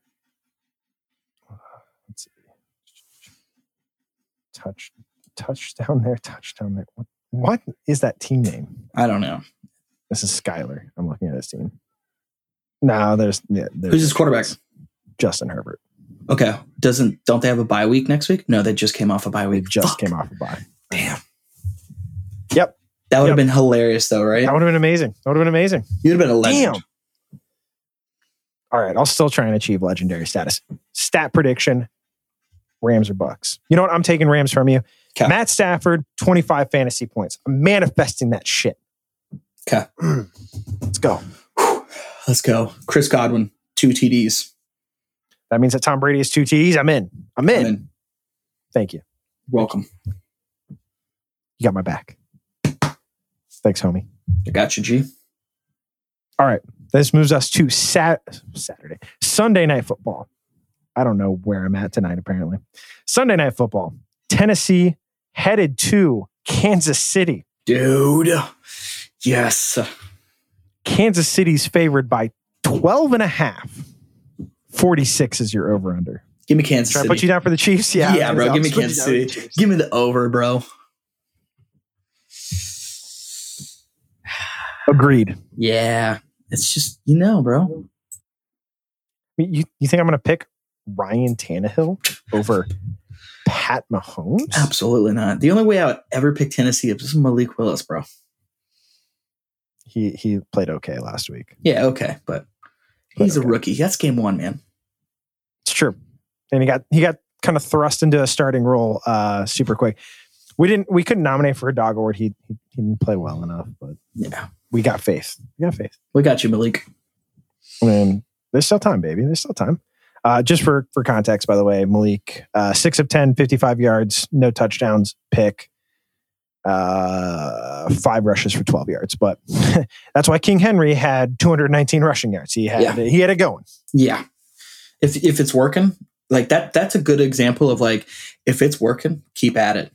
Speaker 8: Let's see. Touch touchdown there, touchdown there. What, what is that team name?
Speaker 9: I don't know
Speaker 8: This is Skyler. I'm looking at his team. No, there's yeah, there's
Speaker 9: who's his quarterback.
Speaker 8: Justin Herbert.
Speaker 9: Okay, doesn't don't they have a bye week next week? No, they just came off a bye
Speaker 8: They
Speaker 9: week.
Speaker 8: just
Speaker 9: Fuck.
Speaker 8: came off a bye.
Speaker 9: Damn.
Speaker 8: Yep.
Speaker 9: That would
Speaker 8: Yep.
Speaker 9: have been hilarious though, right?
Speaker 8: That would have been amazing. That would have been amazing.
Speaker 9: You'd have been a legend.
Speaker 8: Damn. All right, I'll still try and achieve legendary status. Stat prediction: Rams or Bucks. You know what? I'm taking Rams from you.
Speaker 9: 'Kay.
Speaker 8: Matt Stafford, 25 fantasy points. I'm manifesting that shit.
Speaker 9: 'Kay.
Speaker 8: Let's go.
Speaker 9: Let's go, Chris Godwin, two TDs.
Speaker 8: That means that Tom Brady is two TDs. I'm in. I'm in.
Speaker 9: I'm in.
Speaker 8: Thank you.
Speaker 9: Welcome.
Speaker 8: You got my back. Thanks, homie.
Speaker 9: I got you, G.
Speaker 8: This moves us to sat- Saturday, Sunday night football. I don't know where I'm at tonight, apparently. Sunday night football. Tennessee headed to Kansas City.
Speaker 9: Dude. Yes.
Speaker 8: Kansas City's favored by 12 and a half. 46 is your over under.
Speaker 9: Give me Kansas
Speaker 8: Should I
Speaker 9: City.
Speaker 8: put you down for the Chiefs?
Speaker 9: yeah,
Speaker 8: Yeah.
Speaker 9: bro.
Speaker 8: I'll
Speaker 9: Give me
Speaker 8: put you
Speaker 9: Kansas
Speaker 8: down for the
Speaker 9: City.
Speaker 8: Chiefs.
Speaker 9: Give me the over, bro.
Speaker 8: Agreed.
Speaker 9: Yeah. It's just, you know, bro.
Speaker 8: You, you think I'm going to pick Ryan Tannehill over Pat Mahomes?
Speaker 9: Absolutely not. The only way I would ever pick Tennessee is Malik Willis, bro.
Speaker 8: He, he played okay last week.
Speaker 9: Yeah, okay. But he's
Speaker 8: okay.
Speaker 9: a rookie. That's game one, man.
Speaker 8: It's true. And he got he got kind of thrust into a starting role uh, super quick. We didn't we couldn't nominate for a dog award. He, he he didn't play well enough, but
Speaker 9: Yeah.
Speaker 8: we got faith. We got faith.
Speaker 9: We got you, Malik.
Speaker 8: I mean, there's still time, baby. There's still time. Uh, just for for context, by the way, Malik, uh, six of 10, 55 yards, no touchdowns, pick, uh, five rushes for 12 yards. But that's why King Henry had 219 rushing yards. He had
Speaker 9: Yeah.
Speaker 8: he had it going.
Speaker 9: Yeah. If if it's working, like that, that's a good example of like, if it's working, keep at it.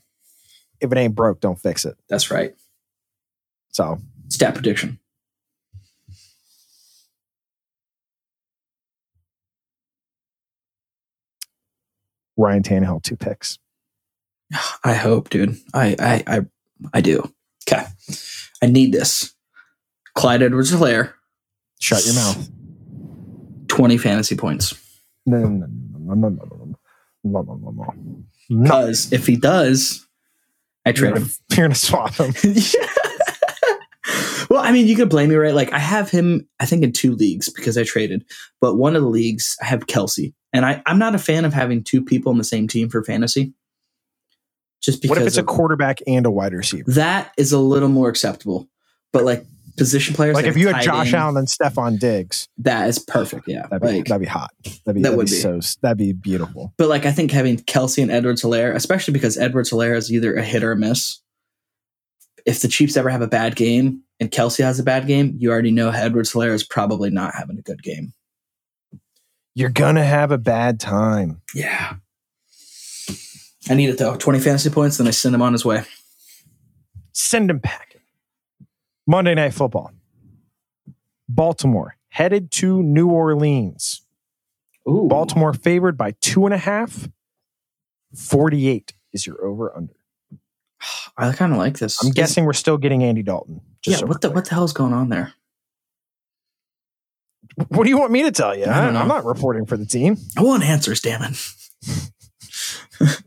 Speaker 8: If it ain't broke, don't fix it.
Speaker 9: That's right.
Speaker 8: So
Speaker 9: Stat prediction.
Speaker 8: Ryan Tannehill, two picks.
Speaker 9: I hope, dude. I I I, I do. Okay. I need this. Clyde Edwards Hilaire,
Speaker 8: Shut your mouth.
Speaker 9: 20 fantasy points.
Speaker 8: No, no, no, no, no, no, no, no, no, no, no, no. No,
Speaker 9: Because if he does, I
Speaker 8: you're
Speaker 9: trade
Speaker 8: gonna,
Speaker 9: him.
Speaker 8: you're gonna swap him.
Speaker 9: well, I mean, you could blame me, right? Like I have him, I think, in two leagues because I traded. But one of the leagues, I have Kelsey. And I, I'm not a fan of having two people on the same team for fantasy. Just because
Speaker 8: What if it's a
Speaker 9: of-
Speaker 8: quarterback and a wide receiver?
Speaker 9: that is a little more acceptable. But like position players,
Speaker 8: like if you had
Speaker 9: tight
Speaker 8: Josh
Speaker 9: end,
Speaker 8: Allen and Stefan Diggs,
Speaker 9: that is perfect. Yeah,
Speaker 8: that'd be
Speaker 9: Like-
Speaker 8: that'd be hot. That'd be that
Speaker 9: That
Speaker 8: would
Speaker 9: would
Speaker 8: be,
Speaker 9: be.
Speaker 8: so that'd be beautiful.
Speaker 9: But like I think having Kelsey and Edwards Hilaire, especially because Edwards Hilaire is either a hit or a miss. If the Chiefs ever have a bad game and Kelsey has a bad game, you already know Edwards Hilaire is probably not having a good game.
Speaker 8: You're gonna have a bad time.
Speaker 9: Yeah. I need it though. 20 fantasy points, then I send him on his way.
Speaker 8: Send him packing. Monday night football. Baltimore headed to New Orleans.
Speaker 9: Ooh.
Speaker 8: Baltimore favored by two and a half. 48 is your over under.
Speaker 9: I kind of like this.
Speaker 8: I'm guessing we're still getting Andy Dalton.
Speaker 9: Yeah,
Speaker 8: Just so
Speaker 9: what the
Speaker 8: we're
Speaker 9: what the hell's going on there?
Speaker 8: clear. what do you want me to tell you?
Speaker 9: I don't know.
Speaker 8: I'm not reporting for the team.
Speaker 9: I want answers, damn it.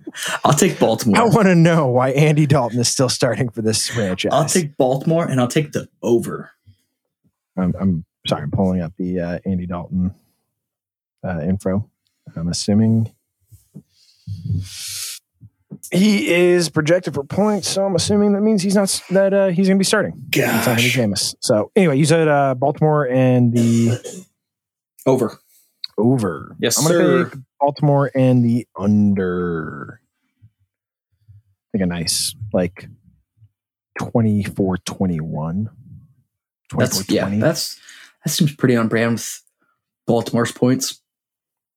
Speaker 9: I'll take Baltimore.
Speaker 8: I want to know why Andy Dalton is still starting for this franchise.
Speaker 9: I'll take Baltimore and I'll take the over.
Speaker 8: I'm, I'm Sorry, I'm pulling up the uh, Andy Dalton uh, info. I'm assuming he is projected for points, so I'm assuming that means he's not s- that uh, he's going to be starting. It's not gonna be
Speaker 9: Gosh.
Speaker 8: Jameis. So anyway, you said uh, Baltimore and the
Speaker 9: Over.
Speaker 8: over.
Speaker 9: Yes,
Speaker 8: I'm gonna
Speaker 9: sir.
Speaker 8: pick Baltimore and the under. Like a nice like 24 21.
Speaker 9: That's yeah. That's that seems pretty on brand with Baltimore's points.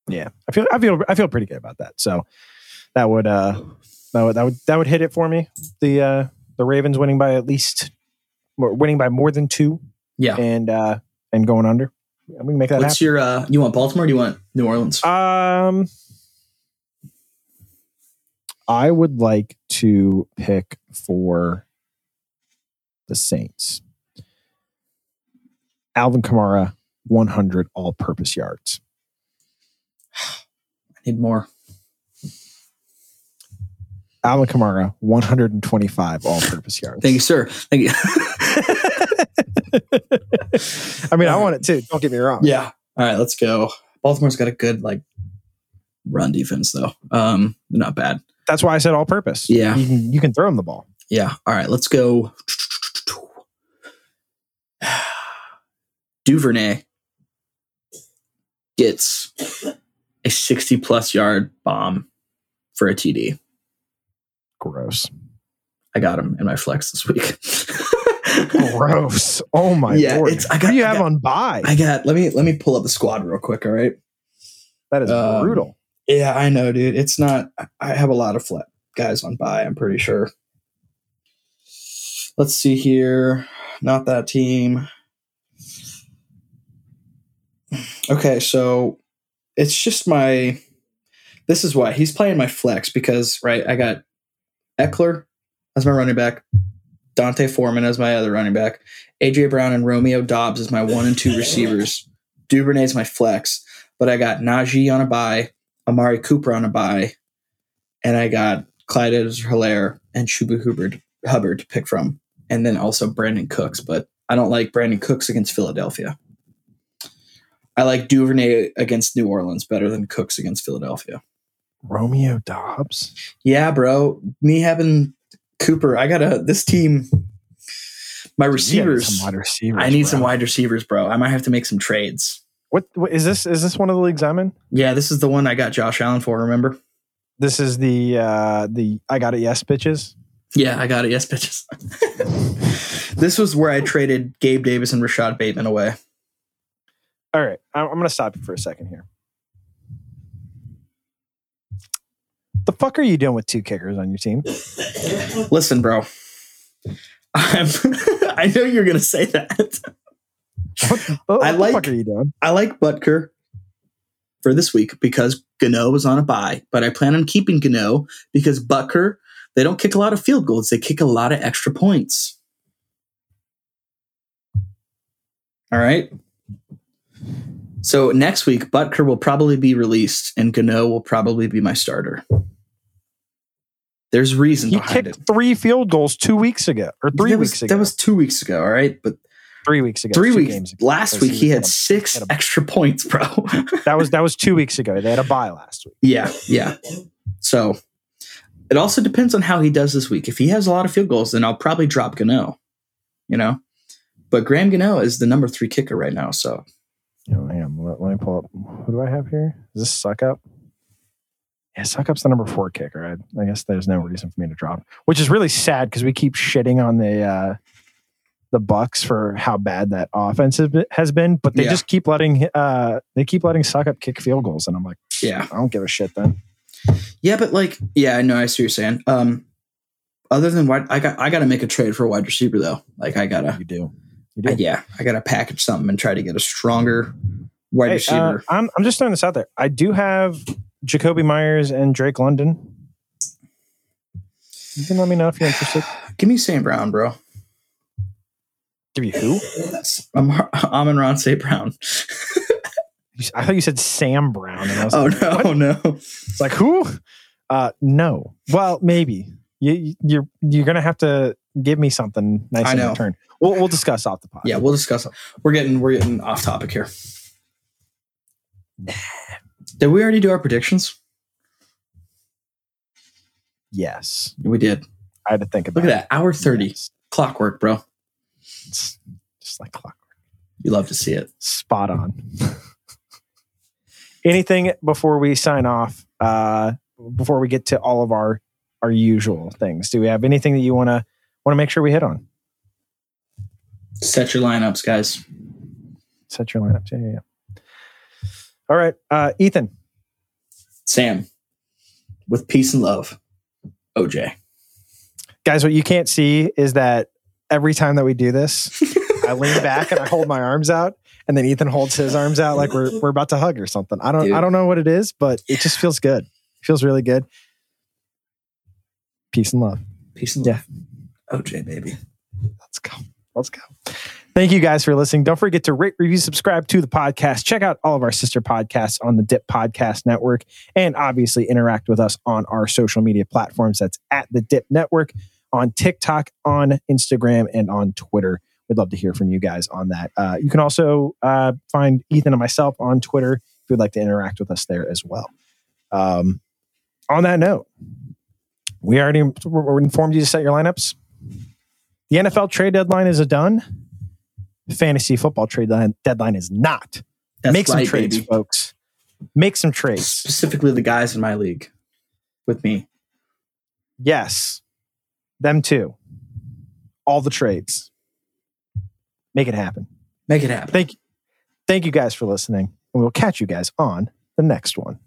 Speaker 8: yeah i feel i feel i feel pretty good about that so that would uh that would that would, that would hit it for me the uh the ravens winning by at least or winning by more than two
Speaker 9: Yeah.
Speaker 8: and uh and going under Yeah, we can make that
Speaker 9: What's your uh you want Baltimore or do you want New Orleans?
Speaker 8: happen um i would like to pick for the saints alvin kamara 100 all-purpose yards
Speaker 9: I need more.
Speaker 8: Alvin Kamara, 125 all-purpose yards.
Speaker 9: Thank you, sir. Thank you.
Speaker 8: I mean, I want it too. Don't get me wrong.
Speaker 9: yeah. All right, let's go. Baltimore's got a good like run defense though. Um they're not bad.
Speaker 8: That's why I said all-purpose.
Speaker 9: Yeah.
Speaker 8: you can, you can throw him the ball.
Speaker 9: Yeah. All right, let's go. Duvernay gets a 60 plus yard bomb for a TD.
Speaker 8: Gross.
Speaker 9: I got him in my flex this week.
Speaker 8: Gross. Oh my
Speaker 9: Yeah,
Speaker 8: lord.
Speaker 9: it's- I
Speaker 8: Who
Speaker 9: got-
Speaker 8: do you
Speaker 9: I
Speaker 8: have
Speaker 9: got-
Speaker 8: on buy?
Speaker 9: I got. Let me let me pull up the squad real quick. All right.
Speaker 8: that is
Speaker 9: um,
Speaker 8: brutal.
Speaker 9: Yeah, I know, dude. It's not. I- I have a lot of flat guys on buy. I'm pretty sure. Let's see here. Not that team. Okay, so it's just my. This is why he's playing my flex because right. I got Eckler as my running back. Dante Foreman as my other running back. AJ Brown and Romeo Dobbs as my one and two receivers. Duvernay's my flex, but I got Najee on a buy. Amari Cooper on a bye, and I got Clyde Hilaire and Chuba Hubbard, Hubbard to pick from, and then also Brandon Cooks. But I don't like Brandon Cooks against Philadelphia. I like Duvernay against New Orleans better than Cooks against Philadelphia.
Speaker 8: Romeo Dobbs.
Speaker 9: Yeah, bro. Me having Cooper, I gotta this team. My
Speaker 8: You gotta get
Speaker 9: receivers.
Speaker 8: some wide receivers.
Speaker 9: I need
Speaker 8: bro.
Speaker 9: some wide receivers, bro. I might have to make some trades.
Speaker 8: What, what is this? Is this one of the leagues I'm in?
Speaker 9: Yeah, this is the one I got Josh Allen for. Remember?
Speaker 8: This is the uh the I got it. Yes, bitches.
Speaker 9: Yeah, I got it. Yes, bitches. this was where I traded Gabe Davis and Rashad Bateman away.
Speaker 8: All right, I'm, I'm gonna stop you for a second here. The fuck are you doing with two kickers on your team?
Speaker 9: Listen, bro. I'm I know you're gonna say that.
Speaker 8: What
Speaker 9: I
Speaker 8: the
Speaker 9: like-
Speaker 8: fuck are you doing?
Speaker 9: I like Butker for this week because Gano was on a bye, but I plan on keeping Gano because Butker, they don't kick a lot of field goals, they kick a lot of extra points. All right. So next week, Butker will probably be released and Gano will probably be my starter. There's reason
Speaker 8: He
Speaker 9: behind
Speaker 8: kicked
Speaker 9: it.
Speaker 8: three field goals two weeks ago, or three
Speaker 9: that
Speaker 8: weeks
Speaker 9: was,
Speaker 8: ago.
Speaker 9: That was two weeks ago, all right? But
Speaker 8: three weeks ago.
Speaker 9: three
Speaker 8: two
Speaker 9: weeks.
Speaker 8: games ago.
Speaker 9: Last
Speaker 8: So
Speaker 9: week, he
Speaker 8: had
Speaker 9: had
Speaker 8: a-
Speaker 9: six
Speaker 8: had a-
Speaker 9: extra points, bro.
Speaker 8: That was that was two weeks ago. They had a bye last week.
Speaker 9: Yeah, yeah. So it also depends on how he does this week. If he has a lot of field goals, then I'll probably drop Gano. You know, but Graham Gano is the number three kicker right now. So
Speaker 8: Oh, hang on. Let, let me pull up. Who do I have here? Is this suck up? Yeah, suck up's the number four kicker. I, I guess there's no reason for me to drop, which is really sad because we keep shitting on the uh, the Bucks for how bad that offense has been- has been, but they
Speaker 9: Yeah.
Speaker 8: just keep letting uh, they keep letting suck up kick field goals, and I'm like,
Speaker 9: yeah,
Speaker 8: I don't give a shit. Then
Speaker 9: yeah. But like, yeah, I know. I see what you're saying. Um, other than wide, I got I got to make a trade for a wide receiver though. Like I gotta,
Speaker 8: you do.
Speaker 9: I- yeah, I gotta package something and try to get a stronger wide
Speaker 8: Hey, uh,
Speaker 9: receiver.
Speaker 8: I'm I'm just throwing this out there. I do have Jacoby Myers and Drake London. You can let me know if you're interested.
Speaker 9: Give me St. Brown, bro.
Speaker 8: Give you who?
Speaker 9: I'm Amon Ron St. Brown.
Speaker 8: You- I thought you said Sam Brown, and I was
Speaker 9: Oh
Speaker 8: like,
Speaker 9: no, no.
Speaker 8: it's like who? Uh, no. Well, maybe you, you- you're you're gonna have to give me something nice
Speaker 9: I
Speaker 8: in
Speaker 9: know.
Speaker 8: return. We'll we'll discuss off the pod.
Speaker 9: Yeah, we'll discuss. We're getting we're getting off topic here. Did we already do our predictions?
Speaker 8: Yes,
Speaker 9: We did.
Speaker 8: I had to think about.
Speaker 9: Look at that, hour
Speaker 8: it.
Speaker 9: thirty,
Speaker 8: Yes.
Speaker 9: clockwork, bro.
Speaker 8: It's just like clock.
Speaker 9: You love to see it.
Speaker 8: Spot on. Anything before we sign off? Uh, before we get to all of our our usual things, do we have anything that you want to want to make sure we hit on?
Speaker 9: Set your lineups, guys.
Speaker 8: Set your lineups. Yeah, yeah. yeah. All right, uh, Ethan.
Speaker 9: Sam, with peace and love, OJ.
Speaker 8: Guys, what you can't see is that every time that we do this, I lean back and I hold my arms out, and then Ethan holds his arms out like we're we're about to hug or something. I don't
Speaker 9: Dude.
Speaker 8: I don't know what it is, but it just feels good. feels really good. Peace and love.
Speaker 9: Peace and love. OJ, baby.
Speaker 8: Let's go. Let's go. Thank you guys for listening. Don't forget to rate, review, subscribe to the podcast. Check out all of our sister podcasts on the Dip Podcast Network. And obviously, interact with us on our social media platforms. That's at the Dip Network on TikTok, on Instagram, and on Twitter. We'd love to hear from you guys on that. Uh, you can also uh, find Ethan and myself on Twitter if you'd like to interact with us there as well. Um, on that note, we already we informed you to set your lineups. The NFL trade deadline is a done. Fantasy football trade line, deadline is not.
Speaker 9: That's
Speaker 8: Make some
Speaker 9: right,
Speaker 8: trades,
Speaker 9: baby.
Speaker 8: folks. Make some trades.
Speaker 9: Specifically, the guys in my league with me.
Speaker 8: Yes. Them too. All the trades. Make it happen.
Speaker 9: Make it happen.
Speaker 8: Thank you. Thank you guys for listening. And we'll catch you guys on the next one.